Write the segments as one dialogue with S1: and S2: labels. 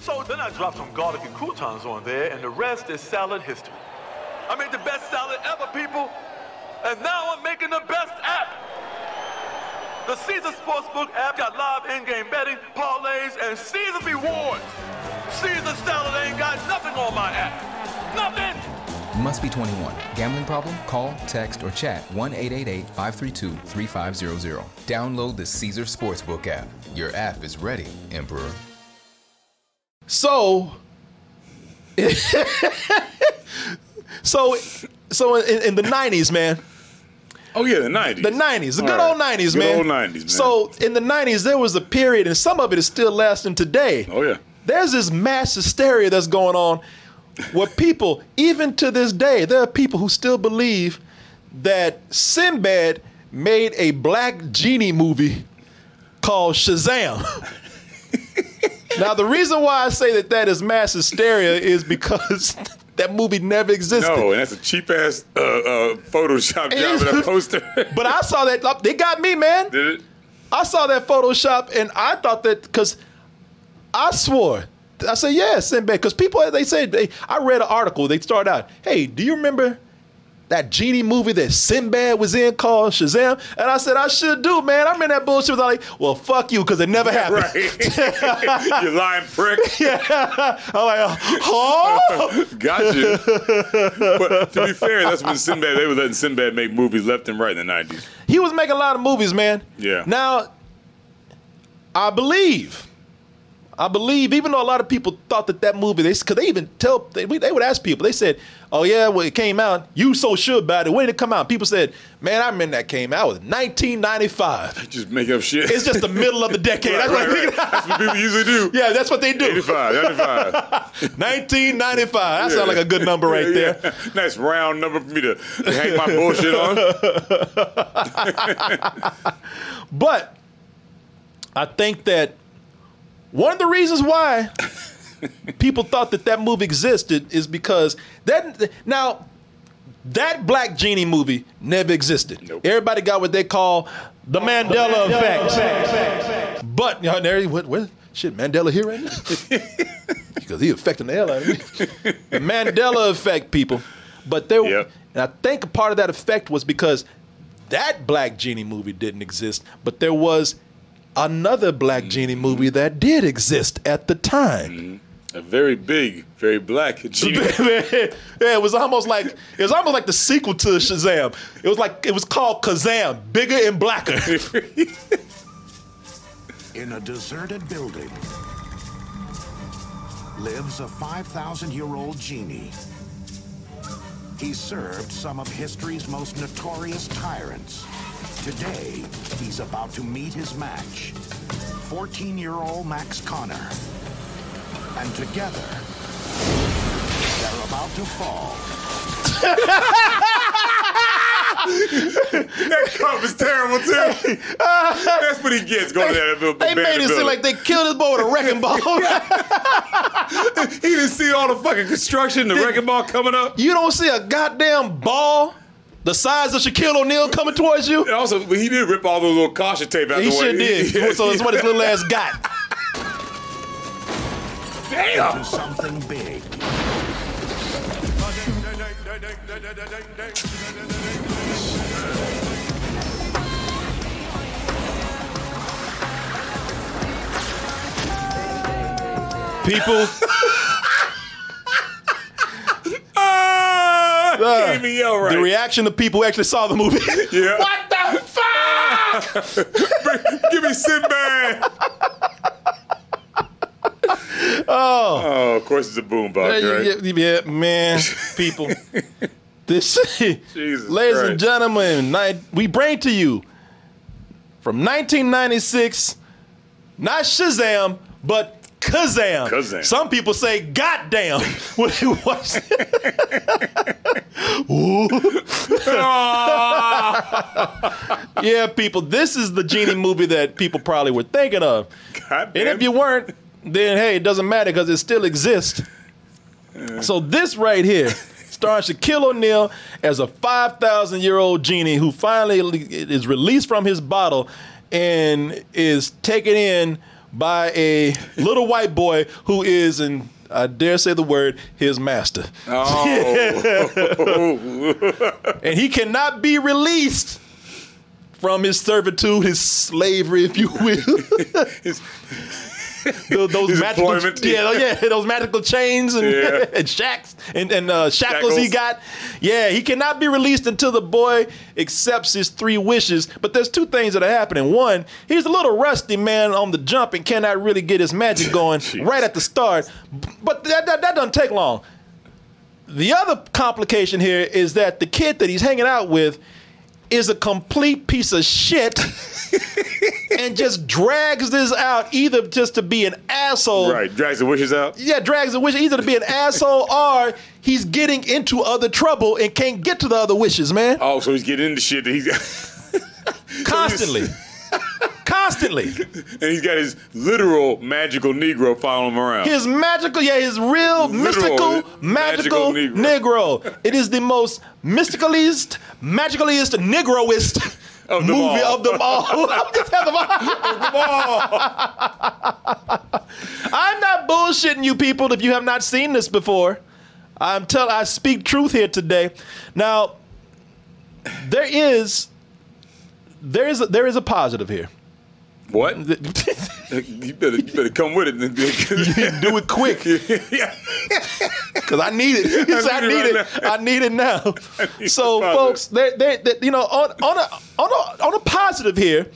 S1: So then I dropped some garlic and croutons on there, and the rest is salad history. I made the best salad ever, people, and now I'm making the best app. The Caesar Sportsbook app got live in-game betting, parlays, and Caesar rewards. Caesar salad ain't got nothing on my app. Nothing.
S2: Must be 21. Gambling problem? Call, text, or chat 1 888 532 3500. Download the Caesar Sportsbook app. Your app is ready, Emperor.
S3: So, so, so in, in the nineties, man,
S4: Oh yeah, the nineties.
S3: the nineties, the good old nineties, man.
S4: Good old nineties, man.
S3: So in the nineties, there was a period, and some of it is still lasting today.
S4: oh yeah,
S3: There's this mass hysteria that's going on, where people, even to this day, there are people who still believe that Sinbad made a black genie movie called Shazam. now, the reason why I say that that is mass hysteria is because that movie never existed.
S4: no, and that's a cheap ass uh, uh, Photoshop job of that poster.
S3: But I saw that. like, They got me, man.
S4: Did it?
S3: I saw that Photoshop and I thought that because I swore. I said, yeah, Sinbad. Because people, they said, they, I read an article. They start out, hey, do you remember that genie movie that Sinbad was in called Shazam? And I said, I should do, man. I'm in that bullshit. I was like, well, fuck you, because it never happened.
S4: Right. you lying prick.
S3: I'm like, huh?
S4: Got you. but to be fair, that's when Sinbad they were letting Sinbad make movies left and right in the nineties.
S3: he was making a lot of movies, man.
S4: Yeah.
S3: Now, I believe, I believe, even though a lot of people thought that that movie, they because they even tell they, we- they would ask people, they said, "Oh yeah, well it came out. You so sure about it? When did it come out?" People said, "Man, I remember that came out. It was 1995.
S4: Just make up shit.
S3: It's just the middle of the decade.
S4: right,
S3: that's, what
S4: right, right. that's what people usually do.
S3: yeah, that's what they do.
S4: 85, 95.
S3: 1995. That sounds like a good number right
S4: Yeah,
S3: there.
S4: yeah. Nice round number for me to hang my bullshit on.
S3: But I think that one of the reasons why people thought that that movie existed is because that now that Black Genie movie never existed.
S4: Nope.
S3: Everybody got what they call the Mandela, effect. But you know, there he what, what shit Mandela here right now because he affecting the hell out of me. the Mandela effect, people. But there,
S4: Yep.
S3: and I think a part of that effect was because that Black Genie movie didn't exist, but there was another Black Genie movie that did exist at the time.
S4: A very big, very black genie.
S3: yeah, it was almost like it was almost like the sequel to Shazam. It was like it was called Kazam, bigger and blacker.
S5: In a deserted building lives a 5,000 year old genie. He served some of history's most notorious tyrants. Today, he's about to meet his match 14 year old Max Connor. And together, they're about to fall
S4: that cup is terrible too. That's what he gets going to that little
S3: they made it seem like they killed this boy with a wrecking ball.
S4: he didn't see all the fucking construction, the wrecking ball coming up.
S3: You don't see a goddamn ball the size of Shaquille O'Neal coming towards you.
S4: And also, but he did rip all the little caution tape out
S3: He
S4: the way.
S3: sure did. So that's what his little ass got.
S4: Damn.
S5: to something big.
S3: People,
S4: Ah,
S3: Uh,
S4: Can't even yell right.
S3: the reaction of people who actually saw the movie.
S4: Yeah.
S3: What the fuck?
S4: Give me Sinbad. oh. Oh, of course it's a boombox,
S3: Yeah,
S4: right?
S3: yeah, yeah, man, people. This,
S4: Jesus
S3: ladies and
S4: Christ.
S3: gentlemen, night, we bring to you from 1996, not Shazam, but Kazam.
S4: Kazam.
S3: Some people say, "Goddamn!" when they watch
S4: Ah,
S3: Yeah, people, this is the genie movie that people probably were thinking of. And
S4: goddamn.
S3: if you weren't, then hey, it doesn't matter because it still exists. So this right here, starring Shaquille O'Neal as a 5,000 year old genie who finally is released from his bottle and is taken in by a little white boy who is, and I dare say the word, his master. Oh. and he cannot be released from his servitude, his slavery, if you will. Tho- those
S4: His
S3: magical,
S4: employment.
S3: yeah, yeah, those magical chains and,
S4: Yeah.
S3: and shacks and, and uh, shackles, he
S4: Shackles.
S3: got. Yeah, he cannot be released until the boy accepts his three wishes. But there's two things that are happening. One, he's a little rusty man on the jump and cannot really get his magic going right at the start. B- But that, that, that doesn't take long. The other complication here is that the kid that he's hanging out with is a complete piece of shit and just drags this out either just to be an asshole.
S4: right, drags the wishes out.
S3: Yeah, drags the wish either to be an asshole or he's getting into other trouble and can't get to the other wishes, man.
S4: Oh, so he's getting into shit. That he's
S3: Constantly. Constantly.
S4: and he's got his literal magical Negro following him around.
S3: His magical, yeah, his real mystical, magical,
S4: magical
S3: Negro. It is the most mysticalist, magicalist, Negroist
S4: Of them
S3: movie
S4: all.
S3: of them all. I'm just having I'm not bullshitting you people if you have not seen this before. I'm tell I speak truth here today. Now, there is there is a, there is a positive here.
S4: what? you better you better come with it.
S3: Do it quick.
S4: yeah.
S3: Cause I need it. He said, I
S4: need
S3: need
S4: it
S3: it.
S4: right
S3: I need it now.
S4: need
S3: So,
S4: the
S3: folks, there, there, there- you know, on on a, on a on a positive here,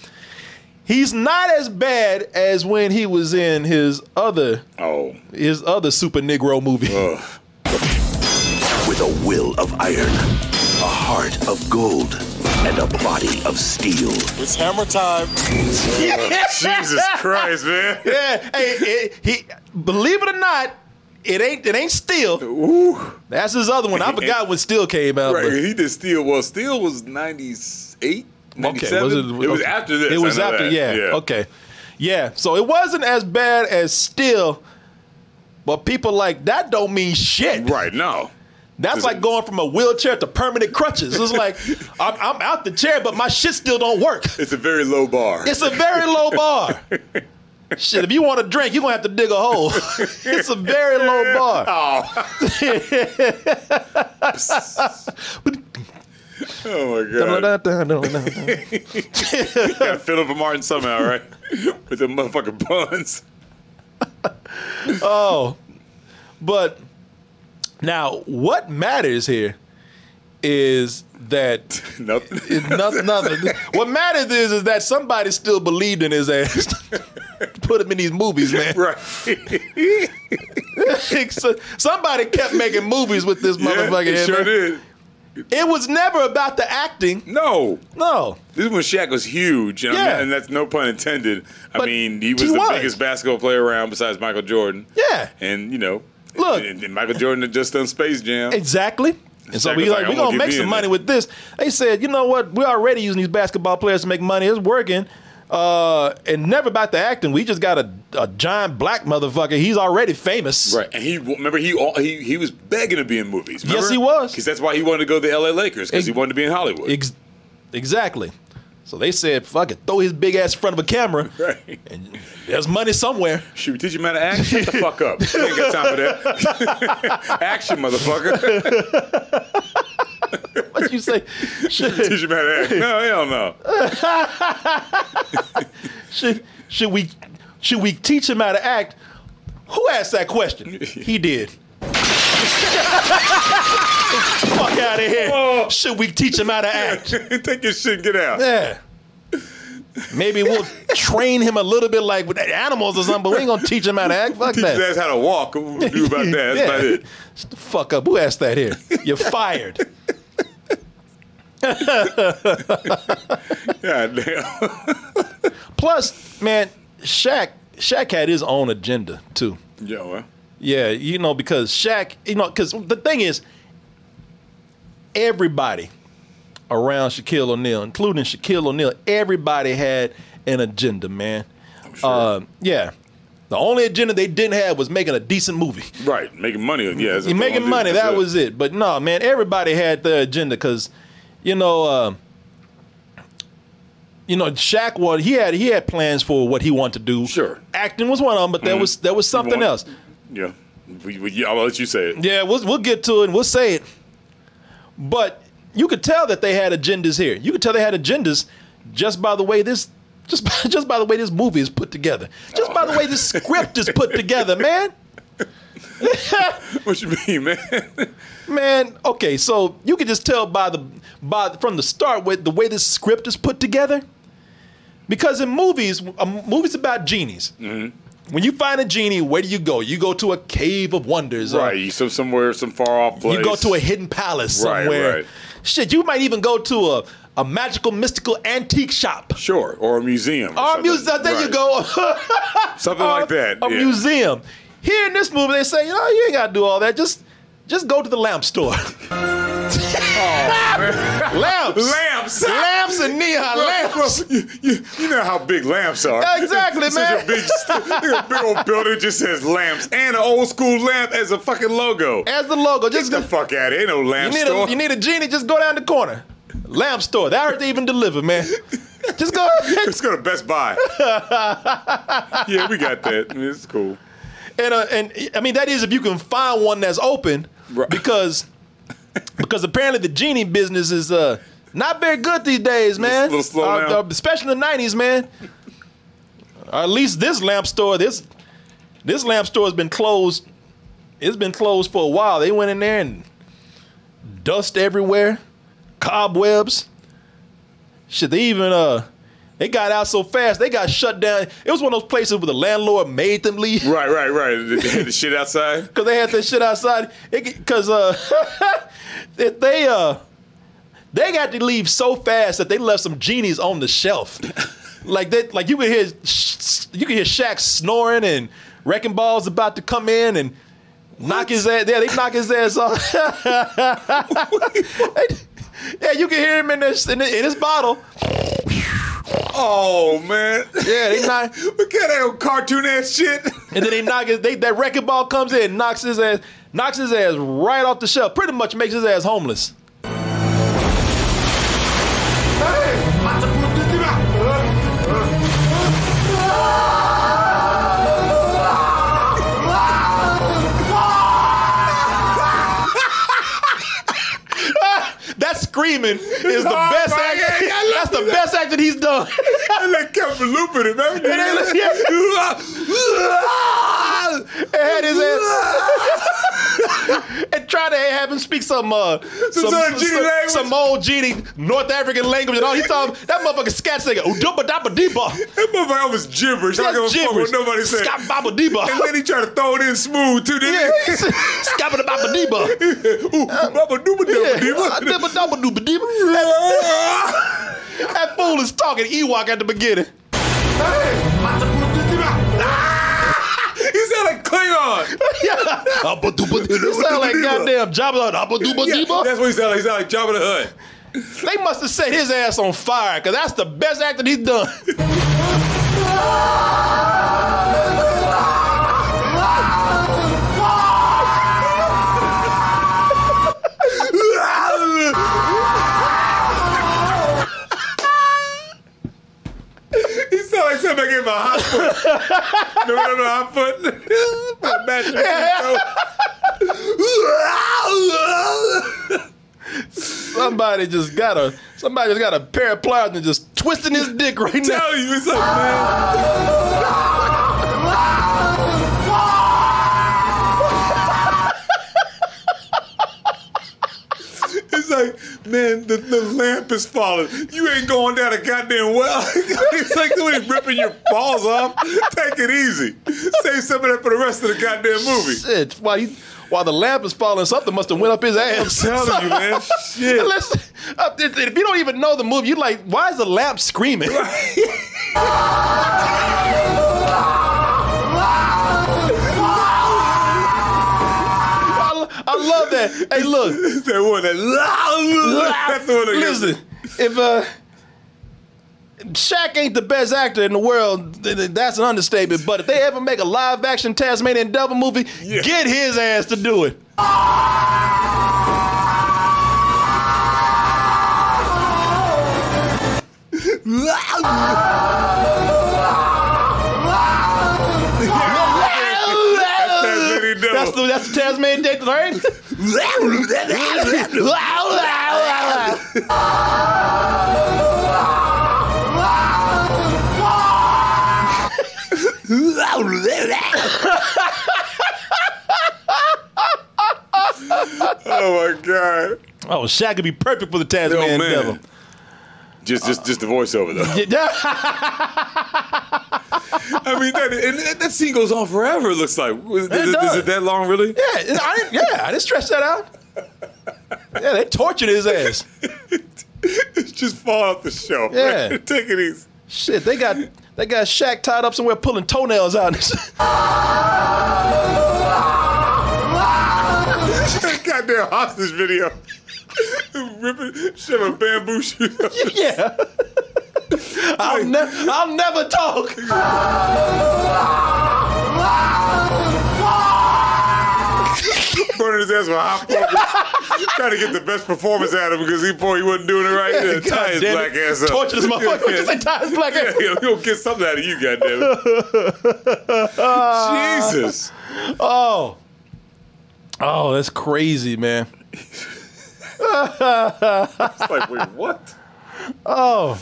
S3: he's not as bad as when he was in his other
S4: Oh.
S3: his other super Negro movie.
S4: Ugh.
S6: With a will of iron, a heart of gold, and a body of steel.
S7: It's hammer time.
S4: Jesus Christ, man.
S3: yeah, hey, it- he believe it or not, it ain't it ain't Steel.
S4: Ooh.
S3: That's his other one. I forgot when Steel came out.
S4: Right,
S3: but-
S4: he did Steel. Well, Steel was 98,
S3: Okay,
S4: 97.
S3: was
S4: it, was
S3: okay.
S4: after this.
S3: It was
S4: I know
S3: after,
S4: that.
S3: yeah, Okay, yeah. So it wasn't as bad as still, but people like that don't mean shit.
S4: Right, no.
S3: That's like going from a wheelchair to permanent crutches. It's like I'm, I'm out the chair, but my shit still don't work.
S4: It's a very low bar.
S3: It's a very low bar. Shit, if you want a drink, you're gonna have to dig a hole. it's a very low bar.
S4: oh, my God. Oh, got Philip Martin somehow, right? With the motherfucking buns.
S3: But now, what matters here is that
S4: Nothing.
S3: It, nothing, nothing. what matters is is that somebody still believed in his ass. Put him in these movies, man.
S4: Right.
S3: So- somebody kept making movies with this
S4: yeah,
S3: motherfucker.
S4: it
S3: man.
S4: sure did.
S3: It was never about the acting.
S4: No.
S3: No.
S4: This is when Shaq was huge, and, I'm
S3: Yeah.
S4: not- and that's no pun intended. I
S3: But
S4: mean, he was
S3: he
S4: the
S3: was.
S4: biggest basketball player around besides Michael Jordan.
S3: Yeah.
S4: And, you know,
S3: Look.
S4: and, and Michael Jordan had just done Space Jam.
S3: Exactly. And so
S4: Shaq
S3: we
S4: was
S3: like,
S4: like,
S3: we're
S4: I
S3: gonna
S4: won't get
S3: make
S4: me
S3: some
S4: in
S3: money
S4: there.
S3: with this. They said, you know what? We're already using these basketball players to make money. It's working. Uh, and never about the acting. We just got a, a giant black motherfucker. He's already famous.
S4: Right, and he remember he all, he he was begging to be in movies. Remember?
S3: Yes, he was.
S4: because that's why he wanted to go to the L.A. Lakers because he
S3: Ex-
S4: wanted to be in Hollywood.
S3: Ex- exactly. So they said, fuck it, throw his big ass in front of a camera.
S4: right.
S3: There's money somewhere.
S4: Shoot, we teach him how to act? Shut the fuck up. We ain't got time for that. Action, motherfucker.
S3: What you say? should,
S4: teach him how to act. No, hell no.
S3: should, should we should we teach him how to act? Who asked that question? He did. fuck out of here.
S4: Whoa.
S3: Should we teach him how to act?
S4: Take your shit and get out.
S3: Yeah. Maybe we'll train him a little bit like with animals or something, but we ain't gonna teach him how to act. Fuck
S4: Teach
S3: that.
S4: his ass how to walk. What we do about that? That's about it.
S3: Shut the fuck up. Who asked that here? You're fired.
S4: God damn.
S3: Plus, man, Shaq Shaq had his own agenda too.
S4: Yo, uh, huh?
S3: Yeah, you know because Shaq, you know because the thing is, everybody around Shaquille O'Neal, including Shaquille O'Neal, everybody had an agenda, man. Uh, yeah, the only agenda they didn't have was making a decent movie.
S4: Right, making money. Yeah, that's what
S3: You're
S4: they
S3: making
S4: wanna do.
S3: money.
S4: That's
S3: That
S4: it.
S3: was it. But no, man, everybody had their agenda because, you know, uh, you know, Shaq was he had he had plans for what he wanted to do.
S4: Sure. Mm-hmm.
S3: acting was one of them, but there was there was something
S4: want-
S3: else.
S4: Yeah. We, we, I'll let you say it.
S3: Yeah, we'll we'll get to it. and We'll say it. But you could tell that they had agendas here. You could tell they had agendas just by the way this just by, just by the way this movie is put together. Just by the way this script is put together, man.
S4: What you mean, man?
S3: Man, okay, so you could just tell by the by from the start with the way this script is put together, because in movies, a movies about genies. When you find a genie, where do you go? You go to a cave of wonders, uh, or
S4: right. So somewhere, some far off place.
S3: You go to a hidden palace
S4: Right,
S3: somewhere.
S4: right.
S3: Shit, you might even go to a, a magical, mystical antique shop.
S4: Sure. Or a museum.
S3: Or a
S4: something.
S3: museum. There you
S4: Right.
S3: go.
S4: Something like that.
S3: A
S4: yeah.
S3: museum. Here in this movie, they say, you know, you ain't gotta do all that. Just just go to the lamp store.
S4: Oh,
S3: lamps.
S4: Lamps.
S3: Lamps and neon
S4: Bro,
S3: lamps.
S4: bro, you, you, you know how big lamps are.
S3: Exactly,
S4: It's
S3: man.
S4: Such a big, it's a big old building just says lamps and an old school lamp as a fucking logo.
S3: As the logo.
S4: Get
S3: Just
S4: the fuck out of here. Ain't no
S3: you
S4: lamp
S3: need,
S4: store.
S3: a, you need a genie, just go down the corner. Lamp store. That hurt to even deliver, man. Just go ahead.
S4: Let's go to Best Buy. yeah, we got that. I mean, it's cool.
S3: and uh, and I mean that is if you can find one that's open,
S4: Right.
S3: because because apparently the genie business is uh not very good these days, man.
S4: little slow
S3: Uh,
S4: now.
S3: uh, especially in the '90s, man. or at least this lamp store, this this lamp store has been closed. It's been closed for a while. They went in there and dust everywhere, cobwebs. Shit, they even uh. They got out so fast, they got shut down. It was one of those places where the landlord made them leave.
S4: Right, right, right. They had the shit outside.
S3: Cause they had that shit outside. Because uh, if they uh, they got to leave so fast that they left some genies on the shelf. like that, like you could hear, sh- you could hear Shaq snoring and wrecking balls about to come in and knock his ass. Yeah, they knock his ass off. yeah, you can hear him in this in, in his bottle.
S4: Oh, man.
S3: Yeah, they knock.
S4: Look at that old cartoon ass shit.
S3: And then they knock his, they, that wrecking ball comes in, knocks his ass, knocks his ass right off the shelf. Pretty much makes his ass homeless. That screaming is the
S4: Oh
S3: best
S4: my
S3: act.
S4: God, I
S3: That's the best acting he's done.
S4: And they kept looping it, man.
S3: And they- It had his ass. and try to have him speak some uh some,
S4: sort of genie
S3: some,
S4: language.
S3: some old genie North African language and all. He thought that motherfucker scat singer. Udumba dabba deepa.
S4: That motherfucker was gibberish. I don't give a fuck what nobody said.
S3: Scott babba deepa.
S4: And then he tried to throw it in smooth too.
S3: Yeah.
S4: Didn't he?
S3: Scabba dabba deepa.
S4: Ooh, Baba Dooba Dooba Dooba.
S3: Dabba dabba Ah, dooba deepa. That fool is talking Ewok at the beginning.
S4: He sounded like Klingon.
S3: Yeah. Abba dooba deepa. You sound like goddamn Jabba the Hutt. Abba dooba
S4: Yeah,
S3: deepa.
S4: that's what he sounded like. He sounded like Jabba the Hutt.
S3: They must have set his ass on fire because that's the best acting he's done.
S4: He sounded like somebody gave him a hot foot. no, no, no, hot foot. My match.
S3: Somebody just got a somebody just got a pair of pliers and just twisting his dick right now.
S4: Tell you, it's like, man. It's like, man, the, the lamp is falling. You ain't going down a goddamn well. it's like somebody ripping your balls off. Take it easy. Save some of that for the rest of the goddamn movie.
S3: Shit, while he, while the lamp is falling, something must have went up his ass.
S4: I'm telling you, man. Shit.
S3: Listen, uh, if if you don't even know the movie, you're like, why is the lamp screaming? I, I love that. Hey, look,
S4: that one, that that's the one that
S3: Listen, if uh, Shaq ain't the best actor in the world, th- th- that's an understatement. But if they ever make a live action Tasmanian Devil movie,
S4: Yeah.
S3: get his ass to do it.
S4: That's that Vinny Devil.
S3: That's the that's the Tasmanian dick, right?
S4: oh my god.
S3: oh, Shaq could be perfect for the
S4: Yo,
S3: Tasmanian
S4: man.
S3: devil.
S4: Just, just, just the voiceover though.
S3: Yeah,
S4: I mean, that, and that, that scene goes on forever. It looks like is, is- is
S3: does.
S4: it that long, really?
S3: yeah, I didn't, yeah, I didn't stretch that out. Yeah, they tortured his ass.
S4: just fall off the show.
S3: Yeah.
S4: man. take it easy.
S3: Shit, they got they got Shaq tied up somewhere pulling toenails out.
S4: Goddamn hostage video. Ripping, shoving bamboo shoes. up.
S3: yeah, I'll, ne- I'll never talk.
S4: burning his ass with hot poker, trying to get the best performance out of him because he boy he wasn't doing it right. Yeah,
S3: God
S4: tie his
S3: damn
S4: black
S3: it.
S4: ass up.
S3: Torture this motherfucker.
S4: Yeah.
S3: Just like tie his black ass.
S4: Yeah, yeah, he'll get something out of you, goddamn it. Jesus.
S3: Oh. Oh, that's crazy, man.
S4: It's like, wait, what?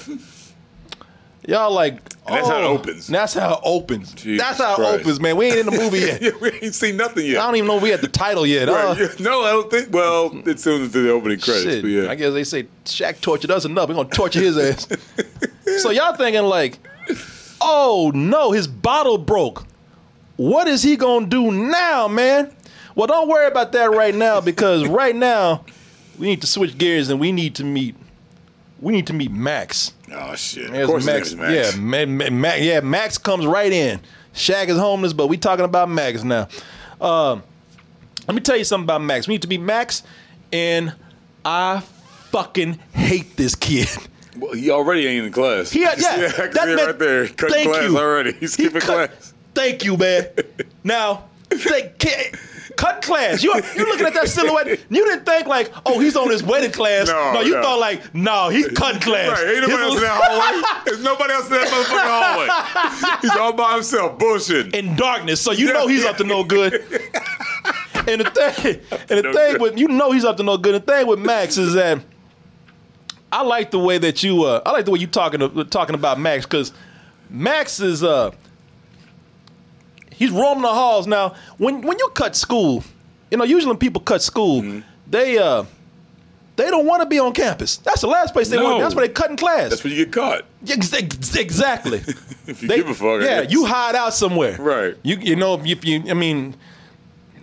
S3: Y'all like
S4: And that's how it
S3: oh,
S4: opens.
S3: That's how it opens.
S4: Jesus
S3: that's how
S4: Christ.
S3: it opens, man. We ain't in the movie yet.
S4: Yeah, we ain't seen nothing yet.
S3: I don't even know if we had the title yet.
S4: Right,
S3: Uh,
S4: yeah. no, I don't think. Well, it's soon as the opening credits,
S3: shit.
S4: but yeah.
S3: I guess they say Shaq tortured us enough. We're gonna torture his ass. so y'all thinking like, oh no, his bottle broke. What is he gonna do now, man? Well, don't worry about that right now because right now we need to switch gears and we need to meet. We need to meet Max.
S4: oh shit.
S3: There's
S4: of course,
S3: Max,
S4: Max, his name
S3: Yeah, Ma-
S4: is Max.
S3: Ma- Ma- yeah, Max comes right in. Shaq is homeless, but we talking about Max now. Um, let me tell you something about Max. We need to be Max, and I fucking hate this kid.
S4: Well, he already ain't in class.
S3: He, had- yeah,
S4: I
S3: that
S4: can see it
S3: man-
S4: right there. Cut
S3: thank
S4: class
S3: you.
S4: already. He's
S3: He
S4: skipping
S3: cut-
S4: class.
S3: Thank you, man. Now, thank, ki- cut class. You you looking at that silhouette? You didn't think like, oh, he's on his wedding class.
S4: No,
S3: you
S4: no.
S3: thought like, no, he's cutting class.
S4: Right, ain't nobody
S3: His-
S4: else in that hallway. There's nobody else in that motherfucking hallway. He's all by himself, bullshitting.
S3: in darkness, so you know he's up to no good. And the thing, and the
S4: No
S3: thing
S4: good.
S3: with you know he's up to no good. The thing with Max is that I like the way that you, uh, I like the way you talking to, talking about Max because Max is uh, he's roaming the halls now. When when you cut school, you know usually when people cut school,
S4: Mm-hmm.
S3: they uh, they don't want to be on campus. That's the last place they want.
S4: No.
S3: That's where they cut in class.
S4: That's when you get caught.
S3: Ex- ex- Exactly.
S4: If you give a fuck, I
S3: Yeah,
S4: guess.
S3: you hide out somewhere.
S4: Right.
S3: You you know if you I mean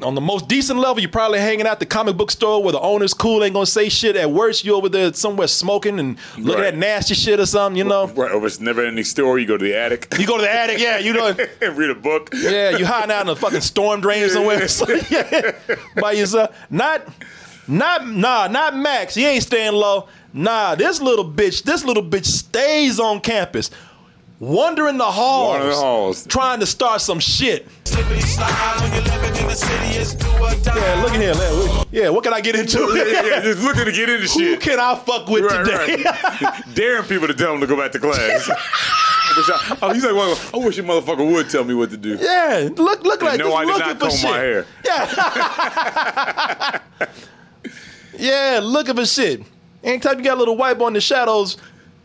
S3: on the most decent level, you're probably hanging out the comic book store where the owner's cool, ain't gonna say shit. At worst, you over there somewhere smoking and looking
S4: Right.
S3: at nasty shit or something, you know.
S4: Right, over it's never ending story. You go to the attic
S3: You go to the attic, yeah, you know.
S4: and read a book.
S3: Yeah, you hiding out in a fucking storm drain somewhere So, yeah, by yourself. Not, not, nah, not Max. He ain't staying low. Nah, this little bitch, this little bitch stays on campus, wandering the halls,
S4: Wandering the halls.
S3: trying to start some shit. Yeah, look at here. man, look- Yeah, what can I get into?
S4: Yeah, yeah, yeah, just looking to get into
S3: Who
S4: shit.
S3: can I fuck with
S4: Right,
S3: today?
S4: right. Daring people to tell them to go back to class. I wish I, oh, he's like, well, I wish your motherfucker would tell me what to do.
S3: Yeah, look, look like
S4: no,
S3: just
S4: I did
S3: looking
S4: not
S3: for
S4: comb
S3: shit.
S4: my hair.
S3: Yeah, yeah, looking for shit. Anytime you got a little white boy in the shadows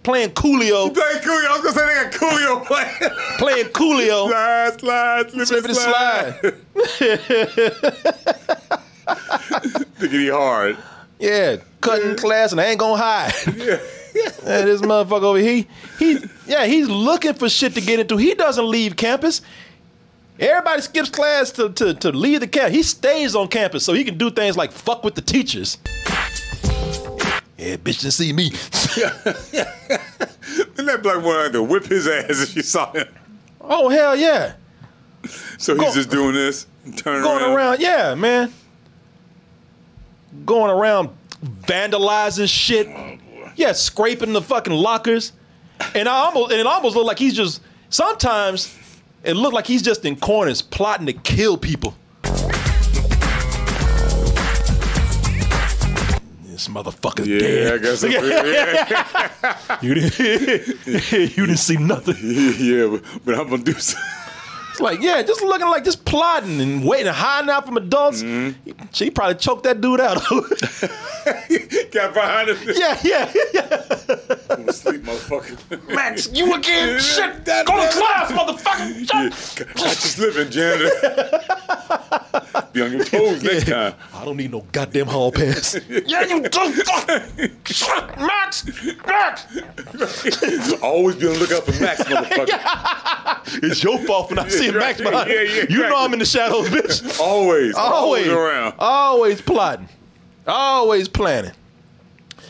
S3: playing Coolio,
S4: Thank Coolio. I was gonna say they got Coolio playing.
S3: playing Coolio.
S4: slide, slide, slip,
S3: Slip
S4: and
S3: and
S4: slide.
S3: slide.
S4: Diggity hard.
S3: Yeah, cutting class, and I ain't gonna hide. Yeah, this motherfucker over here, he, yeah, he's looking for shit to get into. He doesn't leave campus. Everybody skips class to, to, to leave the campus. He stays on campus so he can do things like fuck with the teachers. Yeah, bitch didn't see me.
S4: And that black boy had to whip his ass if you saw him.
S3: Oh hell yeah.
S4: So he's
S3: Go-
S4: just doing this, turning
S3: Going
S4: around.
S3: around, yeah, man. Going around vandalizing shit.
S4: Oh,
S3: Yeah, scraping the fucking lockers. And I almost and it almost looked like he's just sometimes it looked like he's just in corners plotting to kill people. This motherfucker's
S4: Yeah, I
S3: dead.
S4: guess. Yeah,
S3: You didn't, you didn't see nothing.
S4: yeah, but, but I'm gonna do something.
S3: It's like, yeah, just looking like just plotting and waiting, hiding out from adults.
S4: Mm-hmm.
S3: She probably choked that dude out.
S4: Got behind him.
S3: yeah, yeah, yeah.
S4: I'm gonna sleep, motherfucker.
S3: Max, you again? Shit,
S4: That-
S3: go to
S4: that-
S3: class, motherfucker.
S4: Yeah,
S3: Shut-
S4: Catch us living, janitor. Be on your toes next time.
S3: I don't need no goddamn hall pass. yeah, you do. Fuck. Shut, Max, Max.
S4: Always be on the lookout for Max, motherfucker.
S3: It's your fault when I see
S4: Yeah,
S3: Max behind.
S4: yeah, yeah,
S3: you
S4: right.
S3: know I'm in the shadows, bitch.
S4: Always, always,
S3: always
S4: around.
S3: always plotting, always planning. Uh,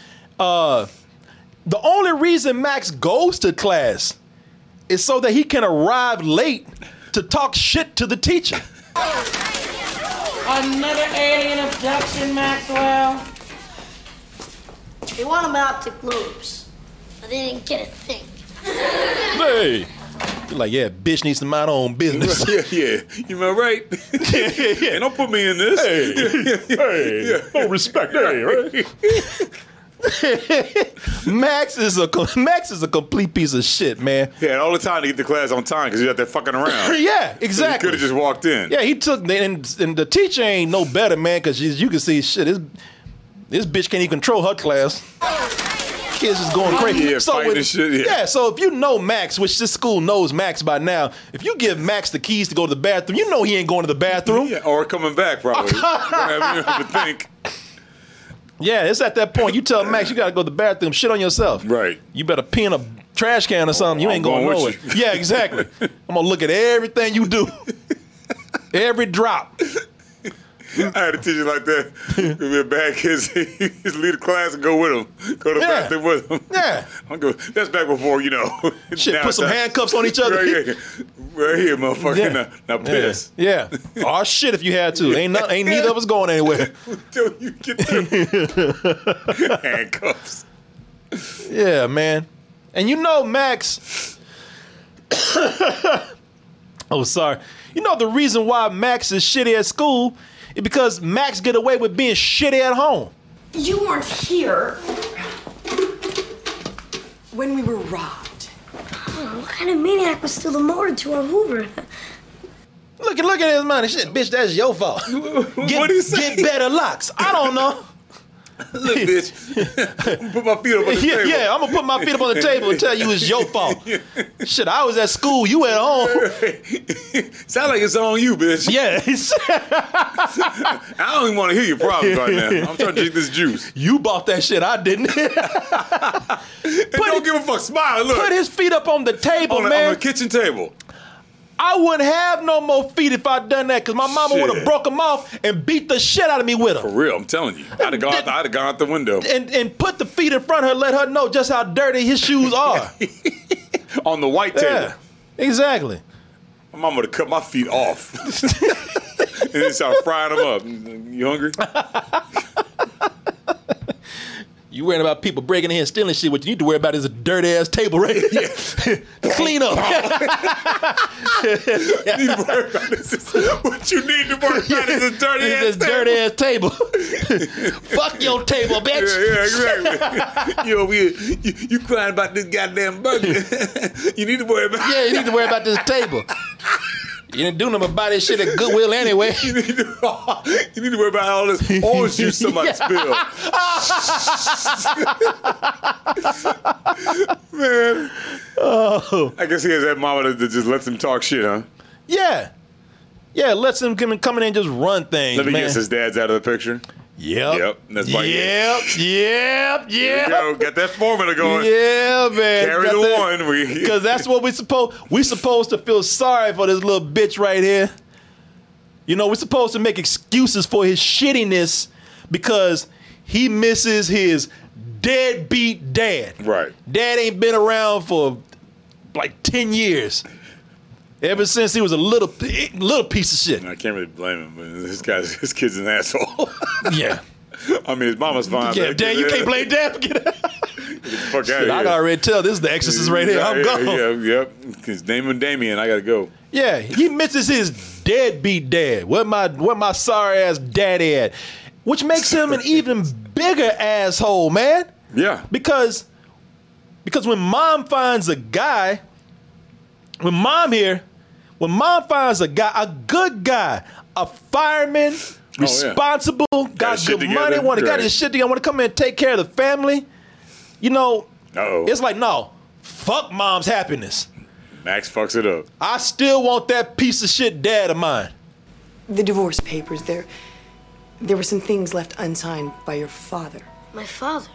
S3: the only reason Max goes to class is so that he can arrive late to talk shit to the teacher.
S7: Another alien abduction, Maxwell.
S8: They want them out to groups, but they didn't get a thing.
S3: Hey, You're like, yeah, bitch needs to mind her own business.
S4: yeah, yeah. You know, right?
S3: yeah, yeah,
S4: And
S3: yeah.
S4: don't put me in this.
S3: Hey, no respect. Hey, right? Max is a Max is a complete piece of shit, man.
S4: He had all the time to get to class on time because he was out there fucking around.
S3: Yeah,
S4: He
S3: exactly.
S4: could have just walked in.
S3: Yeah, he took and, and the teacher ain't no better, man, because you can see shit. This, this bitch can't even control her class. Kids is going crazy.
S4: Yeah, fighting
S3: when-
S4: and shit, yeah.
S3: so if you know Max, which this school knows Max by now, if you give Max the keys to go to the bathroom, you know he ain't going to the bathroom.
S4: Yeah, or coming back probably. Don't have anyone to think.
S3: Yeah, it's at that point. You tell Max you gotta go to the bathroom, shit on yourself.
S4: Right.
S3: You better pee in a trash can or something. You
S4: I'm
S3: ain't gonna
S4: going
S3: know
S4: with
S3: it. Yeah, exactly. I'm gonna look at everything you do. Every drop.
S4: I had a teacher like that. He'd be a bad kid. so He'd just leave the class and go with him. Go to the
S3: Yeah.
S4: bathroom with him.
S3: Yeah.
S4: I'm go, that's back before, you know.
S3: Shit,
S4: now
S3: put some
S4: time.
S3: handcuffs on each other.
S4: Right here. Right here, motherfucker.
S3: Yeah.
S4: Now, now piss.
S3: Yeah. yeah. oh shit, if you had to. Ain't not, ain't neither of us going anywhere.
S4: Until you get the handcuffs.
S3: Yeah, man. And you know Max. oh, sorry. You know the reason why Max is shitty at school is because Max get away with being shitty at home.
S9: You weren't here when we were robbed.
S8: What kind of Oh, maniac would steal the motor to our Hoover?
S3: Look at look at his money. Shit, bitch, that's your fault. Get,
S4: What'd he say?
S3: get better locks. I don't know.
S4: Look, bitch. Put my feet up on the
S3: yeah,
S4: table.
S3: yeah, I'm gonna put my feet up on the table and tell you it's your fault. Shit, I was at school, you at home.
S4: Sound like it's on you, bitch.
S3: Yeah,
S4: I don't even want to hear your problems right now. I'm trying to drink this juice.
S3: you bought that shit. I didn't.
S4: And don't
S3: it-
S4: give a fuck. Smile. Look.
S3: put his feet up on the table,
S4: on, the,
S3: Oh, man.
S4: on the kitchen table.
S3: I wouldn't have no more feet if I'd done that, cause my mama
S4: Shit.
S3: would have broke him off and beat the shit out of me with
S4: For
S3: her.
S4: real, I'm telling you. I'd have gone, out the- I'd have gone out the window.
S3: And and put the feet in front of her, let her know just how dirty his shoes are.
S4: On the white table.
S3: yeah. Exactly.
S4: My mom would have cut my feet off. and then start frying them up. You hungry?
S3: You worrying about people breaking in and stealing shit. What you need to worry about is a dirty ass table right here. Clean up.
S4: You need to worry about this. What you need to worry about is a dirty
S3: this
S4: ass table.
S3: dirty ass table. Fuck your table, bitch.
S4: Yeah, yeah, exactly. you know, we, you, you crying about this goddamn burger. you need to worry about
S3: Yeah, you need to worry about this table. You didn't do nothing about this shit at Goodwill anyway.
S4: You need, to, you need to worry about all this orange juice somebody spilled. Man. Oh. I guess he has that mama that that just lets him talk shit, huh?
S3: Yeah. Yeah, lets him come in, come in and just run things.
S4: Let me
S3: man.
S4: guess his dad's out of the picture.
S3: Yep.
S4: Yep, that's why you-
S3: Yep. Yep.
S4: There you
S3: Yep.
S4: go. Got that formula going.
S3: Yeah, man.
S4: Carry the one. We
S3: Because that's what we supposed we supposed to feel sorry for this little bitch right here. You know, we're supposed to make excuses for his shittiness because he misses his deadbeat dad.
S4: Right.
S3: Dad ain't been around for like 10 years. Ever since he was a little little piece of shit.
S4: I can't really blame him, but this guy's this kid's an asshole.
S3: Yeah.
S4: I mean, his mama's fine.
S3: Yeah,
S4: but-
S3: dad, you can't blame dad. Get out.
S4: Fuck out
S3: I can already tell this is the exorcist right here. I'm gone.
S4: Yeah, yep. His name and Damien. I gotta go.
S3: Yeah, he misses his deadbeat dad. Where my where my sorry ass daddy at? which makes him an even bigger asshole, man.
S4: Yeah.
S3: Because because when mom finds a guy, when mom here, when mom finds a guy, a good guy, a fireman, responsible, got,
S4: Oh, his shit
S3: good money,
S4: together,
S3: want to got
S4: right.
S3: his shit together, want to come in and take care of the family, you know,
S4: Uh-oh.
S3: it's like no, fuck mom's happiness.
S4: Max fucks it up.
S3: I still want that piece of shit dad of mine.
S9: The divorce papers, there there were some things left unsigned by your father.
S8: My father.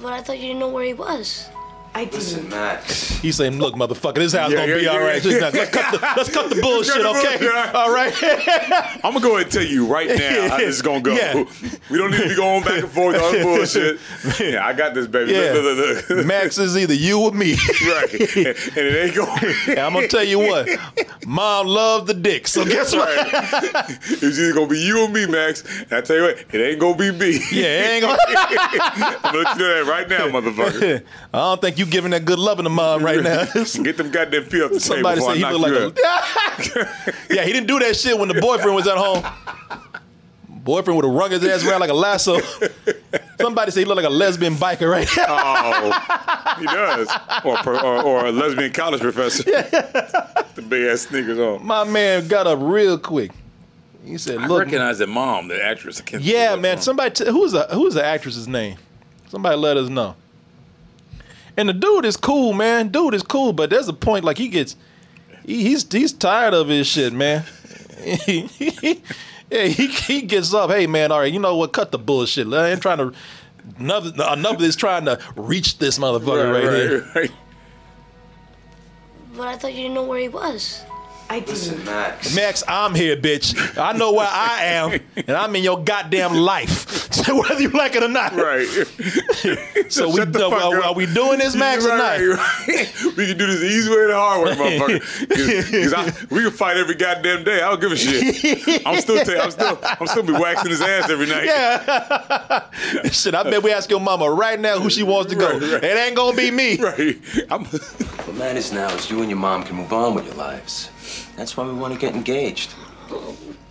S8: But I thought you didn't know where he was.
S9: I didn't.
S10: Max.
S3: He's saying, look, motherfucker, this is how it's
S4: Yeah,
S3: gonna
S4: yeah,
S3: be,
S4: yeah,
S3: all right?
S4: yeah.
S3: Just now, Let's, cut the, let's cut the bullshit,
S4: the
S3: okay?
S4: bullshit,
S3: All right.
S4: I'm gonna go ahead and tell you right now how this is gonna go.
S3: Yeah.
S4: We don't need to be going back and forth on bullshit. Yeah, I got this, baby. Look, look, look,
S3: yeah.
S4: look.
S3: Max is either you or me.
S4: right, and it ain't going.
S3: And I'm gonna tell you what, mom loved the dick, so guess what?
S4: Right. It's either gonna be you or me, Max. And I tell you what, it ain't gonna be me.
S3: Yeah, it ain't gonna.
S4: I'm gonna let you know that right now, motherfucker.
S3: I don't think you giving that good loving to mom right now.
S4: Get them goddamn feet off the
S3: Somebody
S4: table
S3: said he
S4: before I
S3: looked
S4: knock
S3: like
S4: you
S3: a.
S4: out.
S3: yeah, he didn't do that shit when the boyfriend was at home. Boyfriend would have rung his ass around like a lasso. Somebody said he looked like a lesbian biker right now.
S4: He does, or, a pro- or, or a lesbian college professor. the big ass sneakers on.
S3: My man got up real quick. He said,
S4: I
S3: "Look,
S4: recognize that mom, the actress. I can't
S3: yeah,
S4: think of
S3: man.
S4: that
S3: Somebody, t- who's the who's the actress's name? Somebody let us know." And the dude is cool, man. Dude is cool, but there's a point like he gets, he, he's he's tired of his shit, man. yeah, he, he gets up. Hey, man. All right, you know what? Cut the bullshit. I ain't trying to. Another another is trying to reach this motherfucker right, here.
S4: right, right.
S8: But I thought you didn't know where he was.
S9: I didn't.
S10: Max.
S3: Max, I'm here, bitch. I know where I am, and I'm in your goddamn life, so whether you like it or not.
S4: right.
S3: So we
S4: Shut the
S3: do-
S4: fuck
S3: are,
S4: up.
S3: are we doing this, Max, or not?
S4: Right, right. we can do this the easy way or the hard way, motherfucker. Because we can fight every goddamn day. I don't give a shit. I'm still, ta- I'm still, I'm still be waxing his ass every night.
S3: Shit, I bet we ask your mama right now who she wants to go.
S4: Right, right.
S3: It ain't gonna be me.
S4: Right. I'm,
S10: What matters now is you and your mom can move on with your lives. That's why we want to get engaged.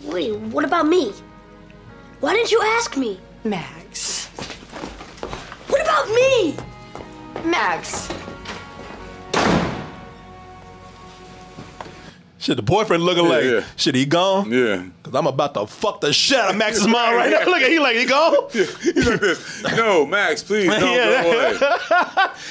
S8: Wait, what about me? Why didn't you ask me?
S9: Max.
S8: What about me?
S9: Max.
S3: Shit, the boyfriend looking like,
S4: yeah.
S3: shit, he gone?
S4: yeah.
S3: Cause I'm about to fuck the shit out of Max's mom right now. Look at he like he gone.
S4: He's like this. No, Max, please don't go away.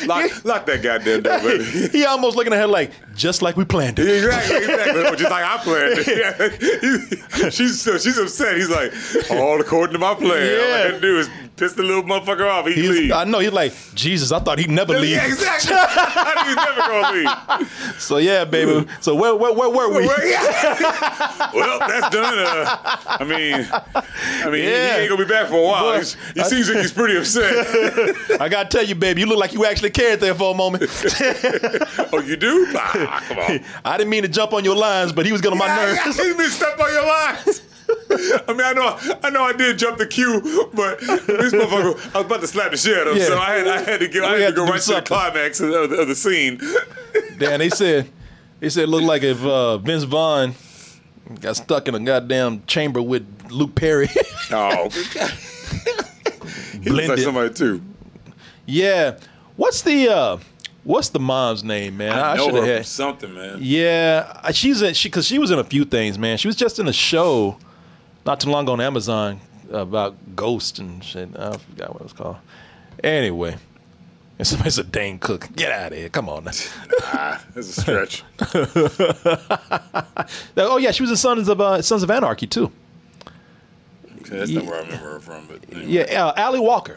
S4: Lock, lock that goddamn door, baby.
S3: He almost looking at her like, just like we planned it.
S4: Exactly, exactly. Oh, just like I planned. Yeah. she's so she's upset. He's like, all according to my plan. All I
S3: Yeah.
S4: had to do is piss the little motherfucker off. He
S3: He's,
S4: leaves.
S3: I know he's like, Jesus, I thought he'd never leave.
S4: Yeah, exactly. I knew he's never gonna leave.
S3: So yeah, baby. So where where where were we?
S4: Well, yeah. well, that's done. Uh, I mean, I mean, he-
S3: Yeah.
S4: he, ain't gonna be back for a while.
S3: Boy,
S4: He's- he seems like he's pretty upset.
S3: I gotta tell you, baby, you look like you actually cared there for a moment.
S4: oh, you do? Ah, come on.
S3: I didn't mean to jump on your lines, but he was getting on my
S4: Yeah,
S3: nerves.
S4: yeah, you been step on your lines. I mean, I know, I know, I did jump the queue, but this motherfucker, I was about to slap the shit out of him,
S3: Yeah.
S4: so I had, I had to go, I
S3: We
S4: had
S3: had
S4: to go
S3: to do
S4: right to the
S3: something.
S4: climax of the, of the scene.
S3: Damn, they said they said it looked like if uh, Vince Vaughn got stuck in a goddamn chamber with Luke Perry.
S4: Oh, he looks like
S3: Blended.
S4: somebody too.
S3: yeah. What's the uh what's the mom's name, man?
S4: I, know
S3: shoulda
S4: her from
S3: had-
S4: something, man.
S3: Yeah, I- she's in she cuz she was in a few things, man. She was just in a show not too long on Amazon about ghosts and shit. I forgot what it was called. Anyway, and somebody said Dane Cook. Get out of here. Come on. now.
S4: Ah, that's a stretch.
S3: oh yeah, she was in Sons of uh, Sons of Anarchy too.
S4: Okay, that's not where I remember her from, but anyway.
S3: Yeah, uh, Allie Walker.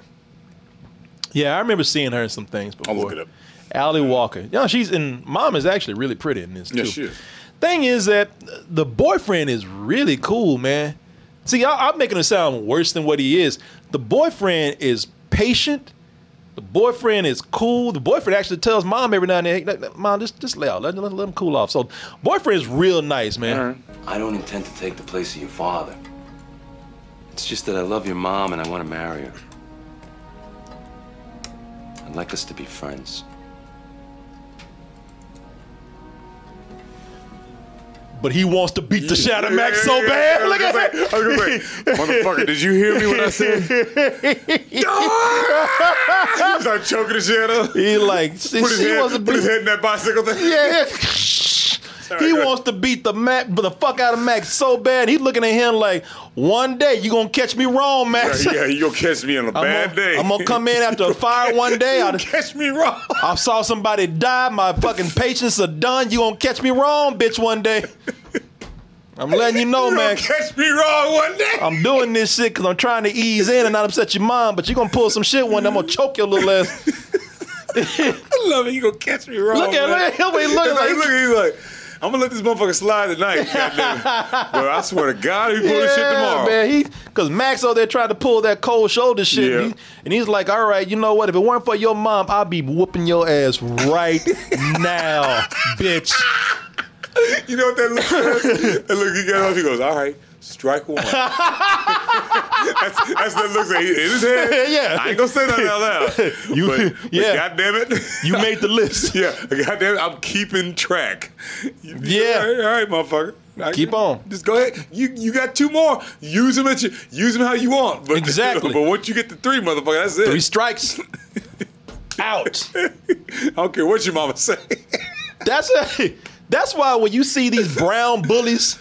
S3: Yeah, I remember seeing her in some things before.
S4: I'll look it up.
S3: Allie Walker. You know, she's in. Mom is actually really pretty in this too.
S4: Yeah, she is.
S3: Thing is that the boyfriend is really cool, man. See, I, I'm making it sound worse than what he is. The boyfriend is patient. The boyfriend is cool. The boyfriend actually tells mom every now and then, hey, "Mom, just just lay out. Let, let, let him cool off." So, boyfriend is real nice, man.
S4: Uh-huh.
S10: I don't intend to take the place of your father. It's just that I love your mom and I want to marry her. I'd like us to be friends.
S3: but he wants to beat the Shadow
S4: Yeah,
S3: Max
S4: yeah,
S3: so
S4: yeah.
S3: bad.
S4: I was
S3: Look at
S4: gonna
S3: that.
S4: say- I was gonna say, motherfucker, did you hear me when I said? He's like choking the shit out.
S3: He like
S4: put his,
S3: she
S4: head,
S3: wasn't
S4: put his
S3: beat-
S4: head in that bicycle thing.
S3: Yeah.
S4: Sorry,
S3: he
S4: go ahead.
S3: wants to beat the Mac, the fuck out of Max so bad. He's looking at him like, one day you gonna catch me wrong, Max.
S4: Yeah, yeah, you gonna catch me on a
S3: I'm
S4: bad
S3: gonna,
S4: day.
S3: I'm gonna come in after a fire one day. I,
S4: catch me wrong.
S3: I saw somebody die. My fucking patients are done. You gonna catch me wrong, bitch, one day. I'm letting you know,
S4: You gonna
S3: Max.
S4: catch me wrong one day.
S3: I'm doing this shit because I'm trying to ease in and not upset your mom, but you're gonna pull some shit one day. I'm gonna choke your little ass.
S4: I love it. You gonna catch me wrong.
S3: Look at-
S4: man.
S3: look at him, what he looking
S4: He's
S3: like.
S4: He's like, I'm gonna let this motherfucker slide tonight. goddamn it." Bro, I swear to God, he pull this shit tomorrow.
S3: Man, he because Max out there trying to pull that cold shoulder shit,
S4: Yeah.
S3: and, he- and he's like, "All right, you know what? If it weren't for your mom, I'd be whooping your ass right now, bitch."
S4: You know what that look is? That look he got off, he goes, all right, strike one. that's, that's that looks like in his head.
S3: Yeah.
S4: I ain't gonna say that out loud.
S3: You-
S4: but,
S3: yeah.
S4: But God damn it.
S3: You made the list.
S4: yeah, God damn it, I'm keeping track. You-
S3: Yeah.
S4: All right, all right, motherfucker. I-
S3: Keep on.
S4: Just go ahead. You you got two more. Use them at you. Use them how you want. But,
S3: Exactly.
S4: But once you get to three, motherfucker, that's it.
S3: Three strikes, out.
S4: I don't care what your mama say.
S3: That's a, that's why when you see these brown bullies,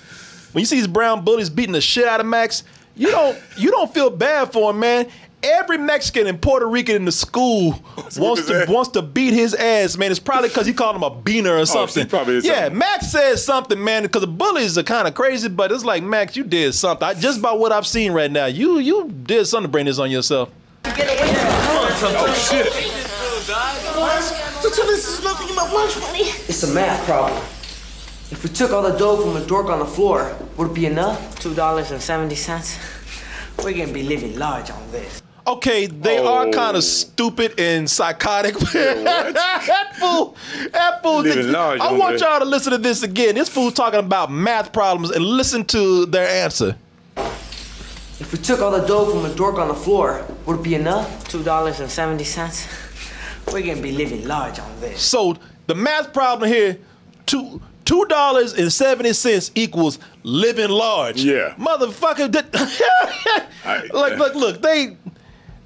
S3: when you see these brown bullies beating the shit out of Max, you don't you don't feel bad for him, man. Every Mexican and Puerto Rican in the school
S4: whoop
S3: wants
S4: his
S3: to
S4: ass.
S3: wants to beat his ass, man. It's probably because he called him a beaner or something.
S4: Oh, probably did
S3: yeah,
S4: something.
S3: Max says something, man, because the bullies are kind of crazy. But it's like Max, you did something. I, just by what I've seen right now, you you did something to bring this on yourself.
S8: So tell me this is nothing about lunch money.
S11: It's a math problem. If we took all the dough from a dork on the floor, would it be enough?
S7: Two dollars and seventy cents. We're gonna be living large on this.
S3: Okay, they are
S4: Oh.
S3: kind of stupid and psychotic. that fool, that fool.
S4: Living
S3: thinks-
S4: large
S3: I
S4: over
S3: want
S4: there.
S3: y'all to listen to this again. This fool talking about math problems and listen to their answer.
S11: If we took all the dough from a dork on the floor, would it be enough?
S7: Two dollars and seventy cents. We're gonna be living large on this.
S3: So the math problem here, two two dollars and seventy cents equals living large.
S4: Yeah.
S3: motherfucker. that-
S4: I-
S3: like, look, look, they.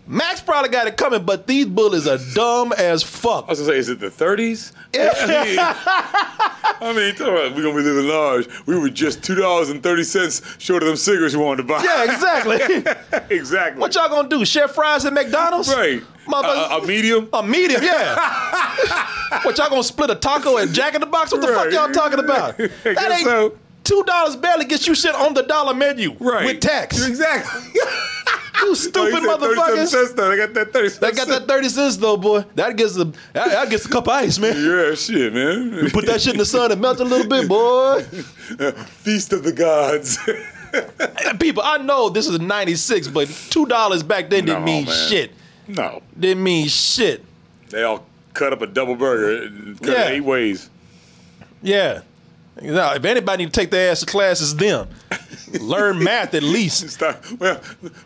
S3: Max probably got it coming, but these bullies are dumb as fuck.
S4: I was gonna say, is it the 30s? I mean, I mean talk about we're gonna be living large. We were just two dollars and thirty cents short of them cigarettes you wanted to buy.
S3: Yeah, exactly.
S4: exactly.
S3: What y'all gonna do? Share fries at McDonald's?
S4: Right. Uh,
S3: Motherfucker.
S4: A- a- a medium?
S3: A medium, yeah. what y'all gonna split a taco at Jack in the Box? What the fuck
S4: Right.
S3: y'all talking about?
S4: I
S3: That
S4: guess
S3: ain't
S4: so.
S3: two dollars barely gets you shit on the dollar menu.
S4: Right.
S3: With tax.
S4: Exactly.
S3: You
S4: Oh, he
S3: stupid
S4: said 37
S3: motherfuckers.
S4: Cents, though. They got that 37
S3: That got that 30 cents though, boy. That gets a that, that gets a cup of ice, man.
S4: Yeah, shit, man.
S3: Put that shit in the sun and melt a little bit, boy.
S4: Uh, Feast of the gods.
S3: People, I know this is 96, but $2 back then didn't
S4: No,
S3: mean
S4: man.
S3: shit.
S4: no.
S3: Didn't mean shit.
S4: They all cut up a double burger and cut
S3: Yeah.
S4: it eight ways.
S3: Yeah. Now, if anybody need to take their ass to class, it's them. Learn math at least.
S4: Stop. Well,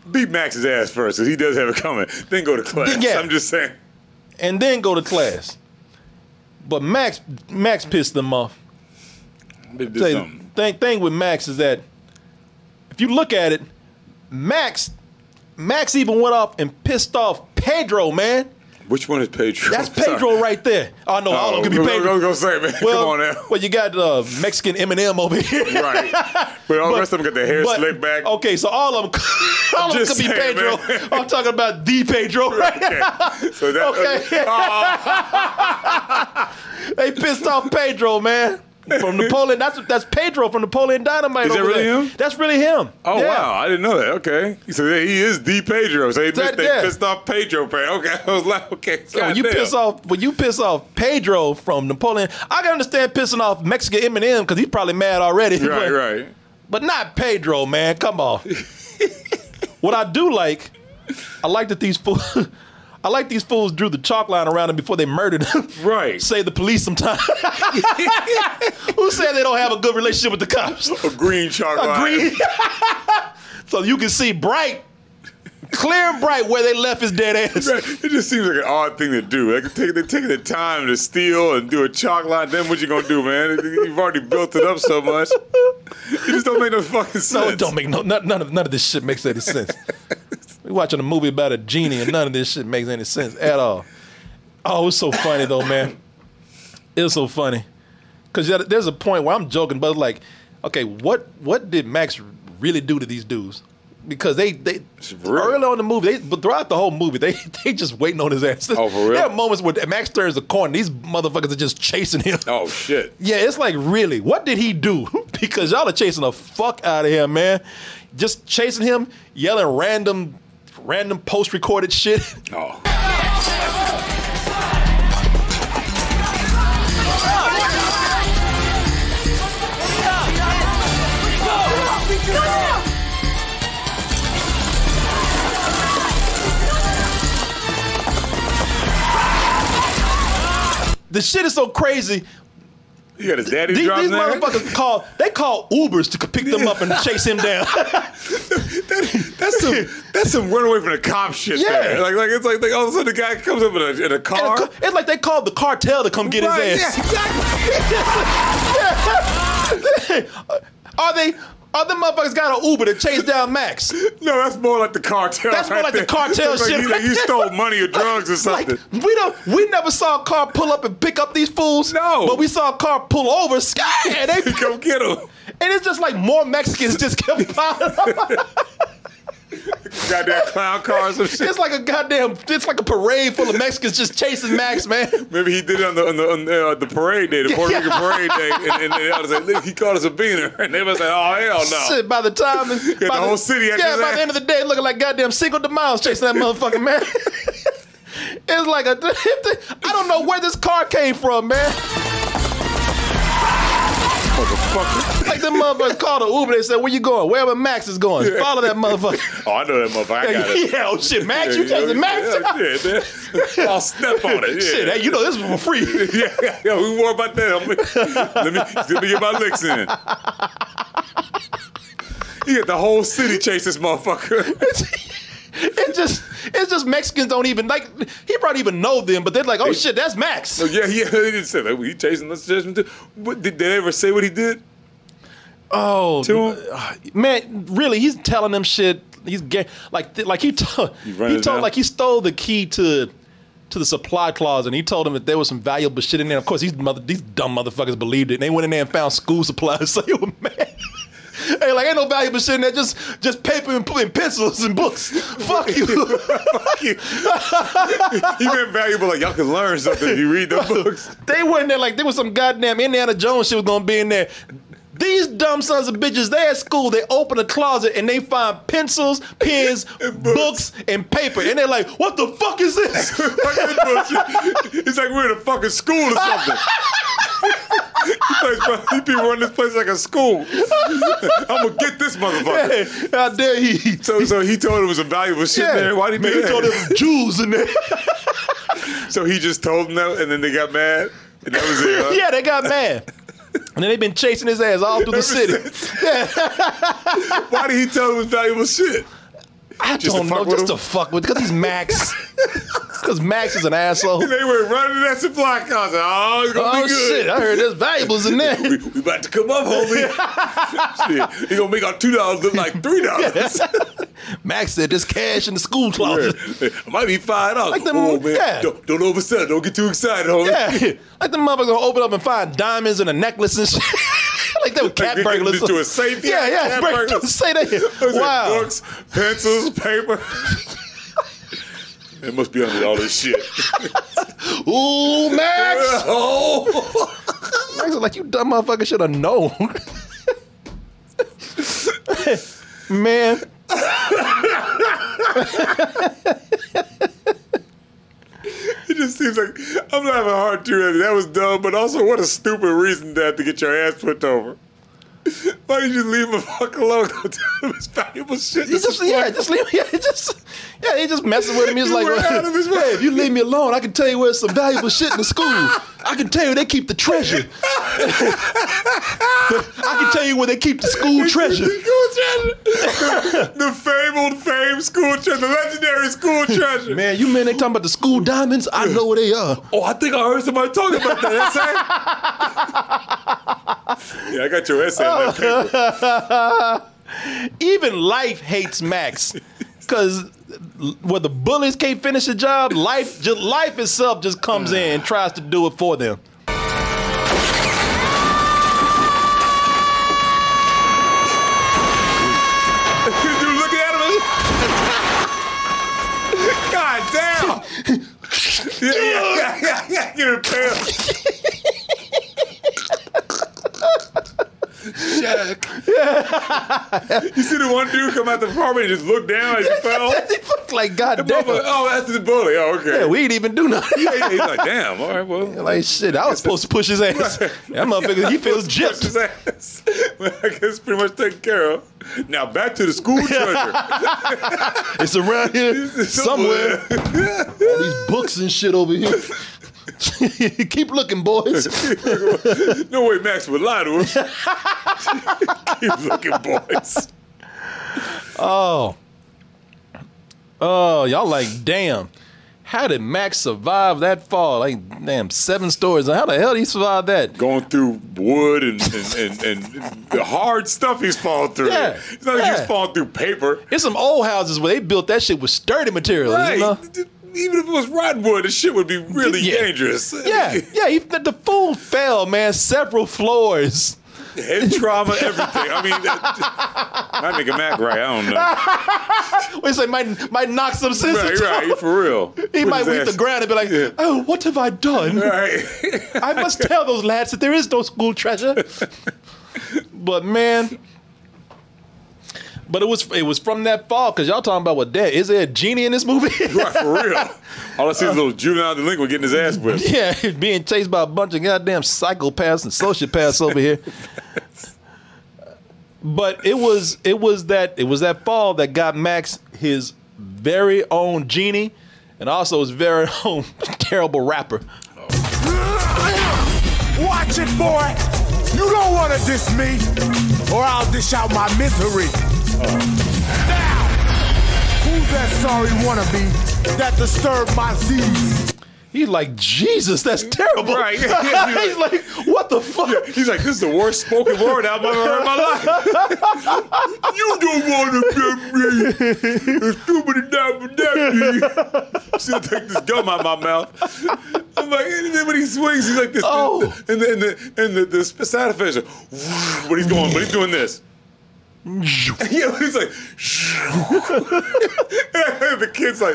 S4: beat Max's ass first because he does have it coming. Then go to class.
S3: Yeah.
S4: I'm just saying.
S3: And then go to class. But Max Max pissed them off.
S4: They did
S3: Say,
S4: something.
S3: thing thing with Max is that if you look at it, Max Max even went off and pissed off Pedro, man.
S4: Which one is Pedro?
S3: That's Pedro right there. Oh no, all of them could be
S4: Pedro. Go,
S3: Pedro.
S4: go say, man.
S3: Well,
S4: Come on now.
S3: well, you got uh, Mexican Eminem over here.
S4: right. But all the rest of them got their hair
S3: but-
S4: slicked back.
S3: Okay, so all of them, all of them could
S4: Just
S3: be
S4: saying,
S3: Pedro.
S4: man.
S3: I'm talking about the Pedro. Right?
S4: Okay. So that,
S3: Okay. they pissed off Pedro, man, from Napoleon. That's that's Pedro from Napoleon Dynamite.
S4: Is that
S3: over
S4: really
S3: there.
S4: him?
S3: That's really him.
S4: Oh
S3: Yeah.
S4: wow! I didn't know that. Okay, so yeah, he is the Pedro. So he
S3: That-
S4: missed, they
S3: yeah.
S4: pissed off Pedro. Pe- Okay, I was like, okay,
S3: So when you
S4: goddamn.
S3: piss off when you piss off Pedro from Napoleon, I can understand pissing off Mexican Eminem because he's probably mad already.
S4: Right,
S3: but,
S4: right.
S3: But not Pedro, man. Come on. what I do like, I like that these fools. I like these fools drew the chalk line around him before they murdered him.
S4: Right.
S3: Say the police sometimes. Who said they don't have a good relationship with the cops?
S4: A green chalk line.
S3: Green. so you can see bright clear and bright where they left his dead ass.
S4: It just seems like an odd thing to do. Like take, they're taking the time to steal and do a chalk line. Then what you gonna do, man? You've already built it up so much. It just don't make no fucking sense.
S3: No, it don't make no none, none of none of this shit makes any sense. we watching a movie about a genie, and none of this shit makes any sense at all. Oh, it was so funny though, man. It was so funny because there's a point where I'm joking, but like, okay, what what did Max really do to these dudes? Because they they early on in the movie, they, but throughout the whole movie, they they just waiting on his ass.
S4: Oh, for real?
S3: There are moments where Max turns the corner, these motherfuckers are just chasing him.
S4: Oh shit.
S3: Yeah, it's like really, what did he do? because y'all are chasing the fuck out of him, man. Just chasing him, yelling random, random post recorded shit.
S4: Oh.
S3: The shit is so crazy.
S4: You got his daddy
S3: These,
S4: driving
S3: these
S4: there?
S3: motherfuckers call they call Ubers to pick them up and chase him down.
S4: That's some that's some runaway from the cop shit.
S3: Yeah.
S4: there. like like it's like, like all of a sudden the guy comes up in a, in a
S3: And
S4: car.
S3: the co- it's like they called the cartel to come get
S4: Right,
S3: his ass. are they? Are the motherfuckers got an Uber to chase down Max?
S4: No, that's more like the cartel.
S3: That's more
S4: right
S3: like
S4: there.
S3: the cartel
S4: Like,
S3: shit.
S4: you- like, you stole money or drugs or
S3: Like,
S4: something.
S3: we don't. We never saw a car pull up and pick up these fools. No, but we saw a car pull over. Sky, and they
S4: come get them.
S3: And it's just like more Mexicans just kept piling up.
S4: Goddamn clown cars and shit.
S3: It's like a goddamn. It's like a parade full of Mexicans just chasing Max, man.
S4: Maybe he did it on the on the, on the, uh, the parade day, the Puerto
S3: Yeah.
S4: Rican parade day, and, and they was like, "Look, he called us a beaner," and they was like, "Oh hell no!"
S3: Shit, by the time by
S4: the whole city
S3: yeah,
S4: at
S3: by
S4: his ass.
S3: the end of the day, looking like goddamn single de miles chasing that motherfucking man. it's like a, I don't know where this car came from, man.
S4: Motherfucker.
S3: Like the motherfuckers called an Uber. They said, "Where you going? Wherever Max is going,
S4: Yeah.
S3: follow that motherfucker."
S4: Oh, I know that motherfucker. I got it.
S3: Yeah, oh shit, Max, you
S4: Yeah,
S3: chasing Max?
S4: Yeah, shit, man. I'll step on it. Yeah.
S3: Shit, hey, you know this was for free.
S4: yeah, yeah, yeah, we worry about that. I'm- let me let me get my licks in. You get the whole city chase this motherfucker.
S3: It's just, it's just Mexicans don't even like. He probably even know them, but they're like, "Oh shit, that's Max."
S4: So yeah, yeah, they didn't say that. He chasing us, chasing too. What, did they ever say what he did?
S3: Oh,
S4: To him?
S3: man, really, he's telling them shit. He's gay. like, th- like he told,
S4: You
S3: he
S4: run it
S3: told,
S4: down?
S3: like he stole the key to, to the supply closet, and he told them that there was some valuable shit in there. Of course, these mother, these dumb motherfuckers believed it, and they went in there and found school supplies. So you were mad. Hey, like ain't no valuable shit in there. Just, just paper and, and pencils and books. Fuck you. Fuck
S4: you. He been valuable. Like y'all can learn something if you read the books.
S3: They went in there like there was some goddamn Indiana Jones shit was gonna be in there. These dumb sons of bitches, they at school, they open a closet and they find pencils, pens, books. and paper. And they're like, what the fuck is this?
S4: Fucking bullshit. it's like we're in a fucking school or something. These place- these people run this place like a school. I'm gonna get this motherfucker.
S3: How dare he?
S4: So, so he told it was a valuable shit there. Why did he
S3: Man,
S4: do that?
S3: told them Jews in there.
S4: So he just told them that, and then they got mad, and that was it. Huh?
S3: yeah, they got mad. And then they've been chasing his ass all through the city.
S4: Why did he tell them it was valuable shit?
S3: I
S4: Just to
S3: don't know,
S4: fuck with
S3: just
S4: him?
S3: to fuck with, because he's Max. Because Max is an asshole.
S4: And they went running that supply closet. Oh, it's gonna
S3: Oh
S4: be good.
S3: shit! I heard there's valuables in there.
S4: we, we about to come up, homie. shit, he gonna make our two dollars look like three dollars.
S3: Max said there's cash in the school closet.
S4: It might be five dollars.
S3: Like the
S4: oh
S3: mo-
S4: man,
S3: yeah.
S4: don't, don't oversell. Don't get too excited, homie.
S3: Yeah, like the motherfucker gonna open up and find diamonds and a necklace and shit. like they were cat
S4: They get
S3: burglars.
S4: into a safe.
S3: Yeah, yeah.
S4: cat
S3: break-
S4: burglars.
S3: say
S4: What
S3: that.
S4: is it,
S3: Wow.
S4: Books, pencils, paper. it must be under all this shit.
S3: Ooh, Max.
S4: oh.
S3: Max is like you dumb motherfucker should have known. Man.
S4: It just seems like I'm not having a hard time. That was dumb, but also what a stupid reason to have to get your ass flipped over. Why did you leave him the fuck alone? Don't tell him it's valuable shit.
S3: He just yeah, just leave yeah, he just yeah, he just messing with him. He's
S4: You
S3: like,
S4: were out of his way.
S3: hey, if you leave me alone, I can tell you where's some valuable shit in the school. I can tell you they keep the treasure. I can tell you where they keep the school treasure.
S4: the fabled fame school treasure, the legendary school treasure.
S3: Man, you men ain't talking about the school diamonds. I know where they are.
S4: Oh, I think I heard somebody talking about that essay. yeah, I got your essay on that paper.
S3: Even life hates Max, cause where the bullies can't finish the job, life just life itself just comes in and tries to do it for them.
S4: you look at him. God damn. yeah, yeah, yeah, yeah, yeah. Get it, pal. Shaq. you see the one dude come out the apartment and just look down as he fell?
S3: He fucked like God damn.
S4: Motherfucker, oh, that's the bully. Oh, okay.
S3: Yeah, we ain't even do nothing.
S4: yeah, yeah, he's like, damn, all right, well.
S3: Like shit, I was supposed to push his ass. That motherfucker, he feels
S4: Push his
S3: gypped.
S4: ass. well, I guess pretty much taken care of. Now back to the school treasure.
S3: It's around here somewhere. All these books and shit over here. Keep looking, boys.
S4: No way Max would lie to him. Keep looking, boys.
S3: Oh. Oh, y'all like, damn. How did Max survive that fall? Like, damn, seven stories. How the hell did he survive that?
S4: Going through wood and, and, and, and the hard stuff he's falling through.
S3: Yeah,
S4: It's not like he's
S3: yeah.
S4: falling through paper.
S3: There's some old houses where they built that shit with sturdy materials.
S4: Right.
S3: You know?
S4: Even if it was rotten wood, the shit would be really
S3: Yeah.
S4: dangerous.
S3: Yeah, yeah. He, the, the fool fell, man, several floors.
S4: Head trauma, everything. I mean, that, my nigga Mac, right? I don't know.
S3: What you say? Might might knock some sense
S4: Right,
S3: into him.
S4: right, for real.
S3: He
S4: With
S3: might
S4: his
S3: hit the
S4: ass.
S3: ground and be like,
S4: Yeah.
S3: "Oh, what have I done?
S4: Right.
S3: I must tell those lads that there is no school treasure." but man, but it was it was from that fall because y'all talking about what? That is there a genie in this movie?
S4: Right, for real. All I see is a little juvenile delinquent getting his ass whipped.
S3: Uh. yeah, being chased by a bunch of goddamn psychopaths and sociopaths over here. But it was it was that it was that fall that got Max his very own genie, and also his very own terrible rapper.
S12: Watch it, boy. You don't want to diss me, or I'll dish out my misery. Now, who's that sorry wannabe that disturbed my seas?
S3: He's like, Jesus, that's terrible.
S4: Right. Yeah,
S3: He's like, what the fuck?
S4: He's like, this is the worst spoken word I've ever heard in my life. you don't want to get me. There's too many diamonds that me. She'll take this gum out my mouth. I'm like, and then when he swings, he's like this.
S3: Oh.
S4: And the, and the, and the, the side effects are, but he's going, but he's doing this. yeah, but he's like, and the kid's like,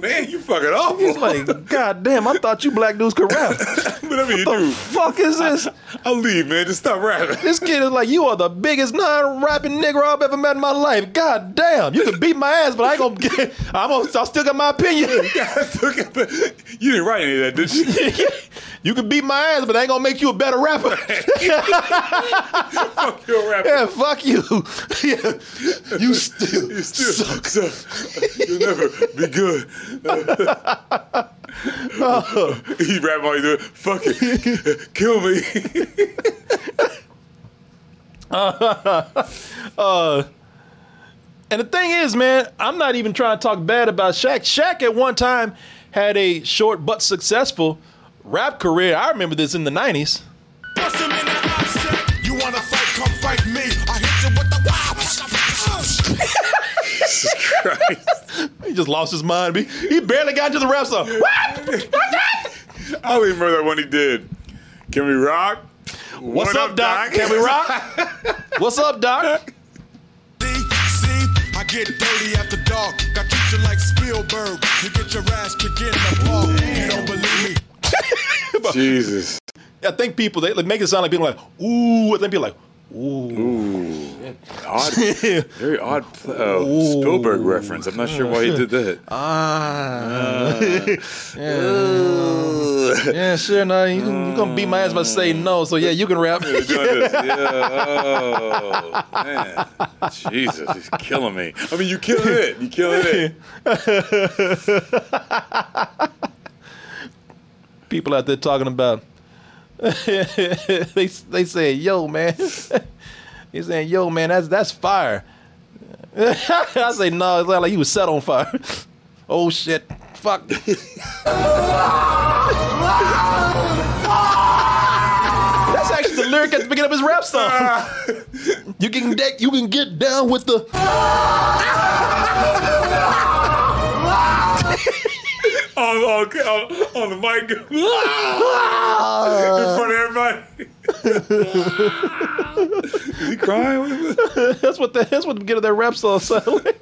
S4: man, you fucking awful.
S3: He's like, God damn, I thought you black dudes could rap.
S4: whatever you
S3: the
S4: do,
S3: fuck is this?
S4: I'll leave, man. Just stop rapping.
S3: This kid is like, you are the biggest non-rapping nigger I've ever met in my life. God damn, you can beat my ass, but I ain't gonna get. I'm gonna, I still got my opinion.
S4: you didn't write any of that, did you?
S3: you can beat my ass, but I ain't gonna make you a better rapper.
S4: You're a rapper.
S3: yeah, fuck you. yeah, you still,
S4: You still
S3: suck.
S4: suck. You'll never be good. he rapping all he's doing. Fuck it. Kill me.
S3: Uh, And the thing is, man, I'm not even trying to talk bad about Shaq. Shaq at one time had a short but successful rap career. I remember this in the 90s.
S12: Bust him in the upset. You want to fight? Come fight me. I hit you with the wild.
S3: He just lost his mind. He- He barely got into the rap song.
S4: I don't even remember that one he did. Can we rock?
S3: What's up, Doc? Can we rock? What's up, Doc?
S12: See, I get dirty after dark. I treat you like Spielberg. You get your ass kicked in the park. You don't believe me?
S4: Jesus.
S3: I think people, they they make it sound like people like, ooh, and then people like,
S4: Odd, very odd uh, Spielberg reference. I'm not sure why he did that.
S3: ah. yeah. yeah, sure, no, you, you're gonna beat my ass if I say no, so yeah, you can rap.
S4: They're doing this. Yeah. Oh, man. Jesus, he's killing me. I mean, you killing it. You killing it.
S3: people out there talking about. they they saying, "Yo, man," they saying, "Yo, man, that's that's fire." I say no. It's not like you was set on fire. oh shit! Fuck. That's actually the lyric at the beginning of his rap song. you can get, you can get down with the.
S4: on, on, on, on the mic in front of everybody.
S3: Is he crying? that's what the, that's what the beginning of that rap song sound like.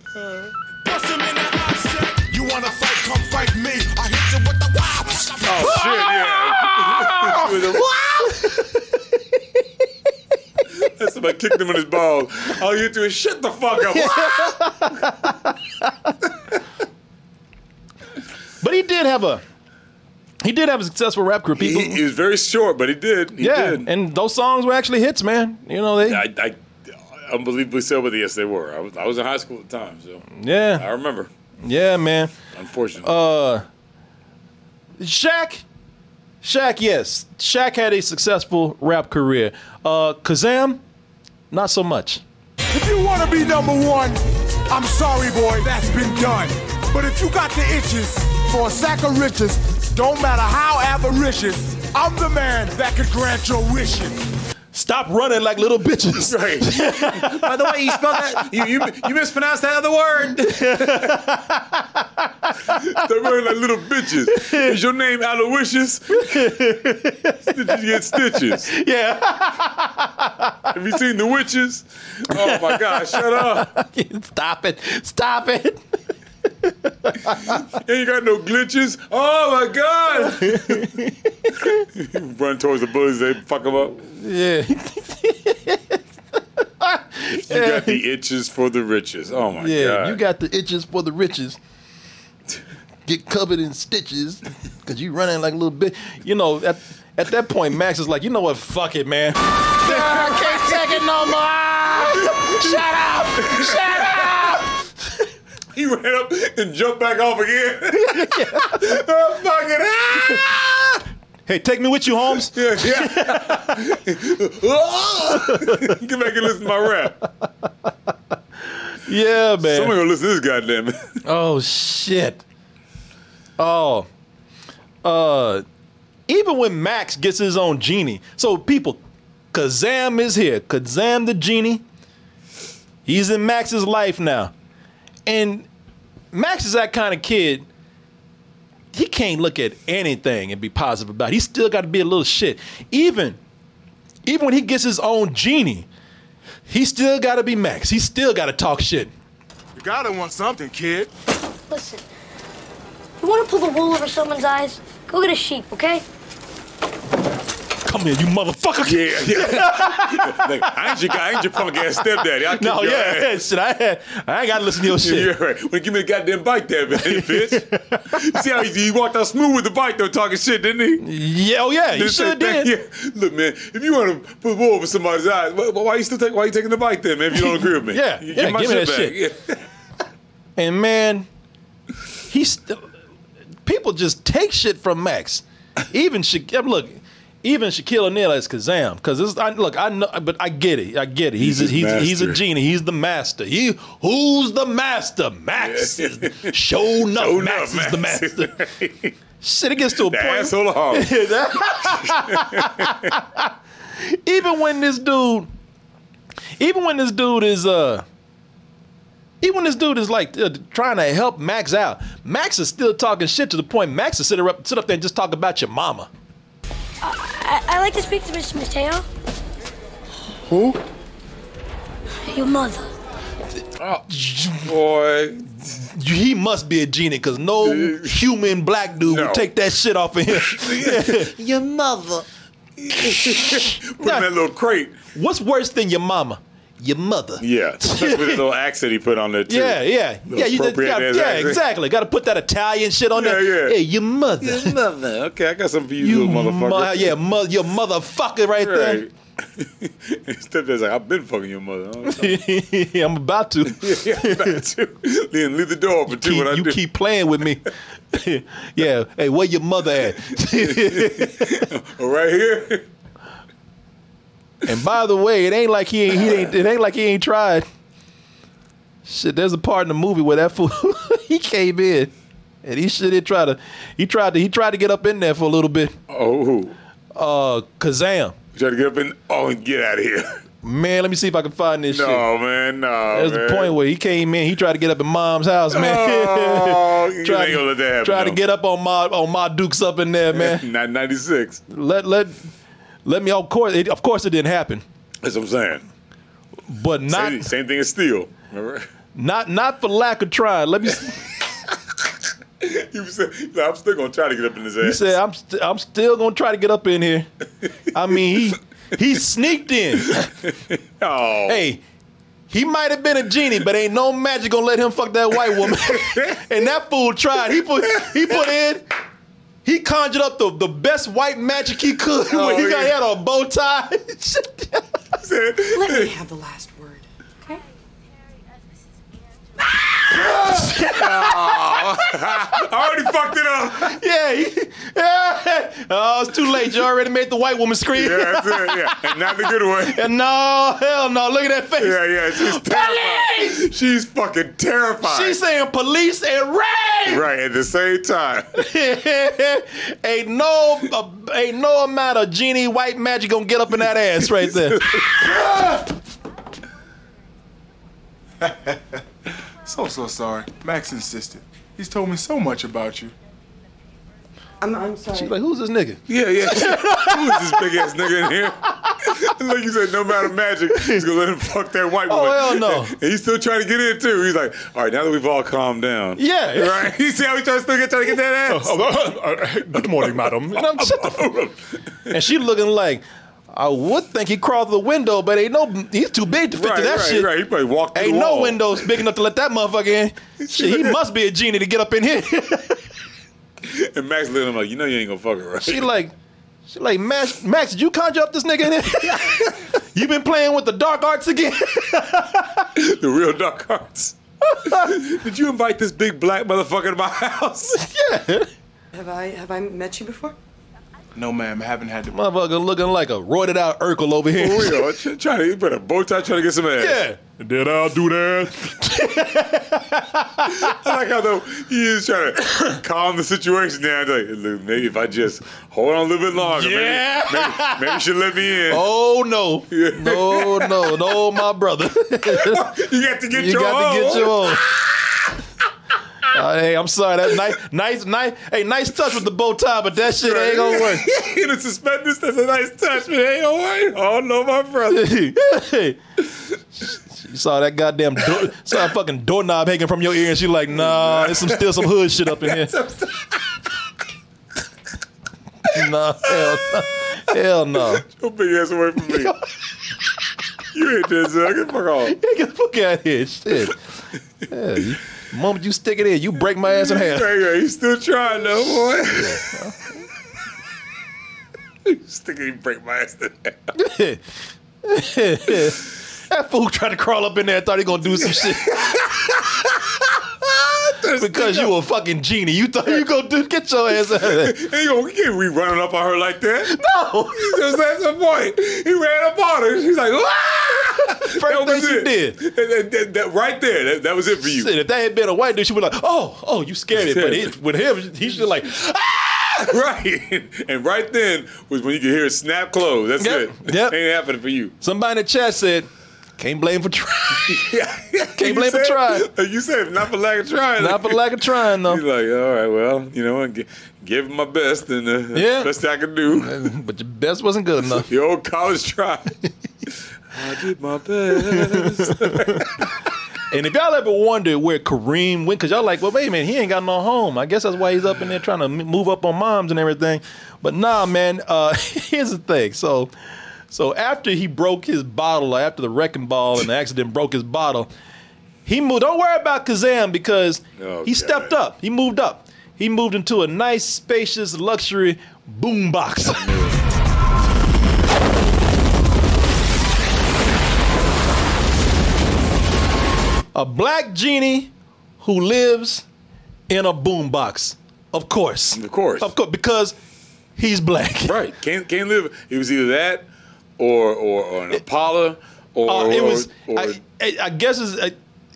S12: You wanna fight, come fight me. I hit you with the wops.
S4: Oh shit! Yeah. With a- That's somebody kicked him in his balls. All you do is shut the fuck up.
S3: But he did have a he did have a successful rap career. People,
S4: he, he was very short, but he did. He
S3: yeah,
S4: did.
S3: and those songs were actually hits, man. You know they.
S4: I, I unbelievably so, but yes, they were. I was, I was in high school at the time, so
S3: yeah,
S4: I remember.
S3: yeah, man.
S4: Unfortunately,
S3: Uh, Shaq, Shaq, yes, Shaq had a successful rap career. Uh, Kazam, not so much.
S12: If you wanna be number one, I'm sorry, boy, that's been done. But if you got the itches for a sack of riches, don't matter how avaricious, I'm the man that could grant your wishes.
S3: Stop running like little bitches.
S4: right. By the way, you spelled that. You you, you mispronounced that other word. They're wearing like little bitches. Is your name Aloysius? Stitches get stitches.
S3: Yeah,
S4: Have you seen the witches? Oh my God! Shut up.
S3: stop it, stop it.
S4: Ain't got no glitches. Oh my God! Run towards the bullies. They fuck them up.
S3: Yeah,
S4: You got the itches for the riches. Oh my
S3: yeah.
S4: God!
S3: You got the itches for the riches. Get covered in stitches because you running like a little bit. You know at at that point, Max is like, you know what? Fuck it, man. I can't take it no more. Shut up. Shut up.
S4: He ran up and jumped back off again. oh, fucking ah!
S3: Hey, take me with you, Holmes.
S4: Yeah, yeah. Oh! Get back and listen to my rap.
S3: Yeah, man.
S4: Someone gonna listen to this goddamn it.
S3: Oh shit. Oh. Uh even when Max gets his own genie. So people, Kazam is here. Kazam the genie. He's in Max's life now. And Max is that kind of kid. He can't look at anything and be positive about it. He still got to be a little shit. Even even when he gets his own genie, he still got to be Max. He still got to talk shit.
S12: You gotta want something, kid.
S8: Listen, you want to pull the wool over someone's eyes? Go get a sheep, okay?
S3: Come here, you motherfucker.
S4: Yeah, yeah. like, I ain't your guy, I ain't your punk ass stepdaddy. I
S3: No,
S4: your
S3: yeah,
S4: ass.
S3: shit. I had, I ain't gotta listen to your
S4: Yeah,
S3: shit.
S4: You're right. Well, give me the goddamn bike there, man, bitch. See how he, he walked out smooth with the bike though, talking shit, didn't he?
S3: Yeah, oh yeah, you
S4: This
S3: sure
S4: shit thing,
S3: did.
S4: yeah. Look, man, if you want to put wool over somebody's eyes, why, why you still take, why you taking the bike then, man? If you don't agree with me,
S3: Yeah,
S4: You-
S3: yeah, give me that
S4: Yeah.
S3: And man, he's people just take shit from Max. Even Sha- yeah, look, even Shaquille O'Neal as Kazam, because this I, look, I know, but I get it, I get it. He's
S4: He's
S3: he's a,
S4: his
S3: he's, he's a
S4: master.
S3: genie. He's the master. He who's the master? Max is show enough.
S4: Show
S3: Max,
S4: enough,
S3: is the
S4: Max.
S3: master. shit, it gets to a
S4: The
S3: point.
S4: asshole of Harlem.
S3: even when this dude, even when this dude is uh, even when this dude is like uh, trying to help Max out, Max is still talking shit to the point Max is sit her up, sit up there and just talk about your mama.
S8: I, I like to speak to Mr. Mateo.
S3: Who?
S8: Your mother.
S4: Boy,
S3: He must be a genie because no human black dude
S4: No.
S3: would take that shit off of him.
S11: Your mother.
S4: put in that little crate.
S3: What's worse than your mama? Your mother.
S4: Yeah, especially with the little accent he put on there too.
S3: Yeah, yeah,
S4: Little
S3: yeah. You just,
S4: appropriate
S3: yeah,
S4: ass
S3: yeah,
S4: accent.
S3: exactly. Got to put that Italian shit on
S4: Yeah,
S3: there.
S4: yeah.
S3: Hey, your mother.
S4: Mother. Okay, I got something for you,
S3: You
S4: little motherfucker.
S3: mo- yeah, mo- your motherfucker right, there.
S4: Right. Stepdad's like, I've been fucking your mother. I don't know.
S3: I'm about to.
S4: yeah, about to. Then leave the door open too.
S3: Keep-
S4: When I
S3: you
S4: do,
S3: keep playing with me. yeah. Hey, where your mother at?
S4: Oh, right here.
S3: and by the way, it ain't like he ain't, he ain't it ain't like he ain't tried. Shit, there's a part in the movie where that fool he came in and he shit did try to he tried to he tried to get up in there for a little bit.
S4: Oh who?
S3: Uh Kazam.
S4: Try to get up in oh and get out of here.
S3: Man, let me see if I can find this shit.
S4: No man, no.
S3: There's
S4: man.
S3: the point where he came in, he tried to get up in mom's house, man.
S4: Oh, you ain't gonna let that happen,
S3: tried to
S4: though.
S3: get up on my on my Dukes up in there, man.
S4: Not ninety six.
S3: let let let me of course it, of course it didn't happen.
S4: That's what I'm saying.
S3: But not
S4: Same, same thing as steel. Remember?
S3: not not for lack of trying. Let me
S4: You said, "No, I'm still gonna try to get up in his ass.
S3: He said, "I'm st- I'm still gonna try to get up in here." I mean, he he sneaked in.
S4: oh,
S3: hey, he might have been a genie, but ain't no magic gonna let him fuck that white woman. and that fool tried. He put he put in. He conjured up the, the best white magic he could. when he got
S4: Oh, yeah.
S3: had a bow tie.
S9: Let me have the last word.
S4: I already fucked it up.
S3: yeah, he- yeah. Oh, it's too late. You already made the white woman scream.
S4: Yeah, that's it. Yeah, and not the good one.
S3: And no, hell no. Look at that face.
S4: Yeah, yeah, she's terrified. She's fucking terrified.
S3: She's saying police and rape.
S4: right at the same time.
S3: ain't no uh, ain't no amount of genie white magic gonna get up in that ass right there.
S13: So, so sorry. Max insisted. He's told me so much about you.
S9: I'm, I'm sorry.
S3: She's like, who's this nigga?
S4: Yeah, yeah. Who is this big ass nigga in here? like you said, no matter magic, he's gonna let him fuck that white woman.
S3: Oh, hell no.
S4: And he's still trying to get in too. He's like, all right, now that we've all calmed down.
S3: Yeah. Oh,
S4: Right? You see how he trying to still get trying to get that ass? oh, uh,
S3: Good morning, madam. And, I'm, shut the fuck up. and she looking like, I would think he crawled through the window, but ain't no he's too big to fit
S4: right,
S3: through that
S4: right,
S3: shit.
S4: right. He probably walked through
S3: Ain't
S4: the
S3: no
S4: wall.
S3: windows big enough to let that motherfucker in. Shit, he must be a genie to get up in here.
S4: And Max looked at him like, you know you ain't gonna fuck her, right?
S3: she like, she like, Max, Max, did you conjure up this nigga in here? you been playing with the dark arts again?
S4: the real dark arts. Did you invite this big black motherfucker to my house?
S3: yeah.
S9: Have I have I met you before?
S13: No, ma'am, I haven't had to.
S3: Motherfucker looking like a roided out Urkel over
S4: For
S3: here.
S4: real. Trying to, you put a bow tie trying to get some ass.
S3: Yeah.
S4: Did I do that? I like how though he is trying to calm the situation down. Like, "Look, maybe if I just hold on a little bit longer,
S3: Yeah.
S4: maybe, maybe, maybe she'll let me in.
S3: Oh no. No, no, no, my brother.
S4: you got to get
S3: you
S4: your
S3: got to
S4: own.
S3: get your own. Uh, hey, I'm sorry. That's nice, nice, nice. Hey, nice touch with the bow tie, but that shit ain't gonna work.
S4: In the suspenders, that's a nice touch, but hey, all right. Oh no, my brother.
S3: you saw that goddamn door, saw that fucking doorknob hanging from your ear, and she like, nah, there's some still some hood shit up in here. nah, hell, no. hell no.
S4: Your big ass away from me. you ain't this, uh, get the fuck off.
S3: Get the fuck out of here, shit. Yeah, you- moment you stick it in, you break my ass in half.
S4: Hey, hey, he's still trying though, boy. Sticking, he break my ass to death.
S3: that fool tried to crawl up in there, thought he gonna do some shit. because you a fucking genie, you thought you gonna do get your ass out of there.
S4: He gonna he can't be running up on her like that.
S3: No,
S4: That's, that's the point. He ran up on her. She's like, ah!
S3: first thing she did.
S4: That, that- that- right there, that, that was it for you.
S3: Shit, if that had been a white dude, she would be like, "Oh, oh, you scared me." But it, with him, he's just like,
S4: Right. And right then was when you could hear it snap close. That's
S3: Yep,
S4: it.
S3: yep.
S4: Ain't happening for you.
S3: somebody in the chat said, "Can't blame for trying, Can't blame for trying.
S4: Like you said, if not for lack of trying.
S3: not for lack of trying
S4: He's
S3: though."
S4: like, all right, well, you know what? Gi- Give him my best and uh,
S3: Yeah.
S4: best I can do.
S3: But your best wasn't good enough.
S4: The old college try. I did my best.
S3: And if y'all ever wondered where Kareem went, because y'all like, well, wait a minute, he ain't got no home. I guess that's why he's up in there trying to m- move up on moms and everything. But nah, man, uh, here's the thing. So, so after he broke his bottle, or after the wrecking ball and the accident broke his bottle, he moved. Don't worry about Kazam because
S4: Oh,
S3: he
S4: God.
S3: stepped up. He moved up. He moved into a nice, spacious, luxury boom box. a black genie who lives in a boombox. Of course.
S4: Of course.
S3: Of course, because he's black.
S4: right. Can't can't live. It was either that or or, or an Impala or,
S3: Uh, it was.
S4: or, or
S3: I, I, I guess it's, I,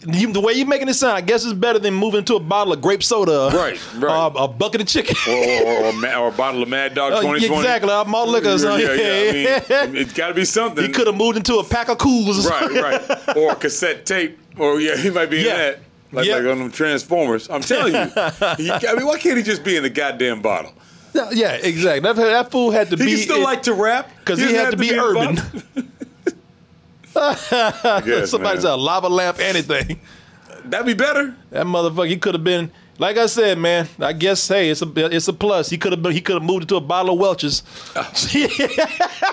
S3: you, the way you're making it sound, I guess it's better than moving to a bottle of grape soda,
S4: Right, right.
S3: uh, a bucket of chicken.
S4: or, or, or, a ma- or a bottle of Mad Dog
S3: Oh,
S4: 2020.
S3: exactly, a malt liquor or something.
S4: Yeah, yeah, I mean, it's got to be something.
S3: You could have moved into a pack of cools, or
S4: Right,
S3: something.
S4: right. Or a cassette tape. Or, yeah, he might be in that. Like, like on them Transformers. I'm telling you. He- I mean, why can't he just be in the goddamn bottle?
S3: No, yeah, exactly. That, that fool had to
S4: He
S3: be.
S4: still like to rap
S3: because he,
S4: doesn't
S3: had
S4: have
S3: to be,
S4: in the
S3: urban.
S4: bottle. I guess,
S3: Somebody
S4: man.
S3: said a lava lamp, anything.
S4: That'd be better.
S3: That motherfucker, he could have been. Like I said, man, I guess hey, it's a it's a plus. He could have been. He could have moved into a bottle of Welch's.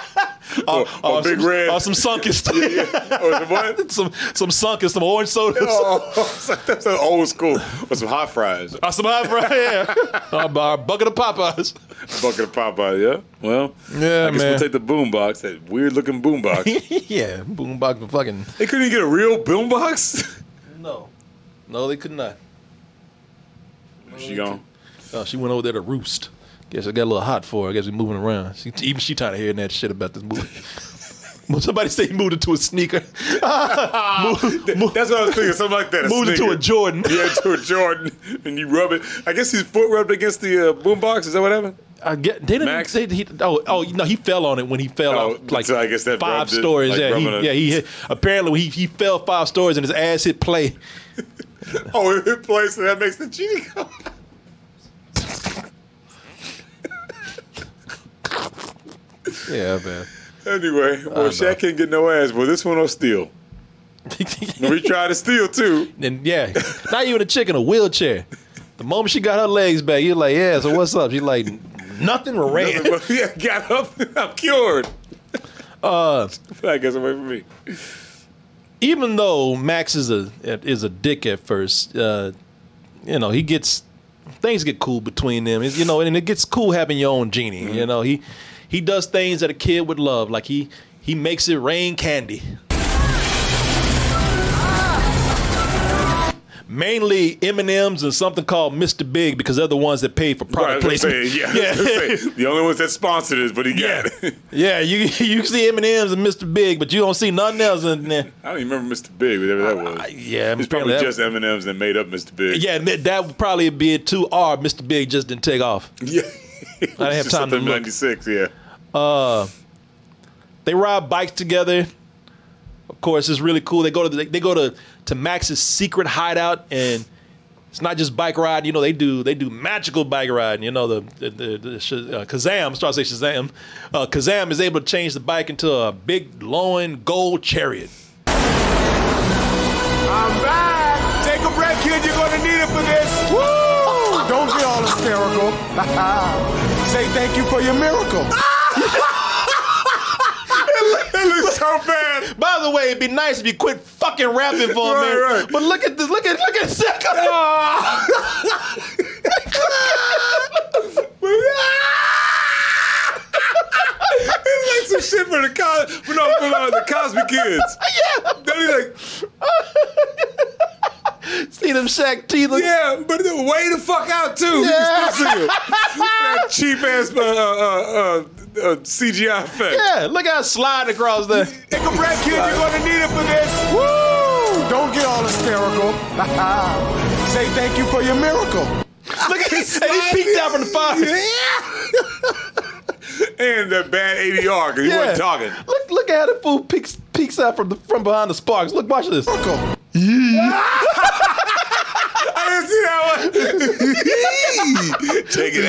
S4: Or, or
S3: Oh, some,
S4: Big Red.
S3: Or some sunken.
S4: Yeah, yeah. Or some what?
S3: some some sunken, some orange sodas.
S4: Oh, that's an old school. Or some hot fries.
S3: Or some hot fry. Yeah. or, a Uh, bucket of Popeyes.
S4: Bucket of Popeye, yeah. Well,
S3: Yeah,
S4: I guess
S3: man.
S4: we'll take the boombox, that weird looking boombox.
S3: yeah, boombox fucking.
S4: they couldn't even get a real boombox.
S3: No, no, they could not.
S4: she gone.
S3: Oh, she went over there to roost. Guess it got a little hot for her. I guess we moving around. She, even she tired of hearing that shit about this movie. Well, Somebody say he moved into a sneaker.
S4: That's what I was thinking, something like that.
S3: Moved into
S4: sneaker.
S3: a Jordan.
S4: Yeah, to a Jordan, and you rub it. I guess his foot rubbed against the uh, boombox. Is that what happened?
S3: I get they didn't.
S4: Max?
S3: They, he, oh, oh, no, he fell on it when he fell
S4: Oh,
S3: off like
S4: so I guess that
S3: five
S4: rubbed it,
S3: stories.
S4: like
S3: yeah, he,
S4: rubbing it.
S3: yeah, he hit, apparently he, he fell five stories and his ass hit play.
S4: Oh, it plays, so that makes the genie go.
S3: Yeah, man.
S4: Anyway,
S3: I know.
S4: well, Shaq can't get no ass. Well, this one will steal. we tried to steal too.
S3: And yeah, not even a chick in a wheelchair. The moment she got her legs back, you're like, yeah. So what's up? She's like, nothing. Ran.
S4: Nothing but- yeah, got up. I'm cured.
S3: Uh,
S4: I guess away from me.
S3: even though Max is a is a dick at first, uh, you know he gets things get cool between them. It's- you know, and it gets cool having your own genie.
S4: Mm-hmm.
S3: You know, he he does things that a kid would love, like he he makes it rain candy. Mainly M and M's and something called Mr. Big because they're the ones that paid for
S4: Right, I
S3: product
S4: was gonna say,
S3: placement.
S4: yeah, I was gonna say, the only ones that sponsored is, but he got it.
S3: yeah, you you see M and M's and Mr. Big, but you don't see nothing else in there.
S4: I don't even remember Mr. Big, whatever that was.
S3: yeah,
S4: it's
S3: apparently
S4: probably
S3: that-
S4: just M and M's that made up Mr. Big.
S3: Yeah, and that, that would probably be it too. Or Mr. Big just didn't take off.
S4: Yeah,
S3: I didn't have time to look.
S4: Ninety six, yeah.
S3: Uh, they ride bikes together. Of course, it's really cool. They go to they go to to Max's secret hideout, and it's not just bike riding. You know, they do they do magical bike riding. You know, the the, the, the Sh- uh, Kazam. I'm starting to say Shazam. Uh, Kazam is able to change the bike into a big, glowing gold chariot.
S12: All right. Take a break, kid. You're going to need it for this. Woo! Don't get all hysterical. Say thank you for your miracle.
S4: it looks so bad.
S3: By the way, it'd be nice if you quit fucking rapping for a
S4: Right,
S3: minute.
S4: right.
S3: But look at this. Look at look at Zach.
S4: it's like some shit for the cos, for no, for no, the Cosby Kids.
S3: yeah.
S4: Don't he like?
S3: See them Shaq teeth.
S4: Yeah, but they were way the fuck out too. You
S3: Yeah.
S4: can still see them. that cheap ass uh, uh, uh, uh, CGI effect.
S3: Yeah, look how slide across there.
S12: Take a break, kid. You're going to need it for this. Woo! Don't get all hysterical. Say thank you for your miracle.
S3: Look at and he peeked out from the fire.
S4: And that bad ADR because he
S3: Yeah.
S4: wasn't talking.
S3: Look, look at how the fool peeks peeks out from the from behind the sparks. Look, watch this.
S4: I didn't see that one. Check it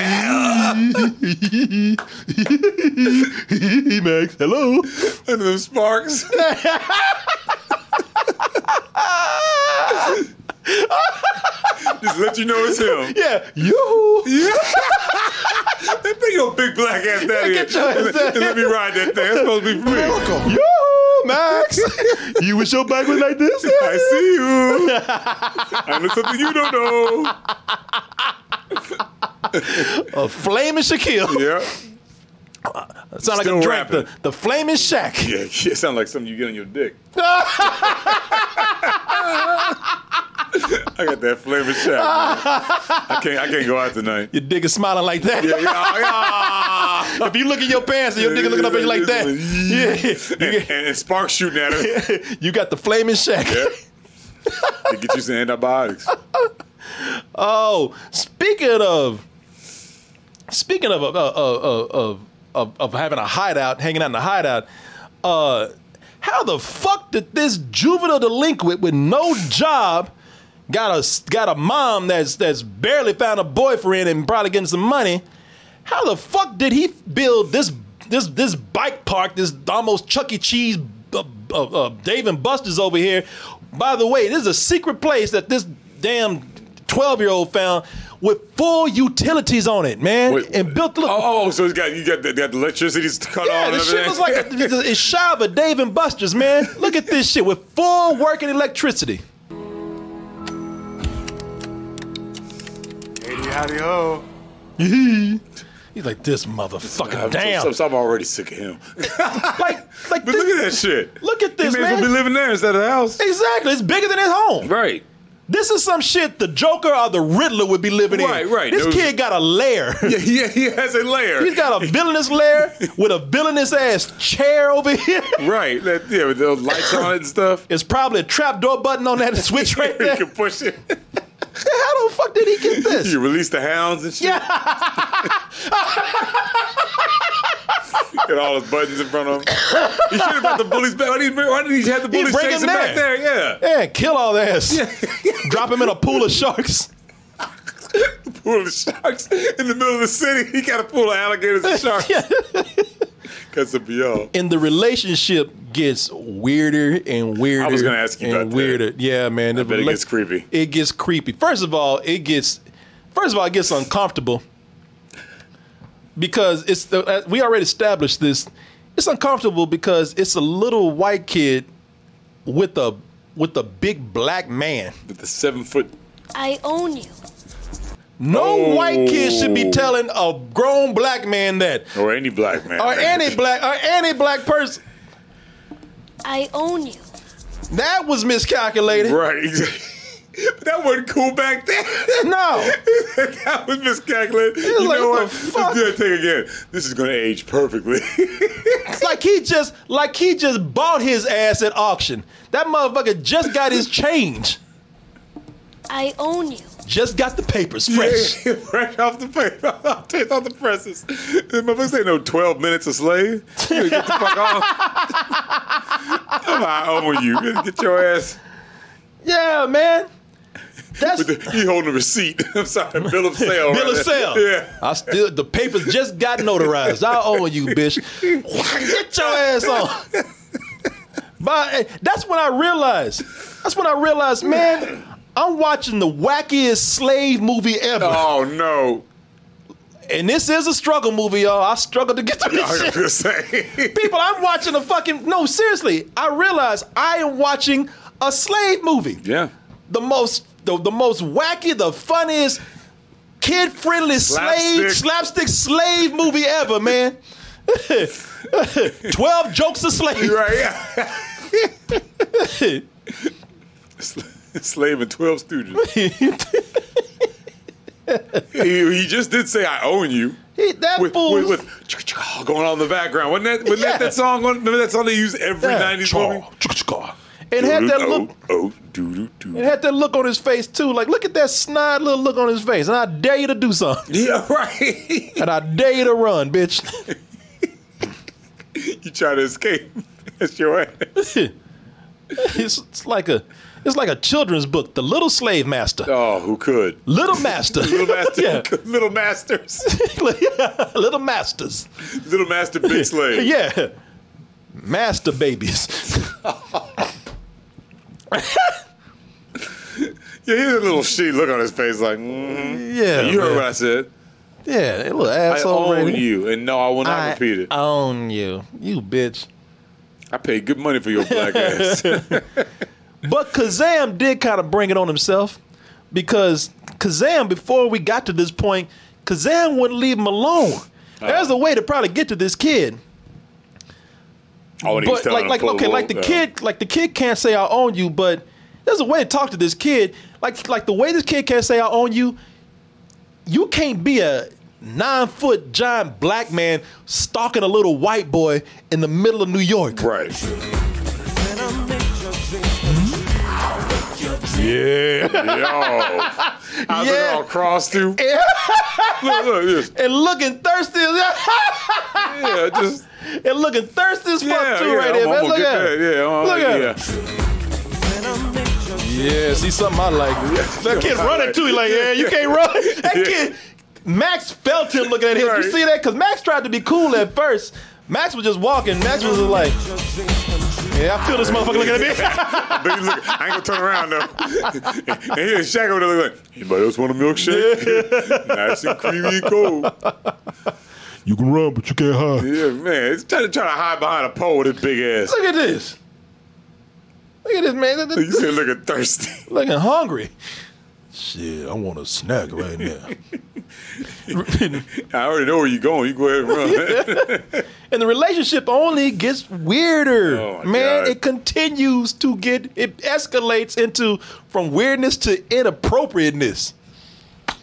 S4: out.
S3: Max, hello.
S4: And them sparks. Just let you know it's him.
S3: Yeah, yoo.
S4: They bring your big black ass down here.
S3: Get your ass
S4: and,
S3: down
S4: and let me ride that thing. It's supposed to be for me.
S3: Yoo, Max. you wish your bike was like this?
S4: I see you. I know something you don't know.
S3: A flaming Shaquille.
S4: Yeah.
S3: Sound like
S4: Still
S3: a drink.
S4: rapping.
S3: The, the flaming Shaq.
S4: Yeah, it sounds like something you get on your dick. I got that flavor shot. I can't. I can't go out tonight.
S3: Your dick is smiling like that.
S4: Yeah, yeah, yeah.
S3: if you look at your pants and your nigga looking up at you like that, yeah,
S4: And, and, and sparks shooting at her.
S3: you got the flaming shack.
S4: Yeah. to get you some antibiotics.
S3: Oh, speaking of, speaking of of of of, of, of having a hideout, hanging out in a hideout, uh, how the fuck did this juvenile delinquent with no job got a got a mom that's that's barely found a boyfriend and probably getting some money? How the fuck did he build this this this bike park, this almost Chuck E. Cheese, uh, uh, uh, Dave and Buster's over here? By the way, this is a secret place that this damn twelve year old found with full utilities on it, man, and built. Look,
S4: Oh, so it's got you got the, got the electricity's cut off.
S3: yeah,
S4: and
S3: this shit
S4: everything.
S3: was like it's Shiva, Dave and Buster's, man. Look at this shit with full working electricity.
S13: Howdy, howdy, ho.
S3: He's like this motherfucker.
S4: I'm-
S3: Damn.
S4: I'm, I'm already sick of him.
S3: like, like
S4: but look at that shit.
S3: Look at
S4: He
S3: this,
S4: may as well
S3: man.
S4: be living there instead of the house.
S3: Exactly. It's bigger than his home.
S4: Right.
S3: This is some shit the Joker or the Riddler would be living
S4: Right,
S3: in.
S4: right.
S3: This
S4: There was-
S3: kid got a lair.
S4: Yeah, yeah, he has a lair.
S3: He's got a villainous lair with a villainous ass chair over here.
S4: Right. That, yeah, with the lights on it and stuff.
S3: It's probably a trapdoor button on that switch right there.
S4: you can push it.
S3: How the fuck did he get this?
S4: You release the hounds and shit. Get all his buttons in front of him. He should have brought the bullies back. Why did he, bring- why did he have the
S3: He
S4: bullies
S3: bring
S4: chase
S3: him
S4: him back
S3: there.
S4: there? Yeah.
S3: Yeah, kill all this. Drop him in a pool of sharks.
S4: Pool of sharks in the middle of the city. He got a pool of alligators and sharks. Because of y'all.
S3: And the relationship gets weirder and weirder.
S4: I was gonna ask you
S3: and
S4: about that.
S3: weirder. Yeah, man.
S4: I bet it gets creepy.
S3: It gets creepy. First of all, it gets. First of all, it gets uncomfortable because it's the. uh, We already established this. It's uncomfortable because it's a little white kid with a with a big black man.
S4: With the seven foot.
S8: I own you.
S3: No
S4: Oh.
S3: white kid should be telling a grown black man that,
S4: Or any black man.
S3: or
S4: man.
S3: any black, or any black person.
S8: I own you.
S3: That was miscalculated.
S4: Right. But that wasn't cool back then.
S3: No.
S4: that was miscalculated. You
S3: like,
S4: know
S3: what
S4: what?
S3: the
S4: Let's do that thing again. This is going to age perfectly.
S3: It's like he just like he just bought his ass at auction. That motherfucker just got his change.
S8: I own you.
S3: Just got the papers fresh.
S4: Yeah, fresh off the paper, off the, off the presses. Them motherfuckers ain't no 12 minutes a slave. You gotta get the fuck off. Come on, I own you. Get your ass.
S3: Yeah, man. That's
S4: With the, he holding a receipt. I'm sorry, bill of sale.
S3: bill of
S4: right
S3: sale.
S4: there. Yeah.
S3: I still the papers just got notarized. I owe you, bitch. Get your ass on. But eh, that's when I realized. That's when I realized, man. I'm watching the wackiest slave movie ever,
S4: Oh no!
S3: and this is a struggle movie, y'all. I struggled to get through
S4: I
S3: this
S4: was
S3: shit.
S4: gonna say.
S3: People, I'm watching a fucking. No, seriously, I realize I am watching a slave movie.
S4: Yeah.
S3: The most, the, the most wacky, the funniest, kid-friendly slave slapstick slave movie ever, man. Twelve jokes a slave.
S4: Right. Yeah. Slave and 12 students. he, he just did say, I own you.
S3: He- that
S4: With,
S3: fool.
S4: with, with going on in the background. Wasn't that, wasn't that,
S3: Yeah.
S4: that song? On, remember that song they used every
S3: Yeah.
S4: 90s movie?
S3: and had that look.
S4: Oh, doo doo doo.
S3: And had that look on his face too. Like, look at that snide little look on his face. And I dare you to do something.
S4: Yeah, right.
S3: And I dare you to run, bitch.
S4: you try to escape. That's your ass.
S3: It's, it's like a, it's like a children's book, The Little Slave Master.
S4: Oh, who could?
S3: Little Master.
S4: Little master,
S3: Yeah.
S4: little masters,
S3: Little Masters.
S4: little master, big slave.
S3: Yeah. Master babies.
S4: yeah, he had a little shitty look on his face, like, mm.
S3: Yeah.
S4: you heard
S3: man.
S4: what I said.
S3: Yeah, that little
S4: I
S3: asshole.
S4: own
S3: rating.
S4: you, and no, I will not
S3: I
S4: repeat it.
S3: own you. You bitch.
S4: I paid good money for your black ass.
S3: But Kazam did kind of bring it on himself because Kazam, before we got to this point, Kazam wouldn't leave him alone.
S4: Uh-huh.
S3: There's a way to probably get to this kid.
S4: Oh, and he was
S3: but
S4: telling
S3: like
S4: him,
S3: like
S4: pull
S3: okay,
S4: the
S3: like the
S4: rope down.
S3: kid, like the kid can't say I own you, but there's a way to talk to this kid. Like like the way this kid can't say I own you, you can't be a nine foot giant black man stalking a little white boy in the middle of New York.
S4: Right. Yeah. Yo. Eyes yeah. all crossed too. look, look, yes.
S3: And looking thirsty. yeah,
S4: just.
S3: And looking thirsty as fuck, too,
S4: yeah,
S3: right
S4: I'm
S3: there, man.
S4: almost
S3: Look
S4: get
S3: at
S4: that.
S3: it.
S4: Yeah, I'm-
S3: Look at
S4: yeah.
S3: it. Yeah, see something I like. That kid
S4: I
S3: running
S4: like.
S3: too. He like, yeah, you can't run. That kid, Max felt him looking at him. You see that? Because Max tried to be cool at first. Max was just walking. Max was just like, yeah, I feel this motherfucker looking at me.
S4: I bet he look- I ain't gonna turn around though. and here Shaq over there like, anybody else want a milkshake? nice and creamy and cold.
S3: You can run, but you can't hide.
S4: Yeah, man. It's trying to try to hide behind a pole with his big ass.
S3: Look at this. Look at this man. Look at
S4: You
S3: this-
S4: said looking thirsty.
S3: Looking hungry. Shit, I want a snack right now.
S4: I already know where you're going. You go ahead and run.
S3: and the relationship only gets weirder.
S4: Oh, my
S3: man,
S4: God.
S3: it continues to get it escalates into from weirdness to inappropriateness.
S4: Cause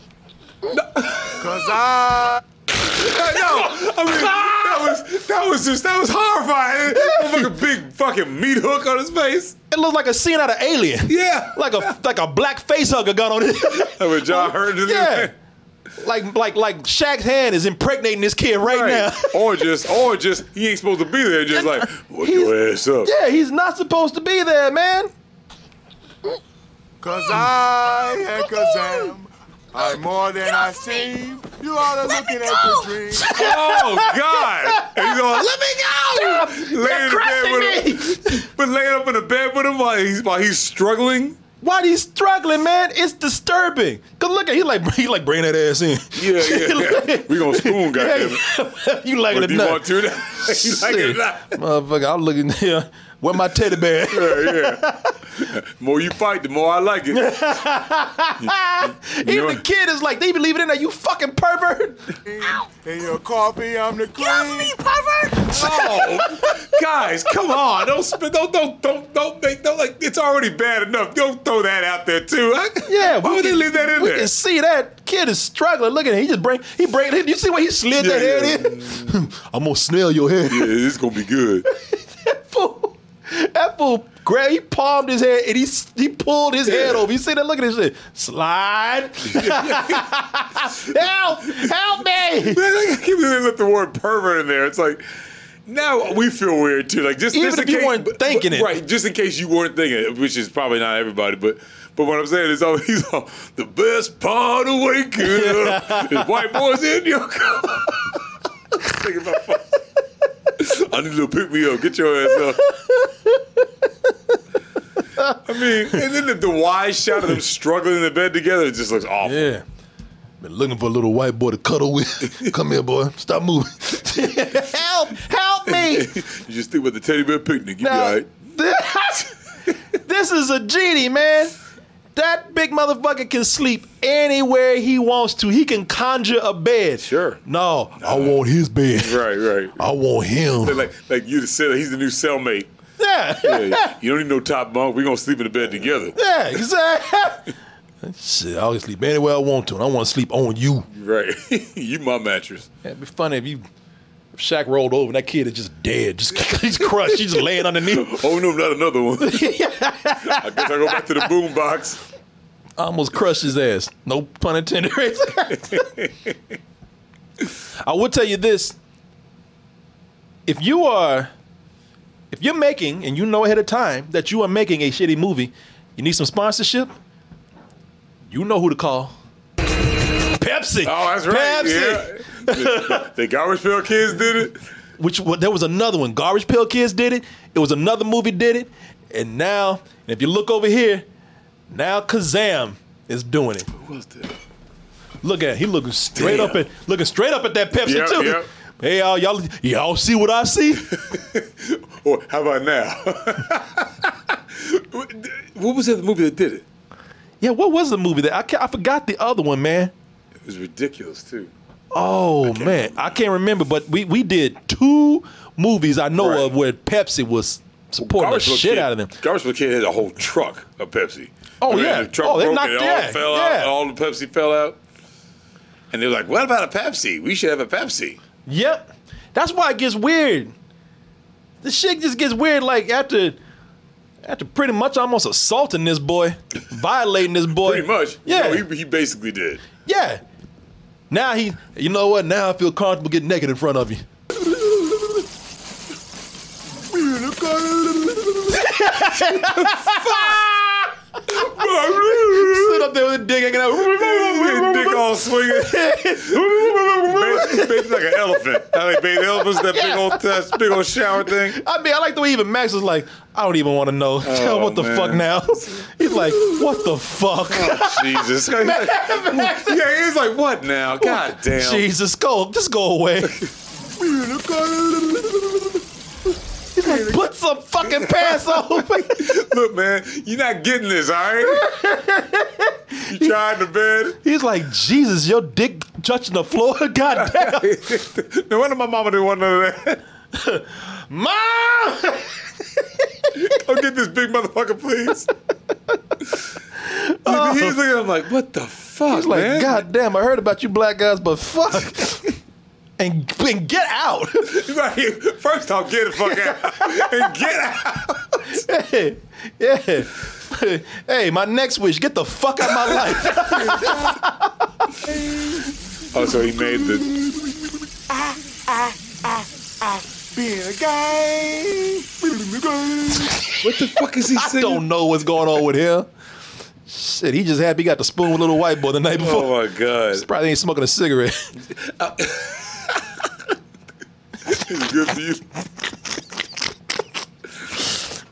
S4: I. Yo, I mean,
S3: Ah!
S4: that was that was just that was horrifying. That fucking big fucking meat hook on his face.
S3: It looked like a scene out of Alien.
S4: Yeah,
S3: like a like a black face hugger got on it.
S4: That was John Hurt.
S3: yeah. Like like like Shaq's hand is impregnating this kid right, now.
S4: or just or just he ain't supposed to be there. Just like what your ass up.
S3: Yeah, he's not supposed to be there, man.
S12: Cause I and cause am I'm more than I seem. You all are looking at the dream.
S4: Oh God! And he's going, let me
S3: Stop!
S4: go. Laying in the bed with him, but laying up in the bed with him while he's while he's struggling.
S3: Why he's struggling, man? It's disturbing. Cause look at he like he like bring that ass in.
S4: Yeah, yeah. yeah. we gonna spoon, goddamn it.
S3: you like
S4: But
S3: it
S4: do
S3: or
S4: you
S3: not?
S4: want to? you like it or
S3: Shit.
S4: not?
S3: Motherfucker, I'm looking here. Where my teddy bear?
S4: yeah, yeah. More you fight, the more I like it.
S3: even the kid is like, they believe it in that you fucking pervert.
S12: In your coffee, I'm the queen.
S4: Oh, guys, come on! Don't spit! Don't don't don't don't make! Don't like! It's already bad enough. Don't throw that out there too.
S3: Yeah,
S4: why
S3: we
S4: would they
S3: can-
S4: leave that in
S3: we
S4: there?
S3: can see that kid is struggling. Look at him. He just bring he bring You see where he slid
S4: Yeah,
S3: that head in? I'm gonna snail your head.
S4: Yeah, it's gonna be good.
S3: fool, that fool, Greg, he palmed his head and he he pulled his head over. You see that? Look at this shit. Slide. help! Help me!
S4: Man, I can't believe they let the word pervert in there. It's like now we feel weird too. Like just
S3: Even
S4: just
S3: if
S4: in
S3: you
S4: case-
S3: weren't
S4: but-
S3: thinking
S4: but-
S3: it.
S4: right? Just in case you weren't thinking it, which is probably not everybody, but. But what I'm saying is, always he's all, the best part of waking up is white boys in your car. Thinking about fuck. I need a little pick me up. Get your ass up. I mean, and then the, the wide shot of them struggling in the bed together it just looks awful.
S3: Yeah. Been looking for a little white boy to cuddle with. Come here, boy. Stop moving. help! Help me!
S4: you just think about the teddy bear picnic. You be
S3: Now-
S4: all right.
S3: this is a genie, man. That big motherfucker can sleep anywhere he wants to. He can conjure a bed. Sure. No, I want his bed.
S4: Right, right.
S3: I want him.
S4: Like, like, like you the cell, he's the new cellmate.
S3: Yeah.
S4: Yeah, you don't need no top bunk. We're gonna sleep in the bed together.
S3: Yeah, exactly. Shit, I can sleep anywhere I want to, and I want to sleep on you.
S4: Right. you my mattress.
S3: It'd be funny if you, if Shaq rolled over and that kid is just dead, just he's crushed, he's just laying underneath.
S4: Oh no, not another one. I guess I go back to the boom box.
S3: I almost crushed his ass. No pun intended. I will tell you this: if you are, if you're making and you know ahead of time that you are making a shitty movie, you need some sponsorship. You know who to call. Pepsi.
S4: Oh, that's right.
S3: Pepsi.
S4: Yeah. the, the garbage pail kids did it.
S3: which well, there was another one. Garbage Pail Kids did it. It was another movie did it, and now and if you look over here, now Kazam is doing it.
S4: Who else did it?
S3: Look at it. he looking straight
S4: Damn.
S3: up at looking straight up at that Pepsi
S4: Yep,
S3: too.
S4: yep.
S3: Hey y'all, y'all, y'all see what I see?
S4: Or how about now? what was that movie that did it?
S3: yeah, what was the movie that I ca- I forgot the other one, man.
S4: It was ridiculous too.
S3: Oh man, I can't remember, but we we did two movies I know of where Pepsi was supporting the
S4: Pail
S3: shit
S4: Kid-
S3: out of them.
S4: Garbage Pail Kid had a whole truck of Pepsi.
S3: Oh,
S4: I mean,
S3: yeah.
S4: the truck
S3: Oh, they
S4: broke
S3: knocked-
S4: and it all
S3: yeah,
S4: fell
S3: yeah.
S4: out. All the Pepsi fell out. And they were like, "What about a Pepsi? We should have a Pepsi."
S3: Yep. That's why it gets weird. The shit just gets weird. Like after After pretty much almost assaulting this boy, violating this boy.
S4: Pretty much.
S3: Yeah.
S4: No, he, he basically did.
S3: Yeah. Now he, you know what? Now I feel comfortable getting naked in front of you. Sit up there with a dick hanging out.
S4: dick all swinging. basically, basically like an elephant. I like baby elephants, that big old test, big old shower thing.
S3: I mean, I like the way even Max is like, I don't even want to know. what the
S4: Oh, man. Oh,
S3: fuck now? He's like, what the fuck?
S4: Jesus. yeah, he's like, what now? God damn.
S3: Jesus, go, just go away. He's like, put some fucking pants on.
S4: Look, man, you're not getting this, all right? you tried the bed.
S3: He's like, Jesus, your dick touching the floor? God damn.
S4: no wonder my mama didn't want none of that.
S3: Mom!
S4: Go get this big motherfucker, please. Look, he's looking at him like, what the fuck,
S3: Oh. He's like,
S4: man?
S3: God damn, I heard about you black guys, but fuck. and, and get out.
S4: Right. First off, get the fuck out. and get out.
S3: hey, yeah. Hey, my next wish, get the fuck out of my life.
S4: Oh, so he made the.
S12: Being a gay.
S4: What the fuck is he
S3: I don't know what's going on with him. Shit, he just happy he got the spoon with little white boy the night before.
S4: Oh my god.
S3: He's probably ain't smoking a cigarette.
S4: It's good for you.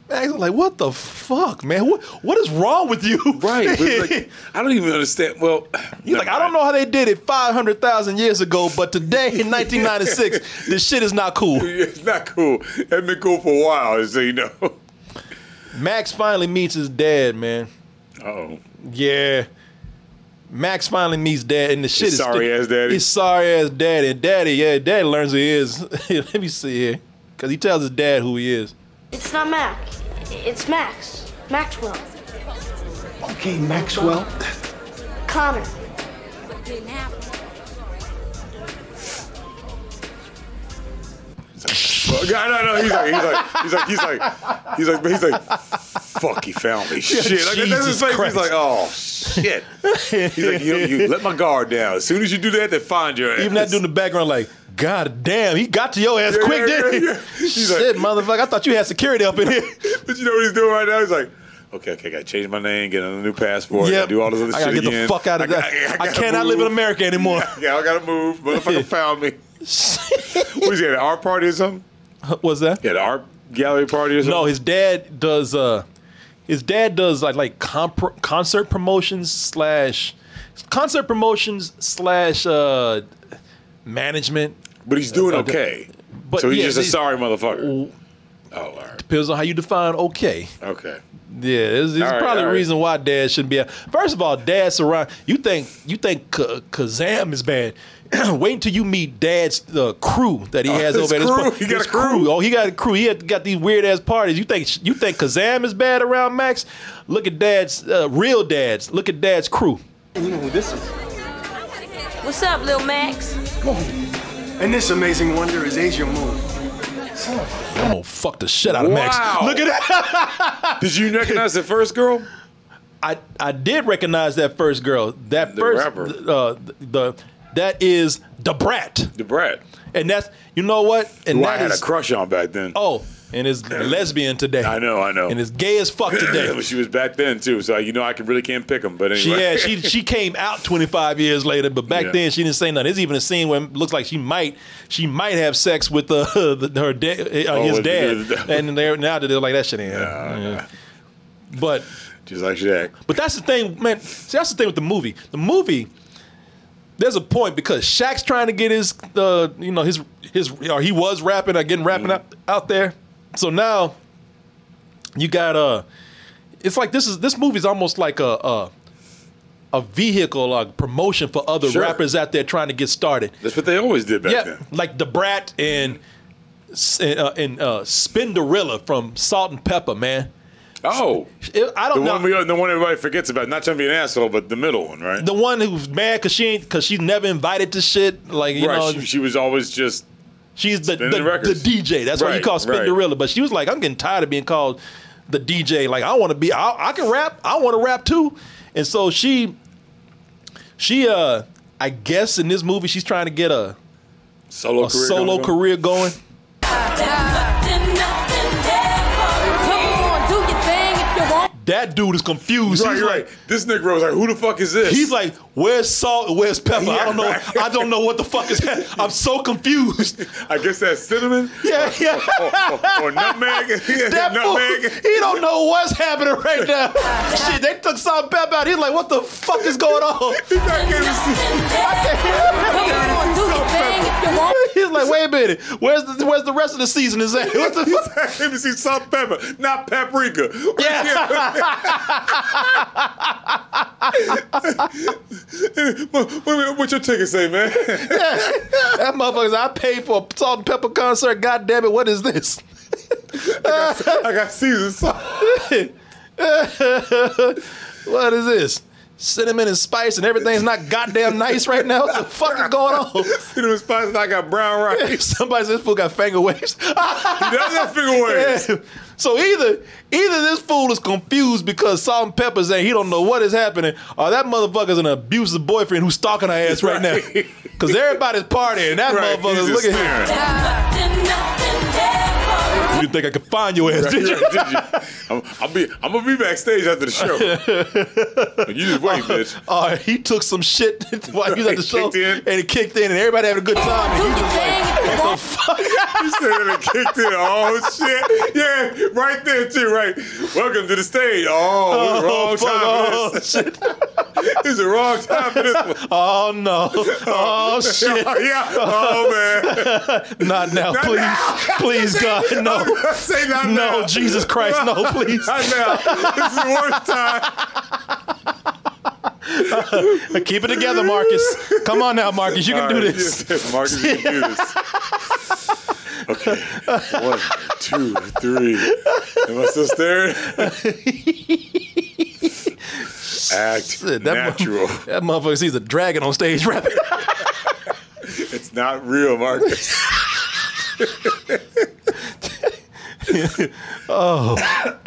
S3: Max was like, what the fuck, man? What what is wrong with you?
S4: Right. but it's like, I don't even understand. Well,
S3: He's like, I don't know how they did it 500,000 years ago, but today in 1996, this shit is not cool.
S4: it's not cool. It has been cool for a while, so you know.
S3: Max finally meets his dad, man.
S4: Oh,
S3: Yeah. Max finally meets dad, and the shit
S4: His
S3: is
S4: sorry ass daddy.
S3: His sorry ass daddy, and daddy, yeah, daddy learns who he is. Let me see here, because he tells his dad who he is.
S8: It's not Mac. It's Max. Maxwell.
S5: Okay, Maxwell.
S8: Connor.
S4: Well, no, no, no. He's like, he's like, he's like, he's like, he's like, he's like, fuck, he found me. Shit, like, that's his
S3: Jesus
S4: face.
S3: Christ.
S4: He's like, oh shit. He's like, you, you let my guard down. As soon as you do that, they find your ass.
S3: Even that dude in the background, like, God damn, he got to your ass quick, didn't he?
S4: He's like,
S3: Shit, motherfucker, I thought you had security up in here.
S4: but you know what he's doing right now? He's like. Okay, okay, I gotta change my name, get another new passport,
S3: Yep.
S4: gotta do all this other
S3: I gotta
S4: shit
S3: get the
S4: again.
S3: fuck out of
S4: I,
S3: that.
S4: got-
S3: I
S4: gotta
S3: cannot live in
S4: move.
S3: America anymore.
S4: Yeah, I gotta move. Motherfucker found me. what is he at an art party or something?
S3: What's that?
S4: Yeah, the art gallery party or something?
S3: No, his dad does. uh His dad does like like comp- concert promotions slash concert promotions slash uh management.
S4: But he's doing okay.
S3: But
S4: so he's
S3: yeah,
S4: just a
S3: they-
S4: sorry motherfucker. Oh, all right.
S3: Depends on how you define okay.
S4: Okay.
S3: Yeah, there's, there's
S4: All right,
S3: probably
S4: all
S3: a
S4: right.
S3: reason why dad shouldn't be out. First of all, dad's around. You think you think Ka- Kazam is bad? Wait until you meet dad's uh, crew that he
S4: Oh,
S3: has
S4: his
S3: over at his
S4: crew?
S3: par-
S4: He got
S3: his
S4: a crew?
S3: Oh, he got a crew. He had, got these weird ass parties. You think you think Kazam is bad around Max? Look at dad's uh, real dad's. Look at dad's crew.
S14: You know who this is?
S15: What's up, Lil Max?
S14: And this amazing wonder is Asia Moon.
S3: I'm gonna fuck the shit out of Max.
S4: Wow.
S3: Look at that.
S4: Did you recognize the first girl?
S3: I I did recognize that first girl. That
S4: The
S3: first
S4: rapper.
S3: Uh, the that is the brat.
S4: The brat.
S3: And that's you know what? And
S4: who
S3: that
S4: I had
S3: is-
S4: a crush on back then.
S3: Oh, and is lesbian today.
S4: I know, I know.
S3: And is gay as fuck today.
S4: But she was back then too, so you know I can, really can't pick them. But anyway,
S3: She, yeah, she she came out 25 years later, but back
S4: Yeah.
S3: then she didn't say nothing. There's even a scene where it looks like she might she might have sex with uh, the, her da- uh,
S4: Oh,
S3: his
S4: with
S3: dad,
S4: the-
S3: and they're now they're like that shit ain't happening. Yeah. But
S4: just like Shaq.
S3: But that's the thing, man. See, that's the thing with the movie. The movie, there's a point because Shaq's trying to get his, uh, you know, his his or he was rapping or getting rapping
S4: Mm-hmm.
S3: out, out there. So now you got uh, it's like this is this movie's almost like a a, a vehicle, a promotion for other
S4: Sure.
S3: rappers out there trying to get started.
S4: That's what they always did back
S3: yeah,
S4: then.
S3: like the Brat and S- and, uh, and uh, Spinderella from Salt and Pepper, man.
S4: Oh,
S3: It- I don't
S4: the
S3: know.
S4: one we, the one everybody forgets about. Not trying to be an asshole, but the middle one, right?
S3: the one who's mad because she ain't because she's never invited to shit. Like you
S4: right.
S3: know,
S4: she, she was always just
S3: she's the the,
S4: spinning the records.
S3: the DJ. That's why you
S4: Right,
S3: call
S4: right.
S3: Spinderella. But she was like, I'm getting tired of being called the DJ. Like I want to be. I, I can rap. I want to rap too. And so she, she, uh, I guess in this movie she's trying to get a
S4: solo
S3: a
S4: career
S3: solo
S4: going.
S3: career going. That dude is confused.
S4: Right,
S3: He's
S4: right.
S3: like,
S4: This nigga was like, "Who the fuck is this?"
S3: He's like, "Where's salt? and Where's pepper? I
S4: Yeah,
S3: don't know.
S4: right.
S3: I don't know what the fuck is. happening. I'm so confused."
S4: I guess that's cinnamon.
S3: Yeah, yeah.
S4: Or, or- or nutmeg. Yeah,
S3: That
S4: nutmeg.
S3: fool, he don't know what's happening right now. Shit, they took salt and pepper out. He's like, "What the fuck is going on?" He's
S4: not getting
S3: He's like, wait a minute, where's the where's the rest of the season is at? What the fuck?
S4: Let me see salt and pepper, not paprika. what, what, what your ticket say, man?
S3: that motherfuckers, I paid for a salt and pepper concert. God damn it, what is this? I, got,
S4: I got season salt.
S3: what is this? Cinnamon and spice and everything's not goddamn nice right now. What the fuck is going on?
S4: Cinnamon spice and I got brown rice.
S3: Somebody said this fool got finger waves. he does
S4: got finger waves.
S3: So either either this fool is confused because salt and pepper's and he don't know what is happening, or that motherfucker's an abusive boyfriend who's stalking her ass right, now. Because everybody's partying. That
S4: Right,
S3: motherfucker's
S4: he's just
S3: looking at him. You didn't think I could find your ass,
S4: Right,
S3: did you?
S4: right, did you? I'm, I'll be, I'm gonna be backstage after the show. you just wait, bitch.
S3: Oh, he took some shit while he was at the
S4: Right,
S3: show,
S4: kicked in.
S3: and it kicked in, and everybody having a good time. And he was like, "What the fuck?"
S4: You said it kicked in. Oh shit! Yeah, right there too. Right. Welcome to the stage. Oh,
S3: Oh,
S4: wrong
S3: fuck.
S4: time. for this. It's the wrong time for this one.
S3: Oh no! Oh shit!
S4: yeah. Oh man.
S3: Not now,
S4: Not
S3: please,
S4: now.
S3: please, God, no,
S4: Say not
S3: no,
S4: now.
S3: Jesus Christ, no, please.
S4: Not now. This is the worst time.
S3: Keep it together, Marcus. Come on now, Marcus, you can
S4: All
S3: do
S4: right,
S3: this.
S4: yes, Marcus, you can do this. Okay. One, two, three. Am I still staring? Act
S3: Shit, that mo-
S4: natural.
S3: That motherfucker sees a dragon on stage rapping.
S4: It's not real, Marcus.
S3: oh,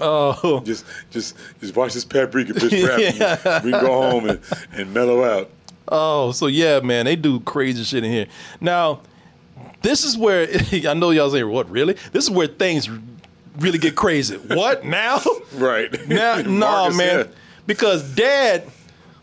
S3: oh.
S4: Just, just, just watch this paprika bitch rap. and We can go home and, and mellow out.
S3: Oh, so yeah, man, they do crazy shit in here. Now, this is where I know y'all say, "What really?" This is where things really get crazy. what now?
S4: Right.
S3: Now, no,
S4: Marcus,
S3: man,
S4: yeah.
S3: because Dad,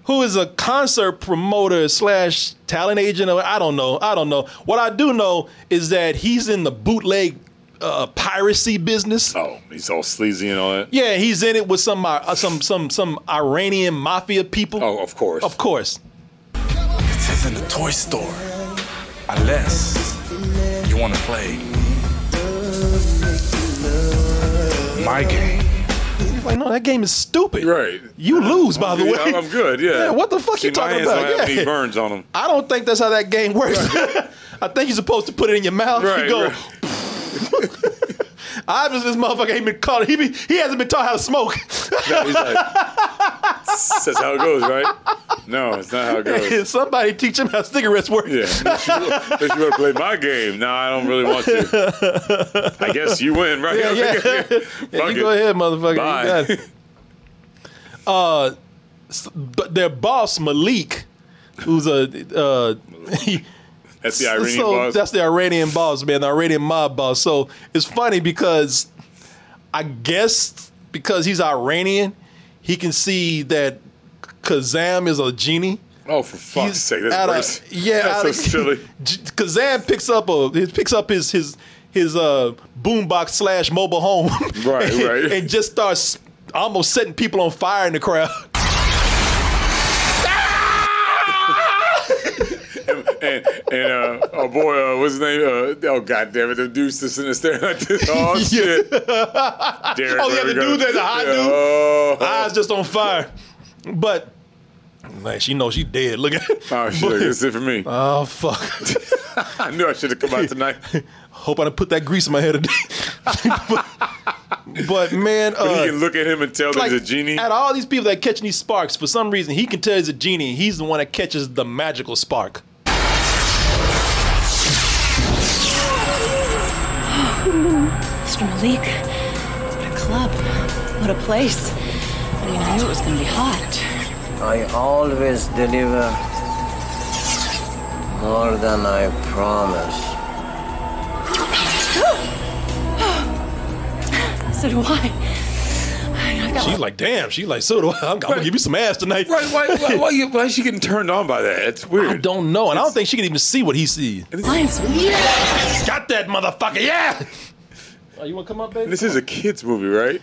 S3: who is a concert promoter slash talent agent, or I don't know, I don't know. What I do know is that he's in the bootleg uh, piracy business.
S4: Oh, he's all sleazy and all that.
S3: Yeah, he's in it with some uh, some some some Iranian mafia people.
S4: Oh, of course.
S3: Of course.
S16: This isn't a toy store. Unless you want to play my game.
S3: He's like, no, that game is stupid.
S4: Right.
S3: You lose, by the
S4: Yeah,
S3: way.
S4: I'm- I'm good. Yeah.
S3: what the fuck
S4: See,
S3: you talking
S4: My hands
S3: about?
S4: don't have
S3: Yeah.
S4: any burns on them.
S3: I don't think that's how that game works. I think you're supposed to put it in your mouth.
S4: Right,
S3: you go.
S4: right.
S3: I just this motherfucker ain't been caught. He be, he hasn't been taught how to smoke.
S4: No, he's like, that's how it goes, right? No, it's not how it goes.
S3: Somebody teach him how cigarettes work.
S4: Yeah, but you, but you better play my game. No, I don't really want to. I guess you win, right?
S3: Yeah, yeah.
S4: Fuck
S3: Yeah,
S4: it.
S3: you go ahead, motherfucker. You
S4: Bye.
S3: got it. Uh, s- but their boss Malik, who's a uh,
S4: That's the Iranian
S3: so
S4: boss.
S3: That's the Iranian boss, man. The Iranian mob boss. So it's funny because I guess because he's Iranian, he can see that Kazam is a genie.
S4: Oh, for fuck's sake, that's
S3: Outta-
S4: worse.
S3: yeah, outta-
S4: that's so silly.
S3: J- Kazam picks up a he picks up his his his uh boombox slash mobile home,
S4: Right,
S3: and,
S4: right.
S3: and just starts almost setting people on fire in the crowd.
S4: And and uh, oh boy, uh, what's his name? Uh, oh god damn it, the dude's just sitting there staring like this. Oh shit, Derek,
S3: oh yeah,
S4: where we
S3: the
S4: going?
S3: dude that's a hot
S4: Yeah,
S3: dude,
S4: Oh,
S3: eyes just on fire. But man, she knows she dead. Look at
S4: oh shit, that's it for me.
S3: oh fuck.
S4: I knew I should have come out tonight.
S3: Hope I didn't put that grease in my hair today. but, but, man, uh,
S4: But he can look at him and tell
S3: like,
S4: there's a genie.
S3: At all these people that catching these sparks, for some reason, he can tell he's a genie. and He's the one that catches the magical spark.
S17: Mr. Malik, what a club. What a place. I mean, I knew it was gonna be hot.
S18: I always deliver more than I promise.
S17: So do I. I- I've got
S3: She's like, damn. She's like, so do I. I'm, gonna give you some ass tonight.
S4: Right? Why? Why, why, you- why is she getting turned on by that? It's weird. I
S3: don't know, and I don't think she can even see what he sees.
S17: Lion's
S3: Got that motherfucker, yeah. Oh, you wanna come up, baby?
S4: This is a kids movie, right?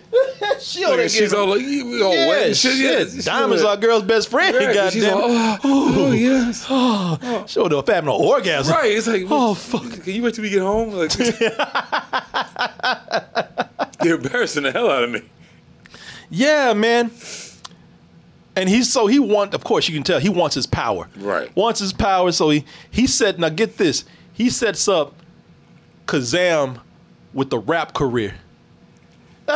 S3: she
S4: Look, she's all like, you- all wet and shit, yeah. She's
S3: Diamond's
S4: all-
S3: our girl's best friend.
S4: Right,
S3: God
S4: she's
S3: damn it.
S4: all, oh, oh, yes.
S3: Oh, she would have having an orgasm.
S4: Right? It's like, oh fuck. Can you wait till we get home? Like, you're embarrassing the hell out of me.
S3: Yeah, man. And he's so he want of course you can tell he wants his power. Right. Wants his power, so he he said now get this. He sets up Kazam with the rap career.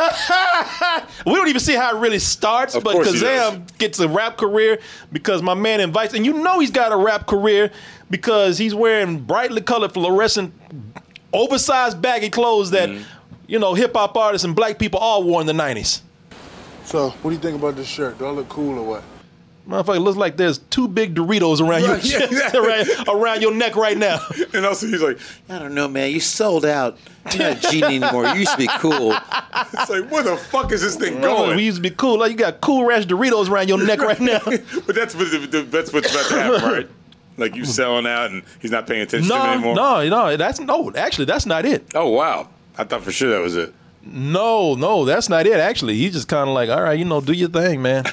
S3: we don't even see how it really starts,
S4: Of
S3: but
S4: course he
S3: Kazam gets a rap career because my man invites, and you know he's got a rap career because he's wearing brightly colored fluorescent, oversized baggy clothes that
S4: Mm-hmm.
S3: you know hip hop artists and black people all wore in the nineties.
S13: So, what do you think about this shirt? Do I look cool or what?
S3: Motherfucker, looks like there's two big Doritos around your
S13: Right, yeah,
S3: chest,
S13: exactly.
S3: around, around your neck right now.
S4: And also he's like,
S19: I don't know, man. You sold out. You're not genie anymore. You used to be cool.
S4: It's like, where the fuck is this thing
S3: Motherfucker,
S4: going?
S3: Oh, We used to be cool. Like you got Cool Ranch Doritos around your neck right now.
S4: But that's what that's what's about to happen, right? Like you selling out, and he's not paying attention to him
S3: no,
S4: anymore.
S3: no, no. That's no. Actually, that's not it.
S4: Oh wow, I thought for sure that was it.
S3: No, no, that's not it. Actually, he's just kind of like, all right, you know, do your thing, man.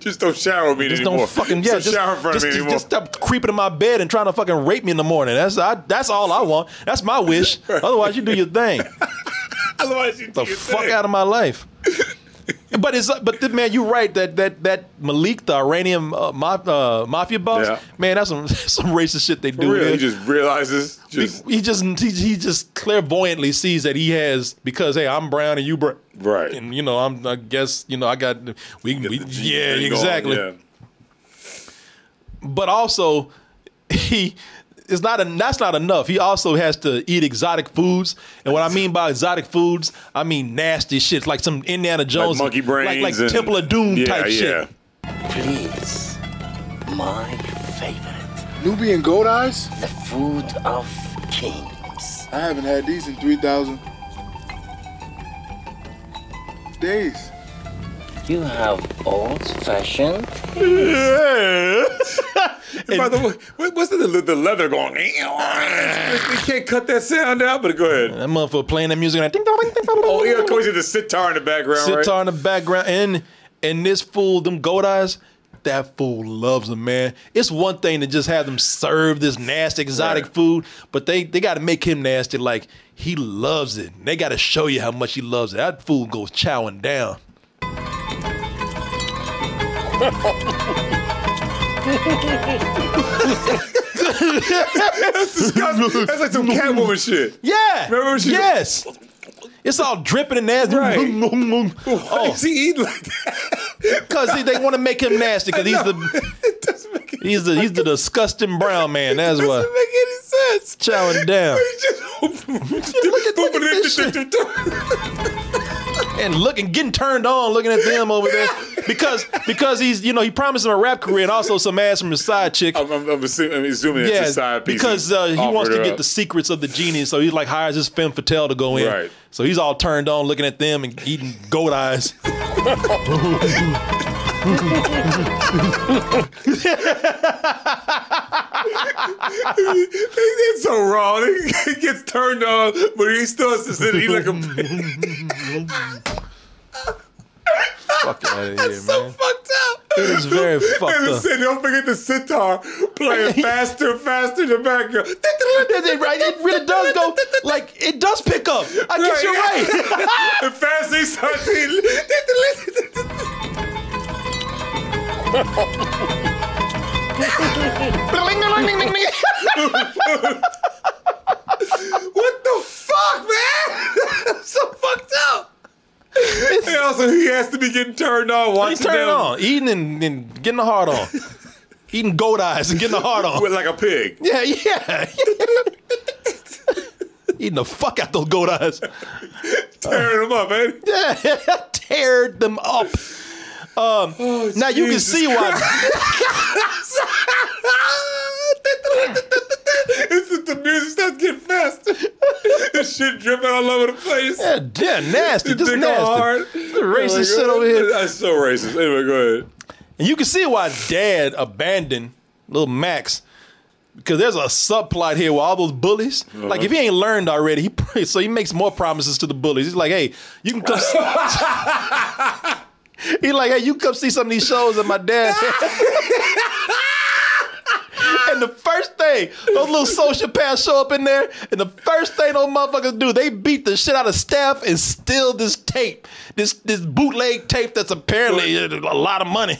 S4: Just don't shower with me
S3: Just
S4: anymore.
S3: don't fucking yeah.
S4: Just
S3: Just,
S4: don't shower in front
S3: just,
S4: of me
S3: just,
S4: anymore.
S3: just stop creeping in my bed and trying to fucking rape me in the morning. That's I, that's all I want. That's my wish. Otherwise, you do your thing.
S4: Otherwise, you
S3: the fuck out of my life. but it's but th- man, you're right that that that Malik, the Iranian uh, ma- uh, mafia boss,
S4: Yeah.
S3: man, that's some some racist shit they
S4: For
S3: do.
S4: real,
S3: man.
S4: he just realizes. Just
S3: he just he, he just clairvoyantly sees that he has because hey I'm brown and you brown right and you know I'm I guess you know I got we, we yeah
S4: thing going,
S3: exactly
S4: yeah.
S3: but also he it's not a, that's not enough he also has to eat exotic foods and what I mean by exotic foods I mean nasty shit like some Indiana Jones
S4: monkey
S3: like
S4: brains
S3: like
S4: and-
S3: Temple of Doom
S4: Yeah,
S3: type
S4: yeah.
S3: shit
S19: Please. My favorite. Nubian goat eyes? The food of kings.
S13: I haven't had these in 3,000 days.
S19: You have old fashioned.
S4: Yeah. and by the way, what- what's the, the leather going? They can't cut that sound out, but go ahead.
S3: that motherfucker playing that music and I think
S4: Oh, yeah, of course, you the sitar in the background,
S3: Sitar
S4: right?
S3: in the background, and and this fool, them goat eyes, that fool loves them, man. It's one thing to just have them serve this nasty exotic food, but they they got to make him nasty. Like he loves it. They got to show you how much he loves it. That fool goes chowing down.
S4: That's disgusting. That's like some Catwoman shit.
S3: Yeah.
S4: Remember when she-
S3: yes. It's all dripping and nasty.
S4: Right.
S3: Why
S16: Oh.
S4: is he eating like
S3: that? Because they want to make him nasty. Because he's the he's the he's the disgusting brown man. That's why.
S4: Doesn't make any sense.
S3: Chowing down.
S4: Look at this shit.
S3: and looking getting turned on looking at them over there because because he's you know he promised him a rap career and also some ass from his side chick.
S4: I'm, I'm, I'm assuming, I'm assuming it's a side piece.
S3: because uh, he wants to
S4: offered
S3: get
S4: up.
S3: the secrets of the genie, so he like hires his femme fatale to go in.
S4: Right.
S3: So he's all turned on looking at them and eating goat eyes.
S4: It's so wrong. He gets turned on, but he still has to sit and eat like a
S3: Fuck out of here, man.
S4: fucked up.
S3: It is very fucked
S4: and
S3: up.
S4: Listen, don't forget the sitar playing faster and faster in the background.
S3: right, it really does go like it does pick up. I guess you're right.
S4: the faster he starts eating. what the fuck, man? I'm so fucked up. and also, he has to be getting turned on watching
S3: He's turning
S4: them.
S3: on, eating and, and getting the hard on, eating goat eyes and getting the hard on.
S4: With like a pig.
S3: Yeah, yeah. Eating the fuck out those goat eyes.
S4: Tearing them up, man.
S3: Yeah, teared them up. Um, now you can see
S4: it's that the music starts getting faster. this shit dripping all over the place.
S3: Yeah, yeah nasty.
S4: The
S3: Just
S4: dick
S3: nasty.
S4: hard.
S3: Racist shit over here.
S4: That's so racist. Anyway, go ahead.
S3: And you can see why Dad abandoned little Max because there's a subplot here with all those bullies. Like if he ain't learned already, he pr- so he makes more promises to the bullies. He's like, "Hey, you can come." see- He's like, "Hey, you come see some of these shows that my dad." And the first thing, those little sociopaths show up in there, and the first thing those motherfuckers do, they beat the shit out of staff and steal this tape, this this bootleg tape that's apparently a lot of money.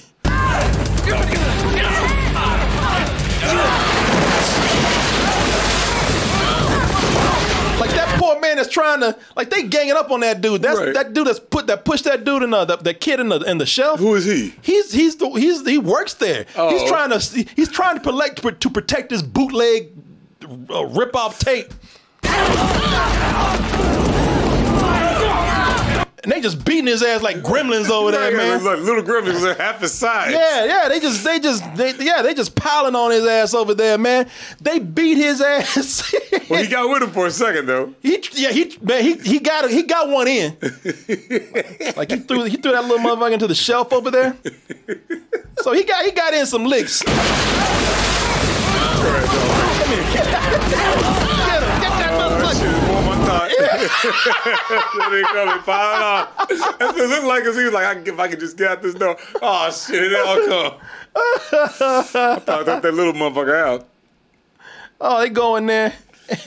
S3: Like that poor man is trying to like they ganging up on that dude. That's
S4: Right.
S3: that dude that's put that pushed that dude in the that, that kid in the in the shelf. Who
S4: is he?
S3: He's he's the he's he works there. He's
S4: Oh.
S3: trying to he's trying to protect to protect this bootleg uh, rip off tape. And they just beating his ass like gremlins over there,
S4: Like,
S3: man.
S4: like little gremlins are half his size.
S3: Yeah, yeah, they just, they just, they, yeah, they just piling on his ass over there, man. They beat his ass.
S4: Well, he got with him for a second though. Oh,
S3: He yeah he man he he got he got one in. like he threw he threw that little motherfucker into the shelf over there. So he got he got in some licks. Come here. Get him. Get that motherfucker.
S4: they come and pile on. uh, That's what it looked like. 'cause He was like, I can, if I could just get out this door. Oh shit, it all come. I thought that, that little motherfucker out.
S3: Oh, they go in there.
S4: Oh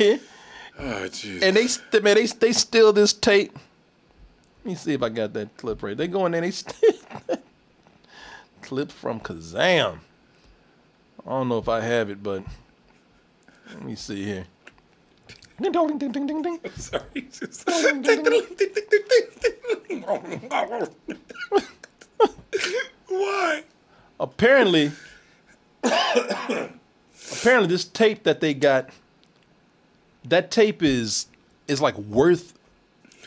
S4: jeez.
S3: and they st- man, they they steal this tape. Let me see if I got that clip right. They go in there. They st- clip from Kazam. I don't know if I have it, but let me see here. Ding dong, ding ding ding ding.
S4: Sorry. Just... Why?
S3: Apparently, apparently this tape that they got, that tape is is like worth,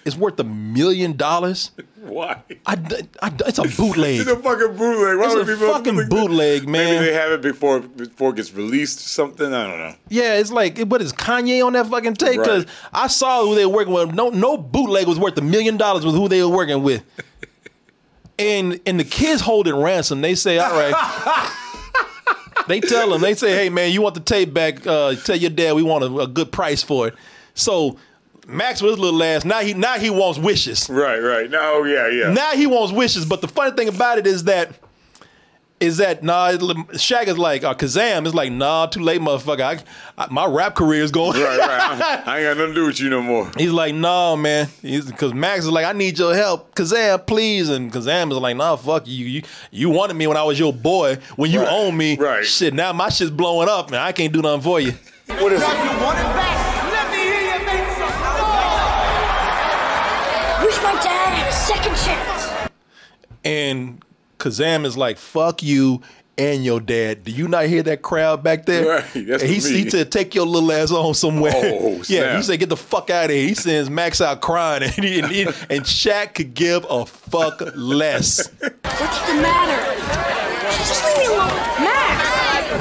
S3: it's worth a million dollars.
S4: Why?
S3: I, I, it's a bootleg.
S4: It's a fucking bootleg. Why
S3: It's
S4: would
S3: a
S4: people
S3: fucking bootleg, man.
S4: Maybe they have it before before it gets released or something. I don't know.
S3: Yeah, it's like what is Kanye on that fucking tape? Because
S4: Right.
S3: I saw who they were working with. No, no bootleg was worth a million dollars with who they were working with. and and the kids holding ransom. They say, all right. they tell them. They say, hey man, you want the tape back? Uh, tell your dad we want a, a good price for it. So Max was his little ass. Now he now he wants wishes.
S4: Right, right. No, oh, yeah, yeah.
S3: Now he wants wishes. But the funny thing about it is that is that nah? it- Shaq is like uh, Kazam is like nah. Too late, motherfucker. I, I, my rap career is going.
S4: right, right. I ain't got nothing to do with you no more.
S3: He's like, no, man. Because Max is like, I need your help. Kazam, please. And Kazam is like, nah, fuck you. You, you wanted me when I was your boy. When you own me, right. shit, now my shit's blowing up, man. I can't do nothing for you.
S16: What is it? You want it back? Let me hear you make some noise.
S8: Wish my dad had a second chance.
S3: And Kazam is like, fuck you and your dad. Do you not hear that crowd back there?
S4: Right, that's
S3: And he,
S4: for me.
S3: he said, take your little ass home somewhere.
S4: Oh,
S3: yeah, he
S4: snap.
S3: said, get the fuck out of here. He sends Max out crying, and, he, and, he- and Shaq could give a fuck less.
S16: What's the matter? Just leave me alone. Max!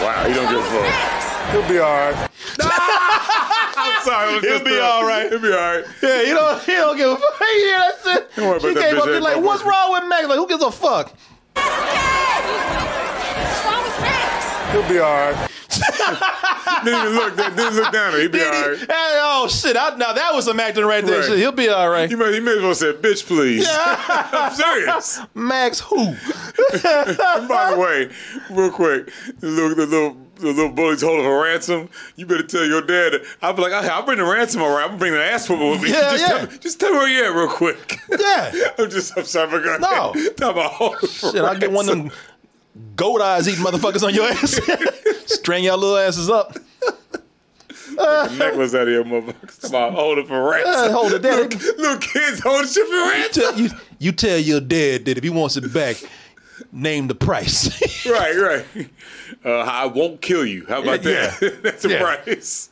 S4: Wow, he don't give a fuck. He'll be all right. I'm sorry. I was
S16: He'll
S4: just
S16: be
S4: throw-
S16: all right.
S4: He'll be all right.
S3: Yeah, he don't he don't give a fuck. Yeah, that's it.
S4: Don't worry
S3: she
S4: about that
S3: came
S4: bitch
S3: up there
S4: ass
S3: like, what's
S4: motherfucker."
S3: wrong with Max? Like, who gives a fuck?
S4: He'll be all right. didn't even look. Didn't look down. at him. He'll be all right.
S3: Hey, oh shit! I, now that was some acting right there. Shit, He'll be all right.
S4: You may, you may as well say, bitch, please. I'm serious.
S3: Max, who?
S4: and by the way, real quick, the little, the little, the little bully's holding a ransom. You better tell your dad. that- I'll be like, "Hey, I'll bring the ransom all right. I'm gonna bring the ass whooping with me.
S3: Yeah,
S4: just,
S3: yeah.
S4: Tell me, just tell me where you at, real quick.
S3: Yeah.
S4: I'm just, I'm sorry, I'm gonna
S3: No.
S4: Talk about holding for
S3: Shit, I'll get one of them goat eyes eating motherfuckers on your ass. String your little asses up.
S4: ransom. Get the necklace out of here, motherfuckers. Talk about holding for ransom.
S3: Yeah, hold it down.
S4: Little, little kids holding shit for
S3: You
S4: ransom.
S3: tell, you, you tell your dad that if he wants it back, name the price.
S4: right, right. Uh, I won't kill you. How about
S3: Yeah.
S4: that? That's a
S3: Yeah.
S4: price.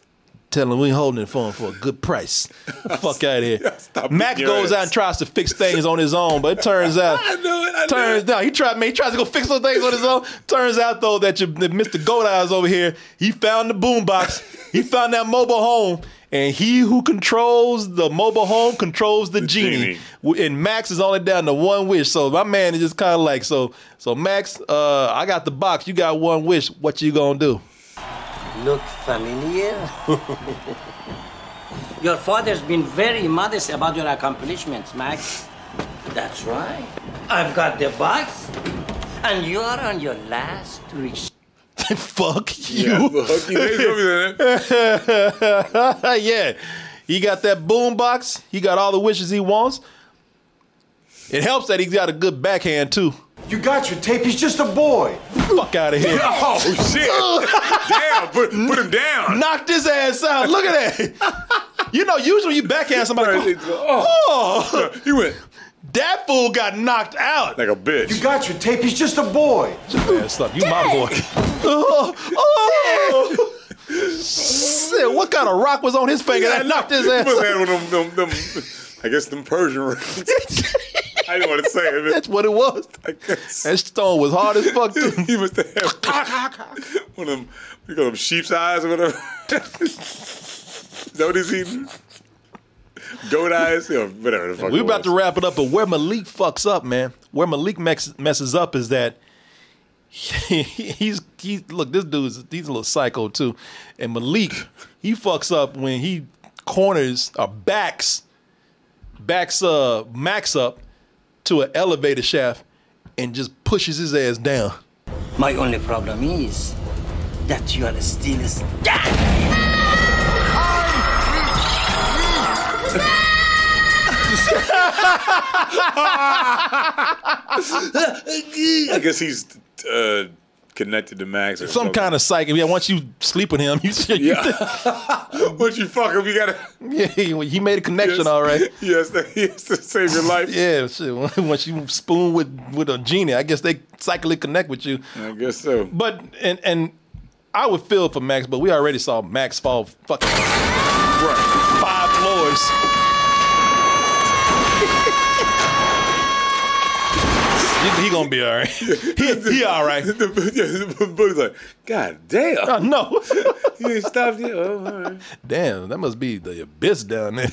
S3: Tell him we holding it for him for a good price. Fuck out of here.
S4: Stop
S3: Mac
S4: ignorance.
S3: goes out and tries to fix things on his own, but it turns out
S4: I knew it, I knew
S3: turns
S4: it.
S3: down. He tried, man, he tries to go fix those things on his own. Turns out though that, your, that Mr. Gold Eyes over here, he found the boombox. he found that mobile home. And he who controls the mobile home controls the, genie.
S4: genie.
S3: W- And Max is only down to one wish. So my man is just kind of like, so, so Max, uh, I got the box. You got one wish. What you gonna do?
S20: Look familiar? your father's been very modest about your accomplishments, Max. That's right. I've got the box, and you're on your last reach.
S3: fuck you.
S20: Yeah, fuck you. They told me
S3: yeah. He got that boom box. He got all the wishes he wants. It helps that he's got a good backhand too. You got your tape. He's just a boy. Fuck out of here.
S4: Oh shit! Damn, put, put him down.
S3: Knocked his ass out. Look at that. you know, usually when you backhand somebody. Oh.
S4: He went.
S3: That fool got knocked out.
S4: Like a bitch.
S3: You got your tape. He's just a boy. Ass up. You my boy. oh, oh. Shit, what kind of rock was on his finger that knocked his ass
S4: Must
S3: out?
S4: have had one of them, them, them, I guess them Persian rings. I didn't want to say it.
S3: That's what it was. That stone was hard as fuck. Too.
S4: he must have had one of them. You call them sheep's eyes or whatever. Is that what he's eating? Goat eyes or whatever the fuck.
S3: we
S4: it
S3: about
S4: was.
S3: to wrap it up, but where Malik fucks up, man, where Malik mex- messes up is that he's he's look this dude's he's a little psycho too, and Malik he fucks up when he corners or backs backs uh Max up to an elevator shaft and just pushes his ass down.
S20: My only problem is that you are still s-
S4: I guess he's uh, connected to Max or
S3: Some
S4: something.
S3: kind of psycho. Yeah, once you sleep with him, you, you
S4: Once you fuck him, you gotta.
S3: Yeah, he he made a connection, all right.
S4: Yes, that, he has to save your life.
S3: Yeah, shit. Once you spoon with with a genie, I guess they psychically connect with you.
S4: I guess so.
S3: But and and I would feel for Max, but we already saw Max fall fucking five floors. he, he gonna be all right. He, he all right.
S4: the book's like, God damn.
S3: no.
S4: you ain't stopped yet. Oh, all right.
S3: Damn, that must be the abyss down there.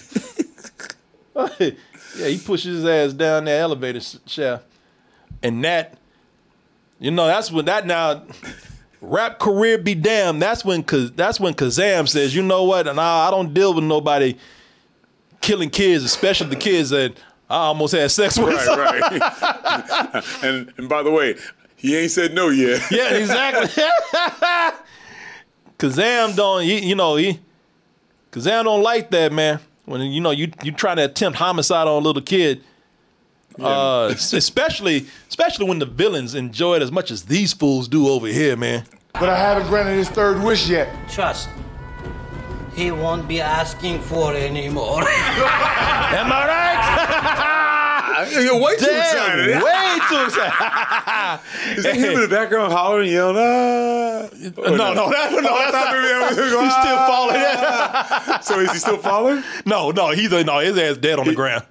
S3: yeah, he pushes his ass down that elevator s- shaft, and that, you know, that's when that now, rap career be damned. That's when Kaz- that's when Kazam says, you know what? And I, I don't deal with nobody killing kids, especially the kids that I almost had sex with.
S4: Right, right. and and by the way, he ain't said no yet.
S3: Yeah, exactly. Kazam don't, he, you know, he Kazam don't like that, man. When you know you you trying to attempt homicide on a little kid, uh, especially especially when the villains enjoy it as much as these fools do over here, man.
S12: But I haven't granted his third wish yet.
S20: Trust. He won't be asking for anymore.
S3: Am I right?
S4: You're way too
S3: Damn,
S4: excited.
S3: Way too excited.
S4: Is that him in the background hollering, yelling? Ah.
S3: No, no, that, no,
S4: Oh,
S3: that's
S4: I thought
S3: not.
S4: maybe that was him going,
S3: he's still
S4: "Ah."
S3: falling.
S4: so is he still falling?
S3: No, no, he's no, his ass dead on the ground.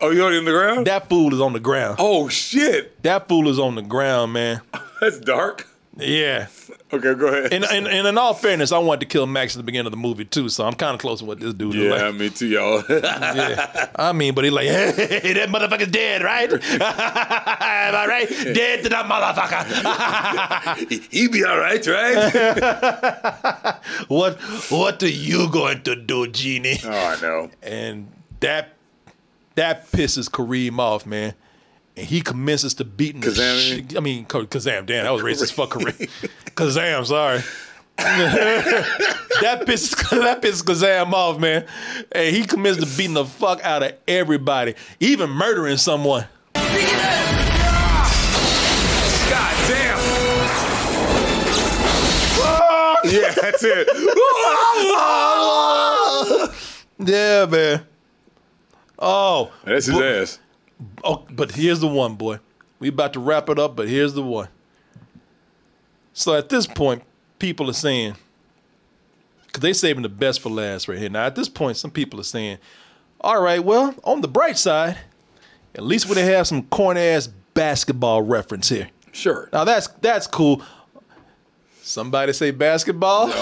S4: Oh, you already on the ground?
S3: That fool is on the ground.
S4: Oh shit,
S3: that fool is on the ground, man.
S4: That's dark.
S3: Yeah.
S4: Okay, go ahead.
S3: And, and, and in all fairness, I wanted to kill Max at the beginning of the movie too, so I'm kind of close to what this dude is
S4: yeah,
S3: like.
S4: me too, y'all.
S3: Yeah. I mean, but he like, hey, that motherfucker's dead, right? Am I right? Dead to that motherfucker.
S4: he be all right, right?
S3: what What are you going to do, Genie? Oh,
S4: I know.
S3: And that that pisses Kareem off, man. And he commences to beating the
S4: Kazam, you
S3: shit. I mean, Ka- Kazam. Damn, that was racist. Fuck Kareem. Kazam, sorry. that pisses that pisses Kazam off, man. And he commits to beating the fuck out of everybody, even murdering someone.
S4: God damn. yeah, that's it.
S3: yeah, man. Oh,
S4: that's his ass.
S3: Oh, but here's the one, boy. We about to wrap it up, but here's the one. So at this point, people are saying, because they saving the best for last right here. Now at this point, some people are saying, "All right, well, on the bright side, at least we didn't have some corn ass basketball reference here." Sure. Now that's that's cool. Somebody say basketball.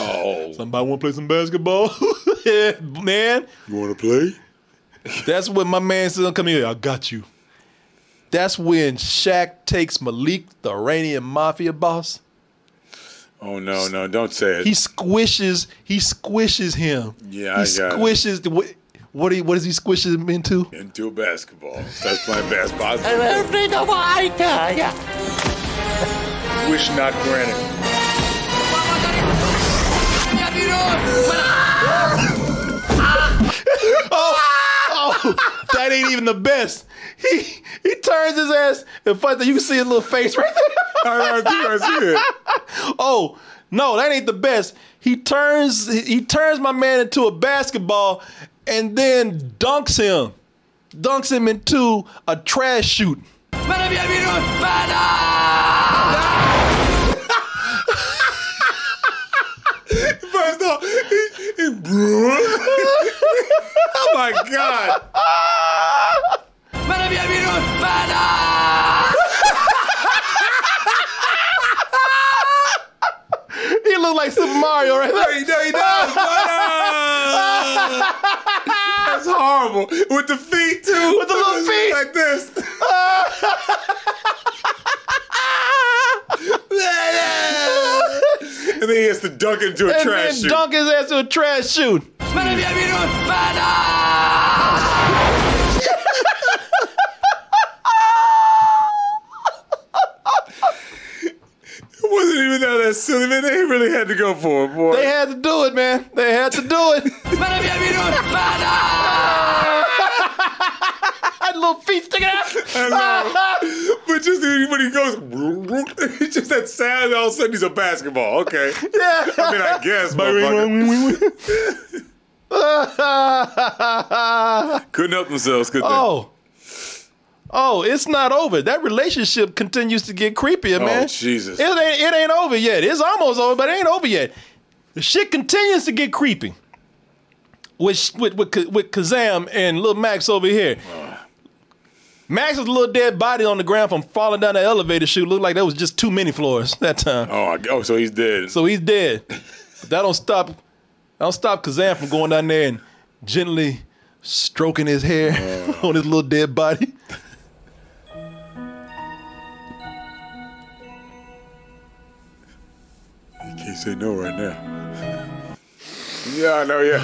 S3: Somebody want to play some basketball? yeah, man. You want to play? That's when my man says, "Come here, I got you." That's when Shaq takes Malik, the Iranian mafia boss.
S4: Oh no, no, don't say it.
S3: He squishes. He squishes him.
S4: Yeah,
S3: he
S4: I got it.
S3: squishes. The, what? What, do you- what does he squish him into?
S4: into basketball. Starts playing basketball. Wish not granted.
S3: oh, oh, that ain't even the best. He he turns his ass and fight. You can see his little face right there. I see it. Oh no, that ain't the best. He turns he- he turns my man into a basketball and then dunks him, dunks him into a trash chute.
S4: First off, he- he- oh my god!
S3: He looked like Super Mario right there.
S4: he does. That's horrible. With the feet too. With the little feet like this. and then he has to dunk into a
S3: and
S4: trash
S3: then
S4: chute.
S3: dunk his ass to a trash chute.
S4: It wasn't even that, that silly, man. They really had to go for it, boy.
S3: They had to do it, man. They had to do it. That little feet sticking out.
S4: I know. but just when he goes, it's just that sound, all of a sudden he's a basketball. Okay.
S3: Yeah.
S4: I mean, I guess, motherfucker. Couldn't help themselves, could they?
S3: Oh. Oh, it's not over. That relationship continues to get creepier,
S4: Oh,
S3: man.
S4: Jesus.
S3: It ain't, it ain't over yet. It's almost over, but it ain't over yet. The shit continues to get creepy. With, with, with, Ka- with Kazam and Lil Max over here.
S4: Oh.
S3: Max's little dead body on the ground from falling down the elevator chute looked like that was just too many floors that time.
S4: Oh, I- oh, so he's dead.
S3: So he's dead. But that don't stop that don't stop Kazam from going down there and gently stroking his hair on his little dead body.
S4: Can't say no right now. Yeah, I know, yeah.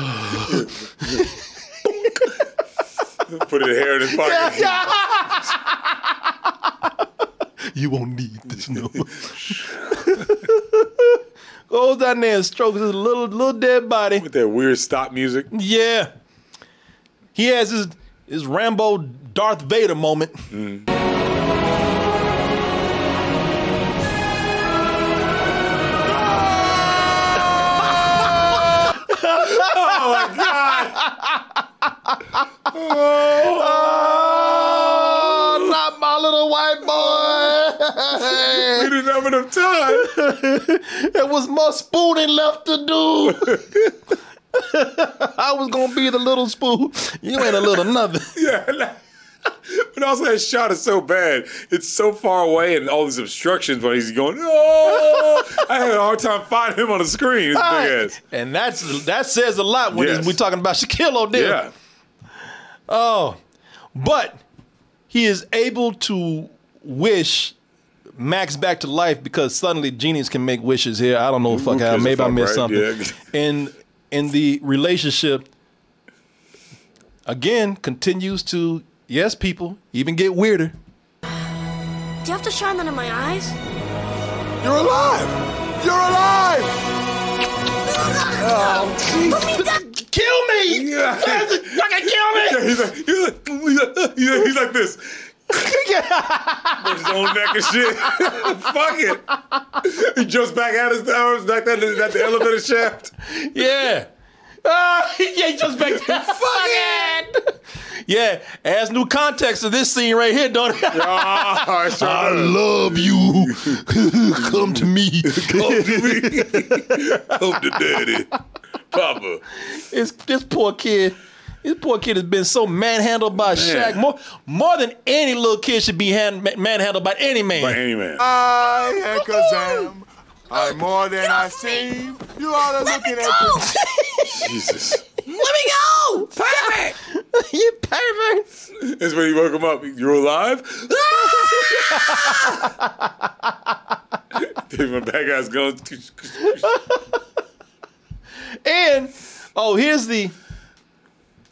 S4: Put his hair in his pocket.
S3: You won't need this no. Goes down there and strokes his little little dead body.
S4: With that weird stop music.
S3: Yeah. He has his his Rambo Darth Vader moment.
S4: Oh my god!
S3: Oh, not my little white
S4: We
S3: boy.
S4: didn't have enough time.
S3: there was more spooning left to do. I was gonna be the little spoon. You ain't a little nothing.
S4: Yeah. like- But also that shot is so bad. It's so far away and all these obstructions when he's going, oh I had a hard time finding him on the screen. His big ass.
S3: And that's that says a lot when
S4: Yes.
S3: we're talking about Shaquille O'Neal.
S4: Yeah.
S3: Oh, but he is able to wish Max back to life because suddenly genies can make wishes here. I don't know, fuck,
S4: gives
S3: how
S4: a
S3: maybe I
S4: fuck,
S3: missed
S4: right?
S3: something.
S4: Yeah.
S3: And in the relationship, again, continues to yes, people even get weirder.
S8: Do you have to shine that in my eyes?
S12: You're alive! You're alive!
S3: Kill me!
S4: Yeah.
S3: Fucking kill
S4: Yeah, he's like, he's like, he's like, he's like, he's like this. With his own neck and shit. Fuck it. He jumps back out his arms, back down the, at the elevator shaft.
S3: Yeah. Ah, yeah, he just back Fuck it! Yeah, adds new context to this scene right here, don't it?
S4: Ah, sure
S3: I
S4: does.
S3: love you. Come to me.
S4: Come to me. Come to daddy. Papa.
S3: It's, this poor kid. This poor kid has been so manhandled by Shaq more more than any little kid should be hand, ma- manhandled by any man. By
S4: any man.
S3: Uh,
S12: I am Kazam. I'm more than I seem. You all are looking at me.
S4: Jesus.
S12: Let me go! Perfect! you
S3: pervert!
S4: That's when you woke him up. You're alive? Dude, my bad guy's going.
S3: And oh, here's the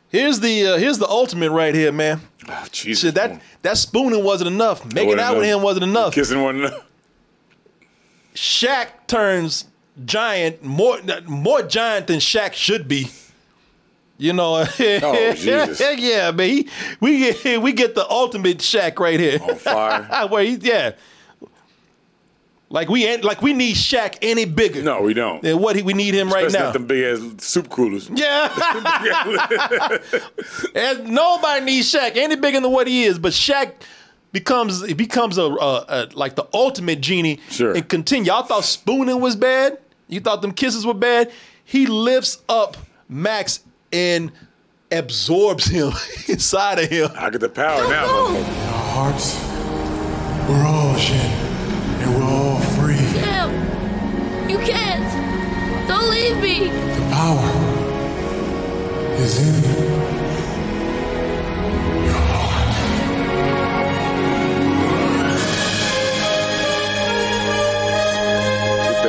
S3: here's the uh, here's the ultimate right here, man.
S4: Oh, Jesus.
S3: Shit, that that spooning wasn't enough. Making
S4: wasn't
S3: out with
S4: enough.
S3: him wasn't enough.
S4: Kissing one another.
S3: Shaq turns giant more more giant than Shaq should be. You know,
S4: Oh, Jesus.
S3: yeah, man. He, we get we get the ultimate Shaq right here.
S4: Oh,
S3: On
S4: fire.
S3: Where he, yeah. Like we ain't like we need Shaq any bigger.
S4: No, we don't.
S3: than what he, we need him right
S4: Especially
S3: now.
S4: not them big ass soup coolers.
S3: Yeah. and nobody needs Shaq any bigger than what he is, but Shaq becomes he becomes a, a, a like the ultimate genie.
S4: Sure.
S3: And continue. Y'all thought spooning was bad. You thought them kisses were bad. He lifts up Max and absorbs him inside of him.
S4: I get the power now.
S16: Our hearts, we're all Shin, and we're all free.
S15: Sam, you can't. Don't leave me.
S16: The power is in you.
S4: Get that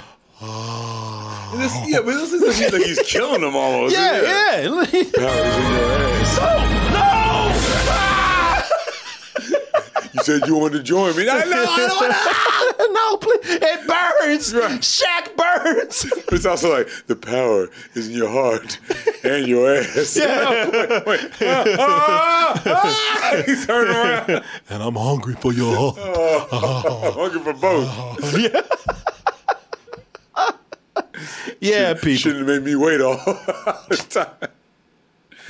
S4: ass over there. This, yeah, but this is this is like he's killing them almost.
S3: Yeah,
S4: isn't it?
S3: yeah.
S4: Power is in your ass. You said you wanted to join me. I know, I know.
S3: no, please. It burns. Shaq burns.
S4: But it's also like the power is in your heart and your ass.
S3: Yeah.
S4: Wait. Ah, ah, ah. He turned around.
S3: And I'm hungry for your heart.
S4: Oh, looking for both.
S3: yeah. yeah, people.
S4: Shouldn't have made me wait all this time.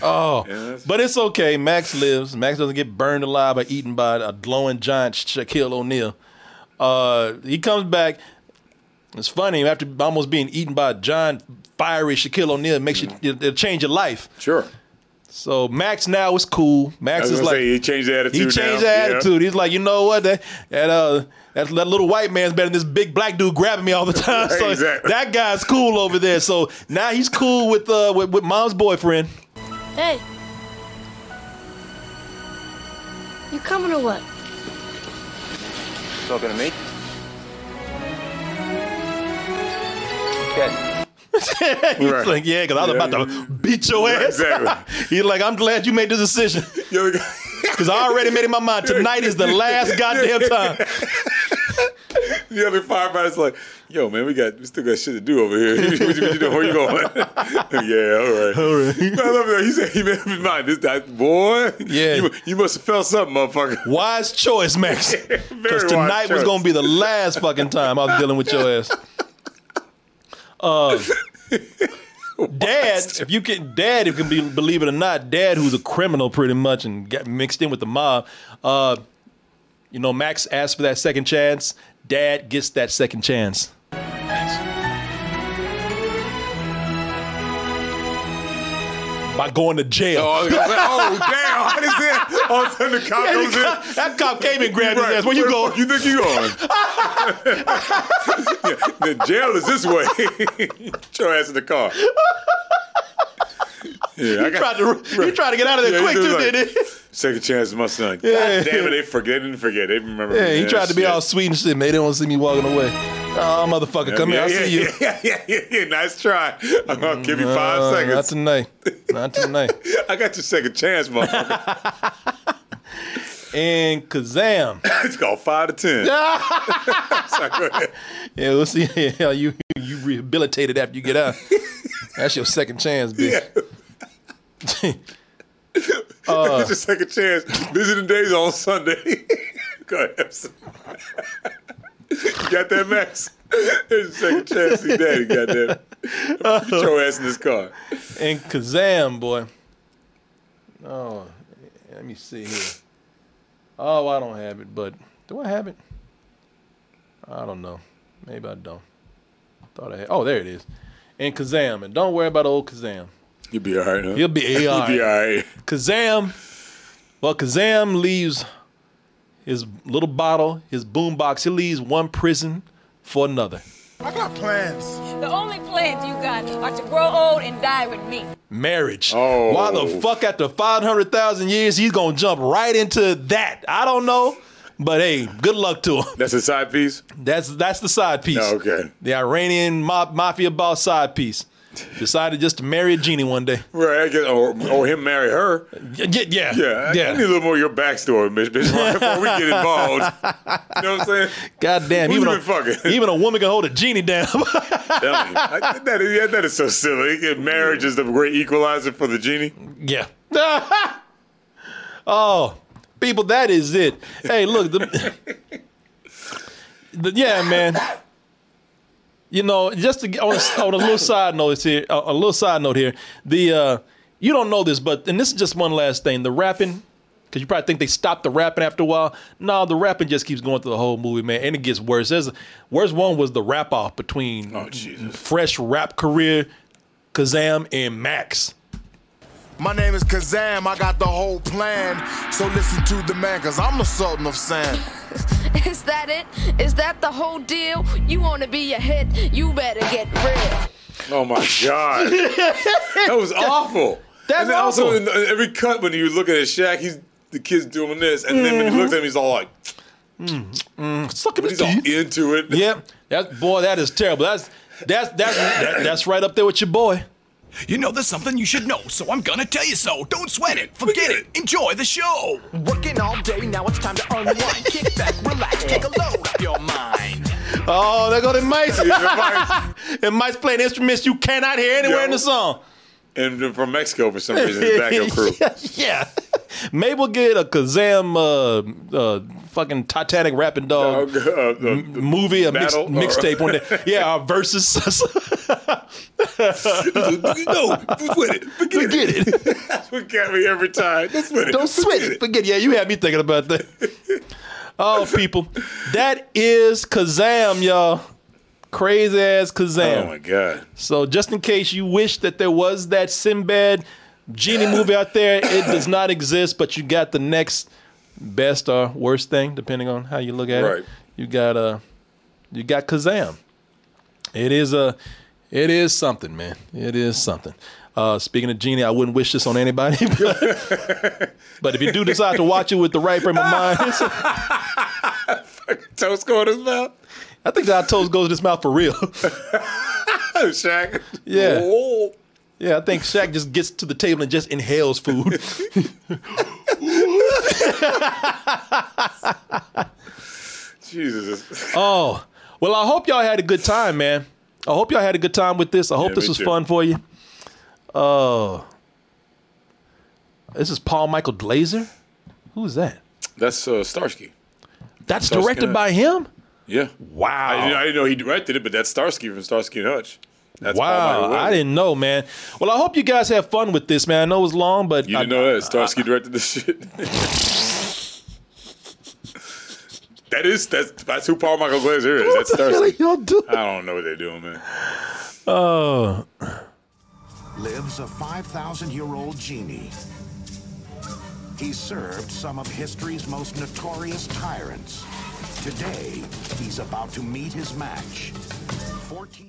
S3: Oh,
S4: Yeah, that's-
S3: but it's okay. Max lives. Max doesn't get burned alive or eaten by a glowing giant Shaquille O'Neal. Uh, he comes back. It's funny after almost being eaten by a giant, fiery Shaquille O'Neal. It makes you it- it'll change your life.
S4: Sure.
S3: So Max now is cool.
S4: I
S3: Max
S4: was
S3: is
S4: gonna
S3: like
S4: say he changed the attitude.
S3: he changed
S4: now.
S3: the
S4: Yeah.
S3: attitude. He's like, you know what? That that uh that, that little white man's better than this big black dude grabbing me all the time.
S4: Right,
S3: so
S4: exactly.
S3: that guy's cool over there. So now he's cool with uh with, with mom's boyfriend.
S8: Hey. You coming or what?
S10: Talking to me? Okay.
S3: He's
S4: Right.
S3: like, yeah, because I was
S4: Yeah,
S3: about to beat your ass.
S4: Right, exactly.
S3: He's like, I'm glad you made this decision.
S4: Yo,
S3: Because I already made up my mind. Tonight is the last goddamn time.
S4: the other firefighter's like, "Yo, man, we got we still got shit to do over here. what, you, what you doing? Where you going?" yeah, all right.
S3: All right.
S4: I love that. He said he made up his mind. This that boy.
S3: Yeah.
S4: You, you must have felt something, motherfucker.
S3: Wise choice, Max. Because
S4: wise
S3: tonight was
S4: choice.
S3: going to be the last fucking time I was dealing with your ass. Uh, dad, if you can, dad, if you can be, believe it or not, dad, who's a criminal pretty much and got mixed in with the mob, uh, you know, Max asked for that second chance. Dad gets that second chance. By going to jail.
S4: Oh, I was gonna say, oh, damn! How does that? All of a sudden, the cop
S3: Yeah, the
S4: comes in.
S3: cop- that cop came and grabbed
S4: Right.
S3: his ass. Where you
S4: the
S3: go?
S4: fuck You think you going? yeah, the jail is this way. Get your ass in the car. Yeah, I
S3: You tried
S4: got,
S3: to you tried to get out of there
S4: Yeah,
S3: quick
S4: he was
S3: too,
S4: like-
S3: didn't it?
S4: second chance, my son.
S3: Yeah.
S4: God damn it, they forget. They didn't forget. They remember.
S3: Yeah, he tried to be
S4: shit.
S3: all sweet and shit, man. They don't see me walking away. Oh, motherfucker, come
S4: yeah,
S3: here.
S4: yeah,
S3: I see you.
S4: Yeah, yeah, yeah, yeah, Nice try. I'm gonna give you five
S3: Uh, Not
S4: seconds.
S3: tonight. Not tonight.
S4: I got your second chance, motherfucker.
S3: and Kazam.
S4: it's called five to ten. Sorry, go ahead.
S3: Yeah, we'll see how you you rehabilitated after you get out. That's your second chance, bitch.
S4: Yeah.
S3: Uh.
S4: it's your second chance. Visiting days on Sunday. Go ahead. I'm sorry. you got that, Max? It's your second chance. to See daddy, goddamn. Get your ass in this car.
S3: And Kazam, boy. Oh, let me see here. Oh, I don't have it, but do I have it? I don't know. Maybe I don't. Thought I had. Oh, there it is. And Kazam. And don't worry about old Kazam.
S4: You'll be all right, huh?
S3: You'll be all right.
S4: You'll be all right.
S3: Kazam. Well, Kazam leaves his little bottle, his boombox. He leaves one prison for another.
S12: I got plans.
S21: The only plans you got are to grow old and die with me.
S3: Marriage. Oh. Why the fuck after 500,000 years, he's going to jump right into that? I don't know. But hey, good luck to him.
S4: That's a side piece?
S3: That's that's the side piece.
S4: Oh, okay.
S3: The Iranian mob, mafia boss side piece. Decided just to marry a genie one day.
S4: Right, I guess, or, or him marry her.
S3: Y- y- yeah,
S4: Yeah, I- I
S3: yeah.
S4: need a little more of your backstory, Miss Bitch, before we get involved. You know what I'm saying?
S3: God damn,
S4: Who
S3: even
S4: you
S3: a,
S4: been fucking?
S3: even a woman can hold a genie down.
S4: Tell me. I- that, is, yeah, that is so silly. Marriage is the great equalizer for the genie.
S3: yeah. oh, people, that is it. Hey, look, the, the- yeah, man. You know, just to get on, a- on a little side note is here, a, a little side note here. The uh, you don't know this, but and this is just one last thing. The rapping, because you probably think they stopped the rapping after a while. No, the rapping just keeps going through the whole movie, man, and it gets worse. There's worst one was the rap off between fresh rap career Kazam and Max.
S12: My name is Kazam, I got the whole plan. So listen to the man, cause I'm the Sultan of Sand.
S15: Is that it? Is that the whole deal? You want to be a hit? You better get real.
S4: Oh my god, that was awful.
S3: That's
S4: and then also
S3: awful.
S4: in in every cut when you look at Shaq, he's the kid's doing this, and then when he looks at him, he's all like,
S3: Sucking
S4: but he's all into it.
S3: Yep. That boy, that is terrible. That's that's that's that, that's right up there with your boy.
S22: You know there's something you should know, so I'm gonna tell you so. Don't sweat it, forget it, enjoy the show. Working all day, now it's time to unwind. Kick back, relax, take a load off your mind.
S3: Oh, there go the mice.
S4: Yeah, the
S3: and mice playing instruments you cannot hear anywhere in the song.
S4: And then from Mexico for some reason, his backup crew.
S3: yeah. Maybe we'll get a Kazam uh, uh, fucking Titanic rapping
S4: Uh,
S3: dog m- movie, a mix,
S4: battle, or-
S3: mixtape one day. Yeah, our versus.
S4: no, forget it. Forget,
S3: it.
S4: That's what got me every time. Don't sweat it.
S3: Don't sweat it. Forget. Yeah, you had me thinking about that. oh, people, that is Kazam, y'all. Crazy ass Kazam.
S4: Oh my god.
S3: So just in case you wish that there was that Sinbad genie movie out there, it does not exist. But you got the next best or worst thing, depending on how you look at
S4: Right.
S3: it. You got uh, you got Kazam. It is a, it is something, man. It is something. Uh, speaking of genie, I wouldn't wish this on anybody. But, but if you do decide to watch it with the right frame of mind, it's
S4: Toast going to his mouth.
S3: I think that our toast goes in his mouth for real.
S4: Oh, Shaq.
S3: Yeah.
S4: Oh.
S3: Yeah, I think Shaq just gets to the table and just inhales food.
S4: Jesus.
S3: oh, well, I hope y'all had a good time, man. I hope y'all had a good time with this. I hope
S4: Yeah,
S3: this
S4: me
S3: was
S4: too.
S3: fun for you. Uh, this is Paul Michael Glazer. Who's that?
S4: That's uh, Starsky.
S3: That's
S4: Starsky
S3: directed
S4: and-
S3: by him.
S4: Yeah.
S3: Wow.
S4: I didn't, I didn't know he directed it, but that's Starsky from Starsky and Hutch. That's Paul
S3: wow,
S4: Michael
S3: I
S4: Williams.
S3: didn't know, man. Well, I hope you guys have fun with this, man. I know it was long, but
S4: You
S3: I,
S4: didn't know that Starsky directed this shit. that is that's that's who Paul Michael Glazer is. That's Starsky. I don't know what they're doing, man.
S3: Oh,
S5: lives a 5,000 year old genie. He served some of history's most notorious tyrants. Today, he's about to meet his match. 14